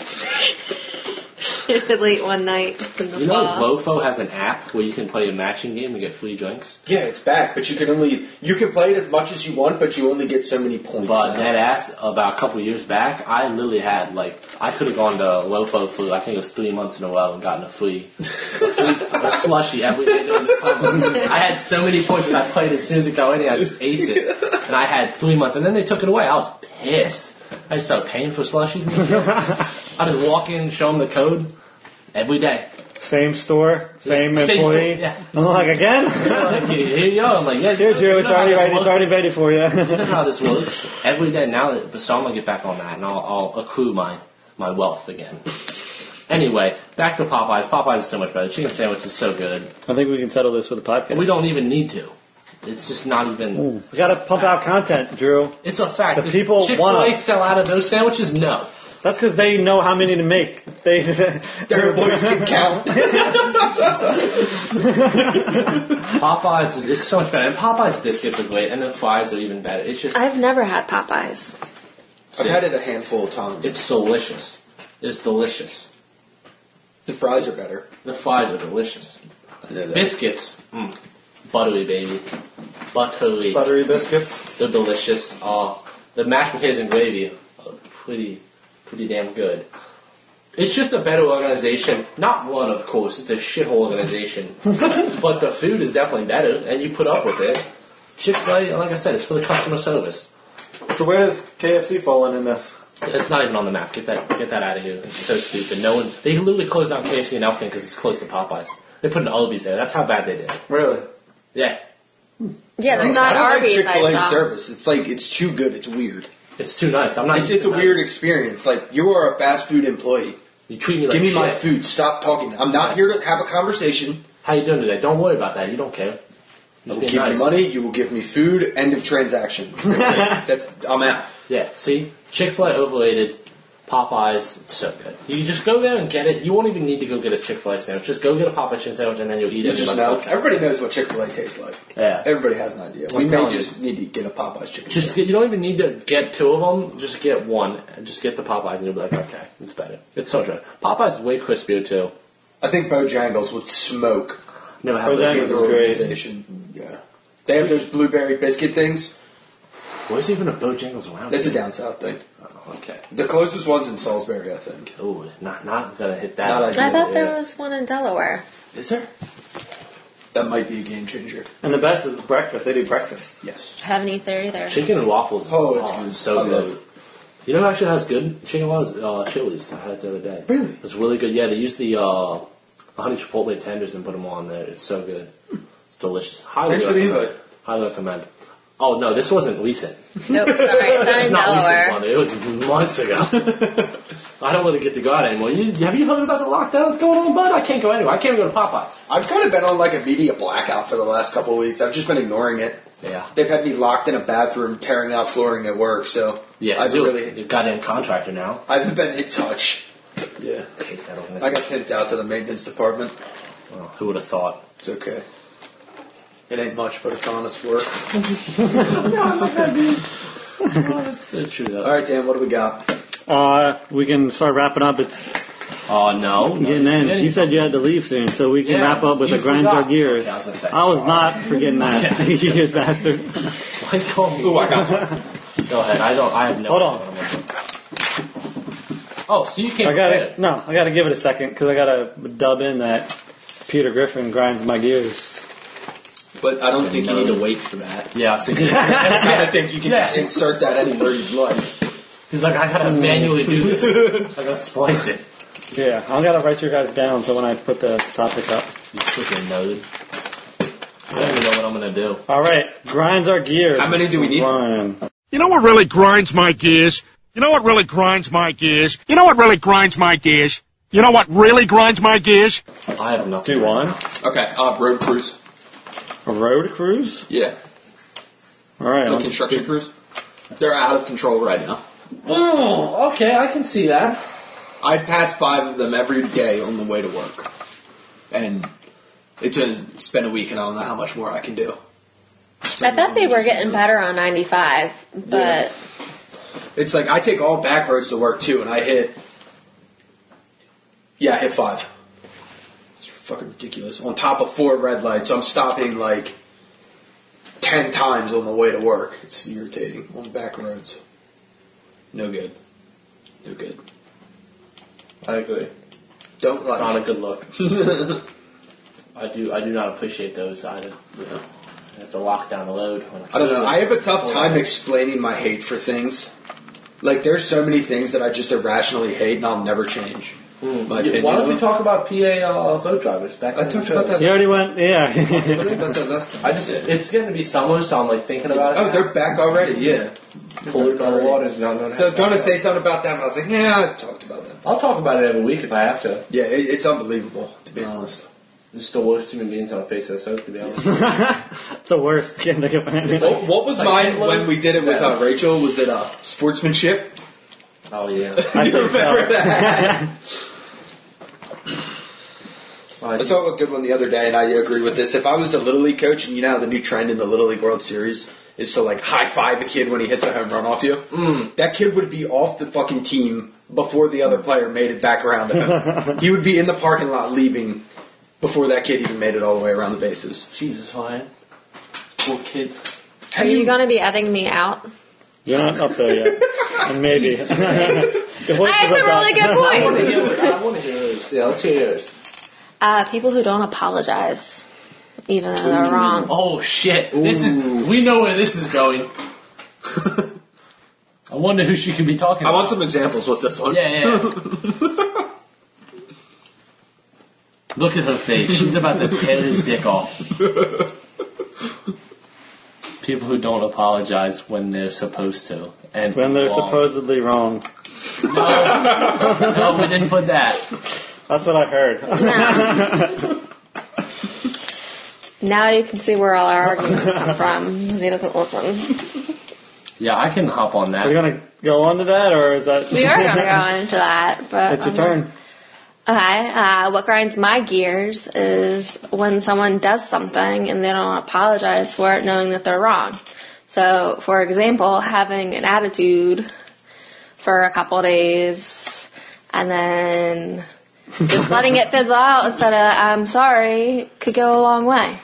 Speaker 4: late one night in the
Speaker 3: You know,
Speaker 1: Uh-huh.
Speaker 4: fall.
Speaker 3: Lofo has an app where you can play a matching game and get free drinks.
Speaker 5: Yeah, it's back, but you can only you can play it as much as you want, but you only get so many points.
Speaker 3: But
Speaker 5: now.
Speaker 3: that ass, about a couple years back, I literally had like I could have gone to Lofo for I think it was three months in a row and gotten a free, a, free, a slushy every day during the summer. I had so many points that I played as soon as it got in, I just ace it, and I had three months, and then they took it away. I was pissed. I just started paying for slushies. And shit. I just walk in, show them the code every day.
Speaker 1: same store, same
Speaker 3: Same store,
Speaker 1: employee.
Speaker 3: yeah.
Speaker 1: I'm like again.
Speaker 3: They're like, Here you go. I'm like, yeah,
Speaker 1: Here,
Speaker 3: you know
Speaker 1: Drew. It's
Speaker 3: how
Speaker 1: already
Speaker 3: this
Speaker 1: ready. It's
Speaker 3: works.
Speaker 1: already ready for you.
Speaker 3: You know how this works. Every day now, that- but so I'm gonna get back on that and I'll, I'll accrue my my wealth again. Anyway, back to Popeyes. Popeyes is so much better. The chicken sandwich is so good.
Speaker 1: I think we can settle this with a podcast.
Speaker 3: We don't even need to. It's just not even.
Speaker 1: We gotta pump out content, Drew.
Speaker 3: It's a fact.
Speaker 1: The
Speaker 3: Does
Speaker 1: people want
Speaker 3: Chick-fil-A
Speaker 1: us.
Speaker 3: sell out of those sandwiches? No.
Speaker 1: That's because they know how many to make. They
Speaker 5: Their voice can count.
Speaker 3: Popeyes is it's so much better. And Popeyes biscuits are great, and the fries are even better. It's just
Speaker 4: I've never had Popeyes.
Speaker 5: I've had it a handful of times.
Speaker 3: it's delicious. It's delicious.
Speaker 5: The fries are better.
Speaker 3: The fries are delicious.
Speaker 5: I know that.
Speaker 3: Biscuits, mm. buttery baby, buttery.
Speaker 1: Hmm. buttery biscuits.
Speaker 3: They're delicious. Uh, the mashed potatoes and gravy are pretty, pretty damn good. It's just a better organization. Not one, of course. It's a shithole organization. but the food is definitely better, and you put up with it. Chick-fil-A, like I said, it's for the customer service.
Speaker 1: So where does KFC fall in in this?
Speaker 3: It's not even on the map. Get that, get that out of here. It's so stupid. No one. They literally closed down KFC and Elfton because it's close to Popeyes. They put an Arby's there. That's how bad they did. it.
Speaker 1: Really?
Speaker 3: Yeah,
Speaker 4: Yeah, that's
Speaker 5: I
Speaker 4: not
Speaker 5: don't like
Speaker 4: Arby's.
Speaker 5: Chick Fil
Speaker 4: I
Speaker 5: A
Speaker 4: saw.
Speaker 5: service. It's like it's too good. It's weird.
Speaker 3: it's too nice. I'm not.
Speaker 5: It's,
Speaker 3: used
Speaker 5: it's a
Speaker 3: to
Speaker 5: weird
Speaker 3: nice.
Speaker 5: experience. Like you are a fast food employee.
Speaker 3: You treat me like
Speaker 5: Give me my
Speaker 3: shit.
Speaker 5: food. Stop talking. I'm not here to have a conversation.
Speaker 3: How you doing today? Don't worry about that. You don't care.
Speaker 5: I will
Speaker 3: being
Speaker 5: give
Speaker 3: nice.
Speaker 5: you money. You will give me food. End of transaction. That's I'm out.
Speaker 3: Yeah, see? Chick fil A overrated. Popeyes, it's so good. You just go there and get it. You won't even need to go get a Chick fil A sandwich. Just go get a Popeye chicken sandwich and then you'll eat
Speaker 5: You
Speaker 3: it.
Speaker 5: just
Speaker 3: and
Speaker 5: know.
Speaker 3: you'll be like,
Speaker 5: Everybody knows what Chick Fil A tastes like.
Speaker 3: Yeah.
Speaker 5: Everybody has an idea.
Speaker 3: I'm
Speaker 5: we may
Speaker 3: telling
Speaker 5: just need to get a Popeyes chicken.
Speaker 3: Just
Speaker 5: sandwich.
Speaker 3: you don't even need to get two of them. Just get one. And just get the Popeyes, and you'll be like, okay, it's better. It's so good. Popeyes is way crispier too.
Speaker 5: I think Bojangles would smoke
Speaker 3: Never had
Speaker 1: Bojangles
Speaker 3: it.
Speaker 1: is
Speaker 5: the
Speaker 1: great.
Speaker 5: organization. Yeah. They have those blueberry biscuit things.
Speaker 3: Where's even a Bojangles around?
Speaker 5: That's a
Speaker 3: here?
Speaker 5: down south thing.
Speaker 3: Oh, okay.
Speaker 5: The closest one's in Salisbury, I think.
Speaker 3: Ooh, not not gonna hit that.
Speaker 5: Not
Speaker 3: Not
Speaker 5: ideal.
Speaker 4: I thought there
Speaker 3: Yeah.
Speaker 4: was one in Delaware.
Speaker 3: Is there?
Speaker 5: That might be a game changer.
Speaker 1: And the best is breakfast. They do breakfast.
Speaker 5: Yes.
Speaker 4: Haven't eaten there either.
Speaker 3: Chicken and waffles. Is,
Speaker 5: Oh, it's
Speaker 3: oh,
Speaker 5: good.
Speaker 3: it's so
Speaker 5: I
Speaker 3: good.
Speaker 5: love it.
Speaker 3: You know, who actually has good chicken was uh, Chili's. I had it the other day.
Speaker 5: Really?
Speaker 3: It's really good. Yeah, they use the uh, honey chipotle tenders and put them on there. It's so good. It's delicious. Highly
Speaker 5: Thanks for the
Speaker 3: recommend.
Speaker 5: invite.
Speaker 3: Highly recommend. Oh no, this wasn't recent.
Speaker 4: Nope, sorry, it's not in
Speaker 3: Not recent
Speaker 4: Delaware.
Speaker 3: one. It was months ago. I don't really get to go out anymore. You, have you heard about the lockdowns going on, bud? I can't go anywhere. I can't go to Popeyes.
Speaker 5: I've kind of been on like a media blackout for the last couple of weeks. I've just been ignoring it.
Speaker 3: Yeah.
Speaker 5: They've had me locked in a bathroom, tearing out flooring at work. So
Speaker 3: Yeah,
Speaker 5: I've
Speaker 3: I've you
Speaker 5: really,
Speaker 3: you're a goddamn contractor now.
Speaker 5: I've been in touch. Yeah,
Speaker 3: I hate that organization.
Speaker 5: I got pimped out to the maintenance department.
Speaker 3: Oh, who would have thought?
Speaker 5: It's okay. It ain't much, but it's honest work.
Speaker 3: Oh, That's so true, though.
Speaker 5: All right, Dan, what do we got?
Speaker 1: Uh, we can start wrapping up. It's
Speaker 3: Oh, no. no
Speaker 1: getting in.
Speaker 3: Yeah,
Speaker 1: You said you had to leave soon, so we can
Speaker 3: Yeah,
Speaker 1: wrap up with
Speaker 3: you
Speaker 1: a grinds our
Speaker 3: forgot.
Speaker 1: gears.
Speaker 3: Okay, I was gonna say.
Speaker 1: I was not forgetting that, you bastard.
Speaker 3: Michael. Ooh, I got one. Go ahead. I don't. I have no.
Speaker 1: Hold
Speaker 3: idea
Speaker 1: on.
Speaker 3: what I'm gonna do. Oh, so you can't.
Speaker 1: I got
Speaker 3: forget
Speaker 1: it. No, I got to give it a second because I got to dub in that Peter Griffin grinds my gears.
Speaker 5: But I don't think you need to wait for that.
Speaker 3: Yeah. I see.
Speaker 5: I kind of think you can
Speaker 3: Yeah.
Speaker 5: just insert that anywhere you'd like.
Speaker 3: He's like, I gotta manually do this. I gotta splice it.
Speaker 1: Yeah, I got to write your guys down so when I put the topic up.
Speaker 3: You freaking node. I don't even know what I'm gonna do.
Speaker 1: All right, grinds our gears.
Speaker 5: How many do we need?
Speaker 1: One.
Speaker 7: You know what really grinds my gears? You know what really grinds my gears? You know what really grinds my gears? You know what really grinds my gears?
Speaker 3: I have nothing.
Speaker 1: Do one.
Speaker 5: Okay, uh, road crews.
Speaker 1: A road cruise.
Speaker 5: Yeah,
Speaker 1: All right.
Speaker 5: the
Speaker 1: I'm-
Speaker 5: construction crews. They're out of control right now.
Speaker 3: Oh, okay, I can see that.
Speaker 5: I pass five of them every day on the way to work, and it's a spend a week, and I don't know how much more I can do.
Speaker 4: I thought they were getting better on 95, but
Speaker 5: It's like I take all back roads to work too, and I hit. Yeah, I hit five. It's fucking ridiculous. On top of four red lights, I'm stopping like ten times on the way to work. It's irritating on back roads. No good. No good.
Speaker 3: I agree.
Speaker 5: Don't
Speaker 3: It's not a
Speaker 5: like.
Speaker 3: good look. I do. I do not appreciate those. I have
Speaker 5: Yeah.
Speaker 3: I have to lock down the load. When
Speaker 5: I don't know. I have a tough time explaining my hate for things. Like there's so many things that I just irrationally hate, and I'll never change. My
Speaker 3: Yeah,
Speaker 5: opinion.
Speaker 3: Hmm. Why don't we talk about PA uh, boat drivers back?
Speaker 5: I
Speaker 3: in the
Speaker 5: talked
Speaker 3: show?
Speaker 5: about that.
Speaker 1: You already went. Yeah.
Speaker 5: What about that last time?
Speaker 3: I just it's going to be summer, so I'm like thinking about
Speaker 5: Oh,
Speaker 3: it.
Speaker 5: they're back already. Yeah.
Speaker 3: pulling on the waters. Not
Speaker 5: So I was going to say something about that, but I was like, yeah, I talked about that.
Speaker 3: I'll talk about it every week if I have to.
Speaker 5: Yeah, it, it's unbelievable to be honest.
Speaker 3: Just the worst human beings on the face of this earth, to be honest.
Speaker 1: the worst. Can't think of anything.
Speaker 5: What, what was
Speaker 3: Like
Speaker 5: mine
Speaker 3: Hitler?
Speaker 5: when we did it with
Speaker 3: Yeah.
Speaker 5: uh, Rachel? Was it uh, sportsmanship?
Speaker 3: oh yeah.
Speaker 5: Do you
Speaker 1: think so.
Speaker 5: remember that?
Speaker 3: I
Speaker 5: I saw a good one the other day, and I agree with this. If I was a little league coach, and you know how the new trend in the little league World Series is to like high five a kid when he hits a home run off you, that kid would be off the fucking team before the other player made it back around to him. he would be in the parking lot leaving before that kid even made it all the way around the bases.
Speaker 3: Jesus, Ryan. Poor kids.
Speaker 4: are you going to be editing me out?
Speaker 1: You're not up there yet. And maybe. The voice is
Speaker 4: That's a
Speaker 1: up
Speaker 4: really
Speaker 1: top.
Speaker 3: I want to
Speaker 4: good point.
Speaker 3: hear it. I want to hear yours. Yeah, let's hear yours.
Speaker 4: Uh, people who don't apologize, even though they're wrong.
Speaker 3: Oh shit! This is we know where this is going. I wonder who she could be talking.
Speaker 5: I want some examples with this one.
Speaker 3: Yeah, yeah. yeah. Look at her face. She's about to tear his dick off. People who don't apologize when they're supposed to, and
Speaker 1: When they're
Speaker 3: wrong.
Speaker 1: supposedly wrong.
Speaker 3: No, we didn't put that.
Speaker 1: That's what I heard.
Speaker 4: No. Now you can see where all our arguments come from because he doesn't listen.
Speaker 3: Yeah, I can hop on that.
Speaker 1: Are we gonna go on to that, or is that?
Speaker 4: We are going to go into that, but
Speaker 1: it's your
Speaker 4: um,
Speaker 1: turn.
Speaker 4: Okay. Uh, what grinds my gears is when someone does something and they don't apologize for it, knowing that they're wrong. So, for example, having an attitude for a couple days and then just letting it fizzle out instead of "I'm sorry" could go a long way.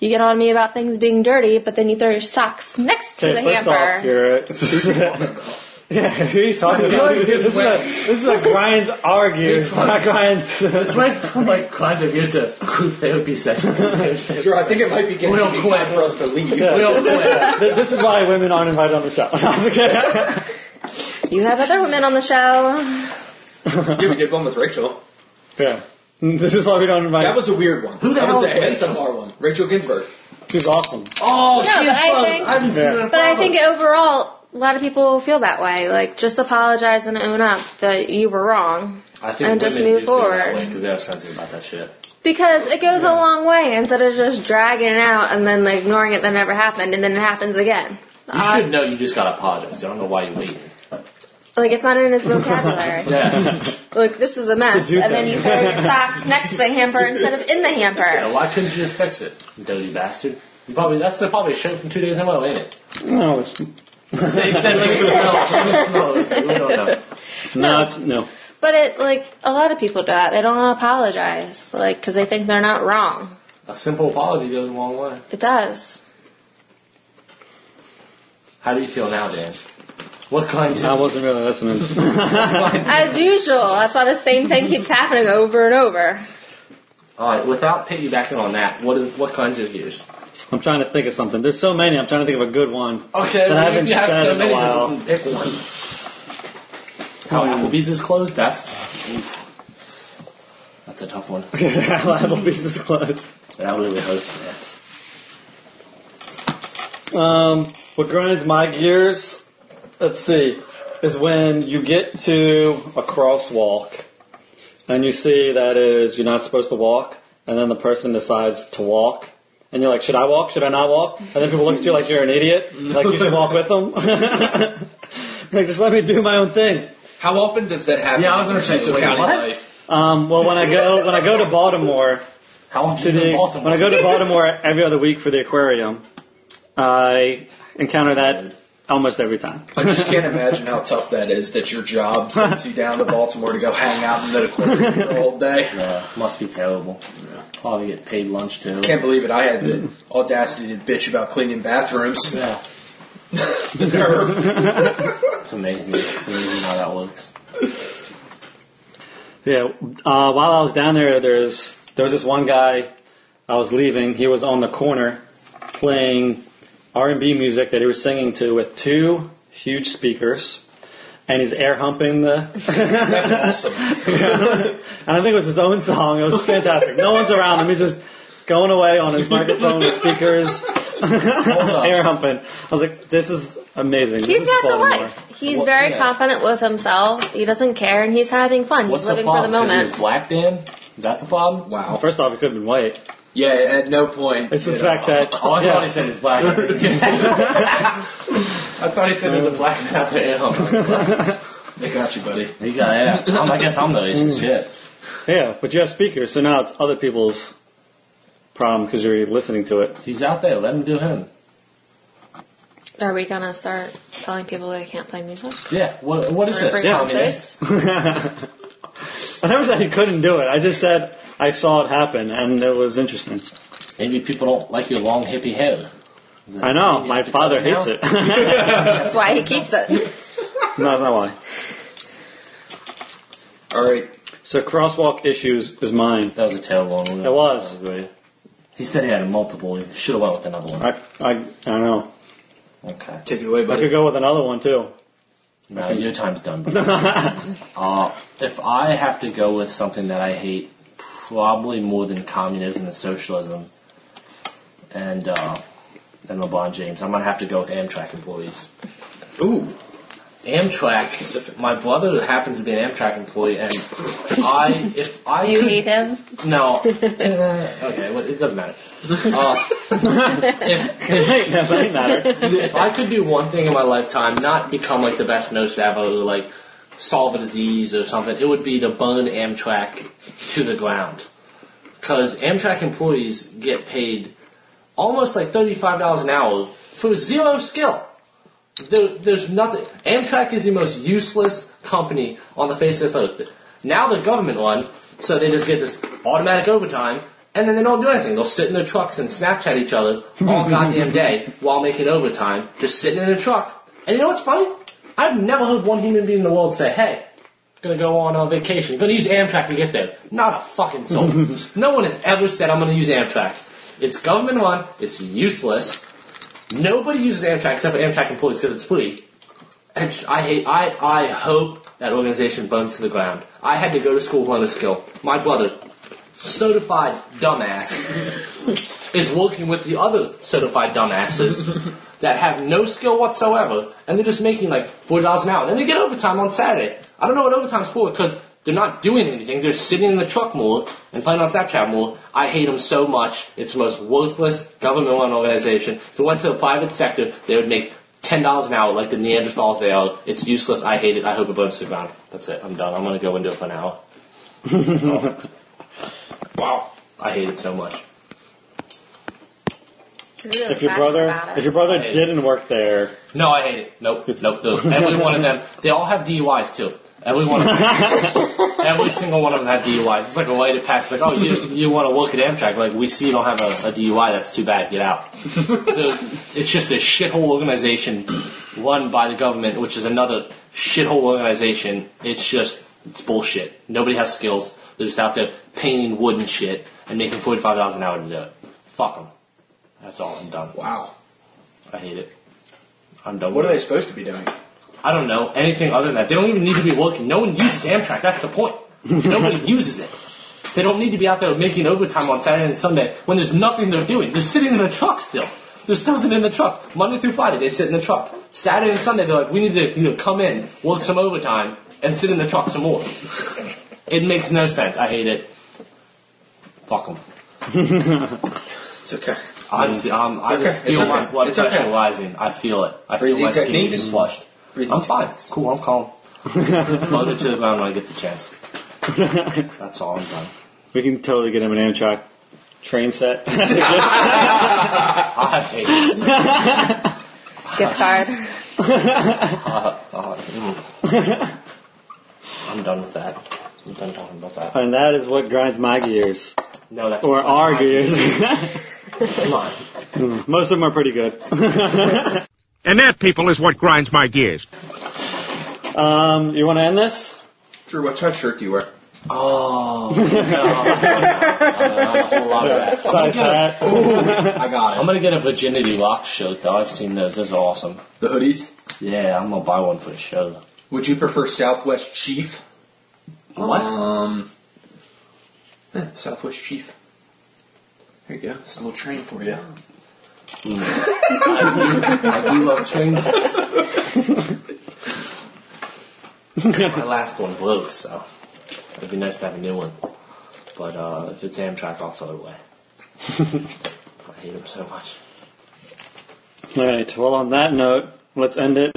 Speaker 4: You get on me about things being dirty, but then you throw your socks next to
Speaker 1: Okay,
Speaker 4: the
Speaker 1: first
Speaker 4: hamper.
Speaker 1: off, you're. Yeah, who are you talking about? This is a this is a grinds our gears, not grinds.
Speaker 3: This went from like clients of years to group therapy session. we
Speaker 5: Drew, I think it might be getting
Speaker 3: We
Speaker 5: to
Speaker 3: don't
Speaker 5: be
Speaker 3: quit.
Speaker 5: time for us to leave.
Speaker 3: don't quit.
Speaker 1: Th- this is why women aren't invited on the show. I was kidding.
Speaker 4: You have other women on the show.
Speaker 5: Yeah, we did one with Rachel.
Speaker 1: yeah, this is why we don't invite.
Speaker 5: That was a weird one.
Speaker 3: Who the
Speaker 5: that
Speaker 3: hell
Speaker 5: was the
Speaker 3: is Rachel?
Speaker 5: ASMR one. Rachel Ginsburg.
Speaker 1: she's awesome.
Speaker 3: Oh,
Speaker 4: No,
Speaker 3: she's
Speaker 4: but I
Speaker 3: fun.
Speaker 4: think-
Speaker 3: I haven't seen
Speaker 1: Yeah.
Speaker 3: her in
Speaker 4: But I
Speaker 3: forever.
Speaker 4: think overall, a lot of people feel that way. Like, just apologize and own up that you were wrong.
Speaker 3: I think
Speaker 4: and just
Speaker 3: women
Speaker 4: move
Speaker 3: do feel that
Speaker 4: forward.
Speaker 3: way 'cause they have sense about that shit.
Speaker 4: Because it goes a long way instead of just dragging it out and then like, ignoring it that never happened and then it happens again.
Speaker 3: You
Speaker 4: Uh,
Speaker 3: should know you just gotta apologize. I don't know why you waiting.
Speaker 4: Like, it's not in his vocabulary.
Speaker 3: Yeah.
Speaker 4: like, this is a mess.
Speaker 1: do
Speaker 4: And then
Speaker 1: that.
Speaker 4: you throw your socks next to the hamper instead of in the hamper.
Speaker 3: Now, why couldn't you just fix it, you dozy bastard? You probably that's probably a show from two days in a row, ain't it?
Speaker 1: No, it's,
Speaker 3: They said like smell, smell. We don't know.
Speaker 1: no, it's, no.
Speaker 4: But it, like, a lot of people do that. They don't apologize. Like, because they think they're not wrong.
Speaker 3: A simple apology goes a long way.
Speaker 4: It does.
Speaker 3: How do you feel now, Dan? What kind
Speaker 1: I
Speaker 3: of
Speaker 1: wasn't really listening.
Speaker 4: As usual, that's why the same thing keeps happening over and over.
Speaker 3: all right? Without piggybacking on that, what is what kinds of years?
Speaker 1: I'm trying to think of something. There's so many. I'm trying to think of a good one.
Speaker 3: Okay,
Speaker 1: That I haven't
Speaker 3: if you have
Speaker 1: said
Speaker 3: so
Speaker 1: in a
Speaker 3: many, just
Speaker 1: while.
Speaker 3: pick one. Hmm. How Applebee's is closed? That's that's a tough one.
Speaker 1: Applebee's is closed.
Speaker 3: That really hurts, man.
Speaker 1: Um, what grinds my gears? Let's see. Is when you get to a crosswalk and you see that it is you're not supposed to walk, and then the person decides to walk, and you're like, should I walk? Should I not walk? And then people look at you like you're an idiot, like you should walk with them. like just let me do my own thing.
Speaker 5: How often does that happen?
Speaker 3: Yeah, I was gonna
Speaker 5: in
Speaker 3: say,
Speaker 5: Cecil
Speaker 3: wait,
Speaker 5: County
Speaker 3: what?
Speaker 5: life?
Speaker 1: Um, well, when I go when I go to Baltimore,
Speaker 3: How
Speaker 1: to
Speaker 3: often
Speaker 1: the,
Speaker 3: in Baltimore?
Speaker 1: when I go to Baltimore every other week for the aquarium, I encounter that almost every time.
Speaker 5: I just can't imagine how tough that is. That your job sends you down to Baltimore to go hang out in the aquarium for a whole day.
Speaker 3: Yeah, must be terrible. Probably get paid lunch too.
Speaker 5: Can't believe it. I had the audacity to bitch about cleaning bathrooms.
Speaker 3: Yeah,
Speaker 5: The nerve.
Speaker 3: it's amazing. It's amazing how that works.
Speaker 1: Yeah. Uh, while I was down there, there's there was this one guy I was leaving. He was on the corner playing R&B music that he was singing to with two huge speakers, and he's air humping the
Speaker 5: That's awesome.
Speaker 1: And I think it was his own song. It was fantastic. No one's around him. He's just going away on his microphone, his speakers, air humping. I was like, this is amazing.
Speaker 4: He's
Speaker 1: this is
Speaker 4: got the
Speaker 1: Baltimore.
Speaker 4: life. He's
Speaker 3: Well,
Speaker 4: very
Speaker 3: yeah.
Speaker 4: confident with himself. He doesn't care, and he's having fun.
Speaker 3: What's
Speaker 4: he's living
Speaker 3: the
Speaker 4: for the
Speaker 3: problem? he
Speaker 4: moment.
Speaker 3: was black, Dan? Is that the problem?
Speaker 5: Wow.
Speaker 1: First off, he could have been white.
Speaker 5: Yeah, at no point.
Speaker 1: It's the
Speaker 5: did
Speaker 1: fact
Speaker 5: I-
Speaker 1: that
Speaker 3: Oh, I thought he
Speaker 1: yeah,
Speaker 3: said he was black. I thought he said there's a black man out there. Oh,
Speaker 5: They got you, buddy.
Speaker 3: he got yeah. I'm- I guess I'm the racist. Shit.
Speaker 1: yeah, but you have speakers, so now it's other people's problem because you're listening to it.
Speaker 3: He's out there. Let him do him.
Speaker 4: Are we gonna start telling people they can't play music?
Speaker 3: Yeah. What, what is
Speaker 4: Or
Speaker 3: this?
Speaker 4: bring up
Speaker 3: Communist?
Speaker 4: this?
Speaker 1: I never said he couldn't do it. I just said I saw it happen, and it was interesting.
Speaker 3: Maybe people don't like your long hippie hair. Is that
Speaker 1: I know
Speaker 3: you
Speaker 1: my
Speaker 3: have to
Speaker 1: father
Speaker 3: cut it
Speaker 1: hates
Speaker 3: now?
Speaker 1: it. no,
Speaker 4: That's why he keeps it.
Speaker 1: that's not why.
Speaker 5: All right.
Speaker 1: So crosswalk issues is mine.
Speaker 3: That was a terrible one. wasn't
Speaker 1: It was.
Speaker 3: I agree. He said he had multiple. He should have went with another one.
Speaker 1: I I I don't know.
Speaker 3: Okay.
Speaker 5: Take it away,
Speaker 1: I could
Speaker 5: buddy.
Speaker 1: go with another one too.
Speaker 3: No, your time's done. bro. uh, if I have to go with something that I hate, probably more than communism and socialism, and uh, and LeBron James, I'm gonna have to go with Amtrak employees.
Speaker 5: Ooh.
Speaker 3: Amtrak.
Speaker 2: Specific.
Speaker 3: My brother happens to be an Amtrak employee, and I, if I
Speaker 4: Do you
Speaker 3: could-
Speaker 4: hate him?
Speaker 3: No. Uh, okay, well, it doesn't matter. Uh, if,
Speaker 1: Hey, that might matter.
Speaker 3: if I could do one thing in my lifetime, not become like the best no savo, like solve a disease or something, it would be to burn Amtrak to the ground. Because Amtrak employees get paid almost like thirty-five dollars an hour for zero skill. There, there's nothing. Amtrak is the most useless company on the face of this earth. Now they're government run, so they just get this automatic overtime, and then they don't do anything. They'll sit in their trucks and Snapchat each other all goddamn day while making overtime, just sitting in a truck. And you know what's funny? I've never heard one human being in the world say, "Hey, gonna go on a vacation, gonna use Amtrak to get there." Not a fucking soul. no one has ever said, "I'm gonna use Amtrak." It's government run. It's useless. Nobody uses Amtrak except for Amtrak employees because it's free. And sh- I hate. I I hope that organization burns to the ground. I had to go to school to learn a skill. My brother, certified dumbass, is working with the other certified dumbasses that have no skill whatsoever, and they're just making like forty dollars an hour, and then they get overtime on Saturday. I don't know what overtime's for because they're not doing anything. They're sitting in the truck more and playing on Snapchat more. I hate them so much. It's the most worthless government-run organization. If it went to the private sector, they would make ten dollars an hour like the Neanderthals they are. It's useless. I hate it. I hope it burns to the ground. That's it. I'm done. I'm gonna go into it for an hour. That's all. wow, I hate it so much.
Speaker 4: Really
Speaker 1: If your
Speaker 4: passionate
Speaker 1: brother,
Speaker 4: about it.
Speaker 1: if your brother didn't work there,
Speaker 3: No, I hate it. Nope, nope. nope. Every one of them, they all have DUIs too. Every one, of them, every single one of them had DUIs. It's like a way to pass. Like, oh, you you want to work at Amtrak? Like, we see you don't have a, a DUI. That's too bad. Get out. it's just a shithole organization run by the government, which is another shithole organization. It's just it's bullshit. Nobody has skills. They're just out there painting wood and shit and making forty five dollars an hour to do it. Fuck them. That's all. I'm done.
Speaker 5: Wow.
Speaker 3: I hate it. I'm done.
Speaker 5: What are
Speaker 3: with
Speaker 5: they
Speaker 3: it.
Speaker 5: supposed to be doing?
Speaker 3: I don't know anything other than that. They don't even need to be working. No one uses Amtrak. That's the point. Nobody uses it. They don't need to be out there making overtime on Saturday and Sunday when there's nothing they're doing. They're sitting in the truck still. There's dozen in the truck. Monday through Friday, they sit in the truck. Saturday and Sunday, they're like, we need to you know, come in, work some overtime, and sit in the truck some more. it makes no sense. I hate it. Fuck them.
Speaker 2: It's okay.
Speaker 3: I'm, si am I just
Speaker 2: okay.
Speaker 3: feel
Speaker 2: It's
Speaker 3: my
Speaker 2: okay.
Speaker 3: blood
Speaker 2: It's
Speaker 3: pressure
Speaker 2: okay.
Speaker 3: rising. I feel it. I feel
Speaker 2: Breathing
Speaker 3: my skin
Speaker 2: techniques.
Speaker 3: getting flushed.
Speaker 2: Breathing
Speaker 3: I'm fine. Cool. I'm calm. Plug it to the ground when I get the chance. That's all I'm done.
Speaker 1: we can totally get him an Amtrak train set.
Speaker 3: I hate this.
Speaker 4: gift card.
Speaker 3: Uh, uh, mm. I'm done with that. I'm done talking about that.
Speaker 1: and that is what grinds my gears,
Speaker 3: No, that's
Speaker 1: or
Speaker 3: that's
Speaker 1: our
Speaker 3: my-
Speaker 1: gears.
Speaker 3: Come on.
Speaker 1: Most of them are pretty good.
Speaker 7: And that, people, is what grinds my gears.
Speaker 1: Um, you want to end this?
Speaker 2: Drew, what type of shirt do you wear?
Speaker 3: Oh, no. Uh, a whole lot of that.
Speaker 1: Size hat.
Speaker 5: I got
Speaker 3: I'm
Speaker 5: it.
Speaker 3: gonna get a virginity rock shirt though. I've seen those. Those are awesome.
Speaker 5: The hoodies.
Speaker 3: Yeah, I'm gonna buy one for the show.
Speaker 5: Would you prefer Southwest Chief?
Speaker 3: What?
Speaker 2: Um, eh, Southwest Chief. There you go. It's a little train for you.
Speaker 3: I do love trains. My last one broke, so it'd be nice to have a new one. But uh, if it's Amtrak, I'll throw it away. I hate them so much.
Speaker 1: All right. Well, on that note, let's end it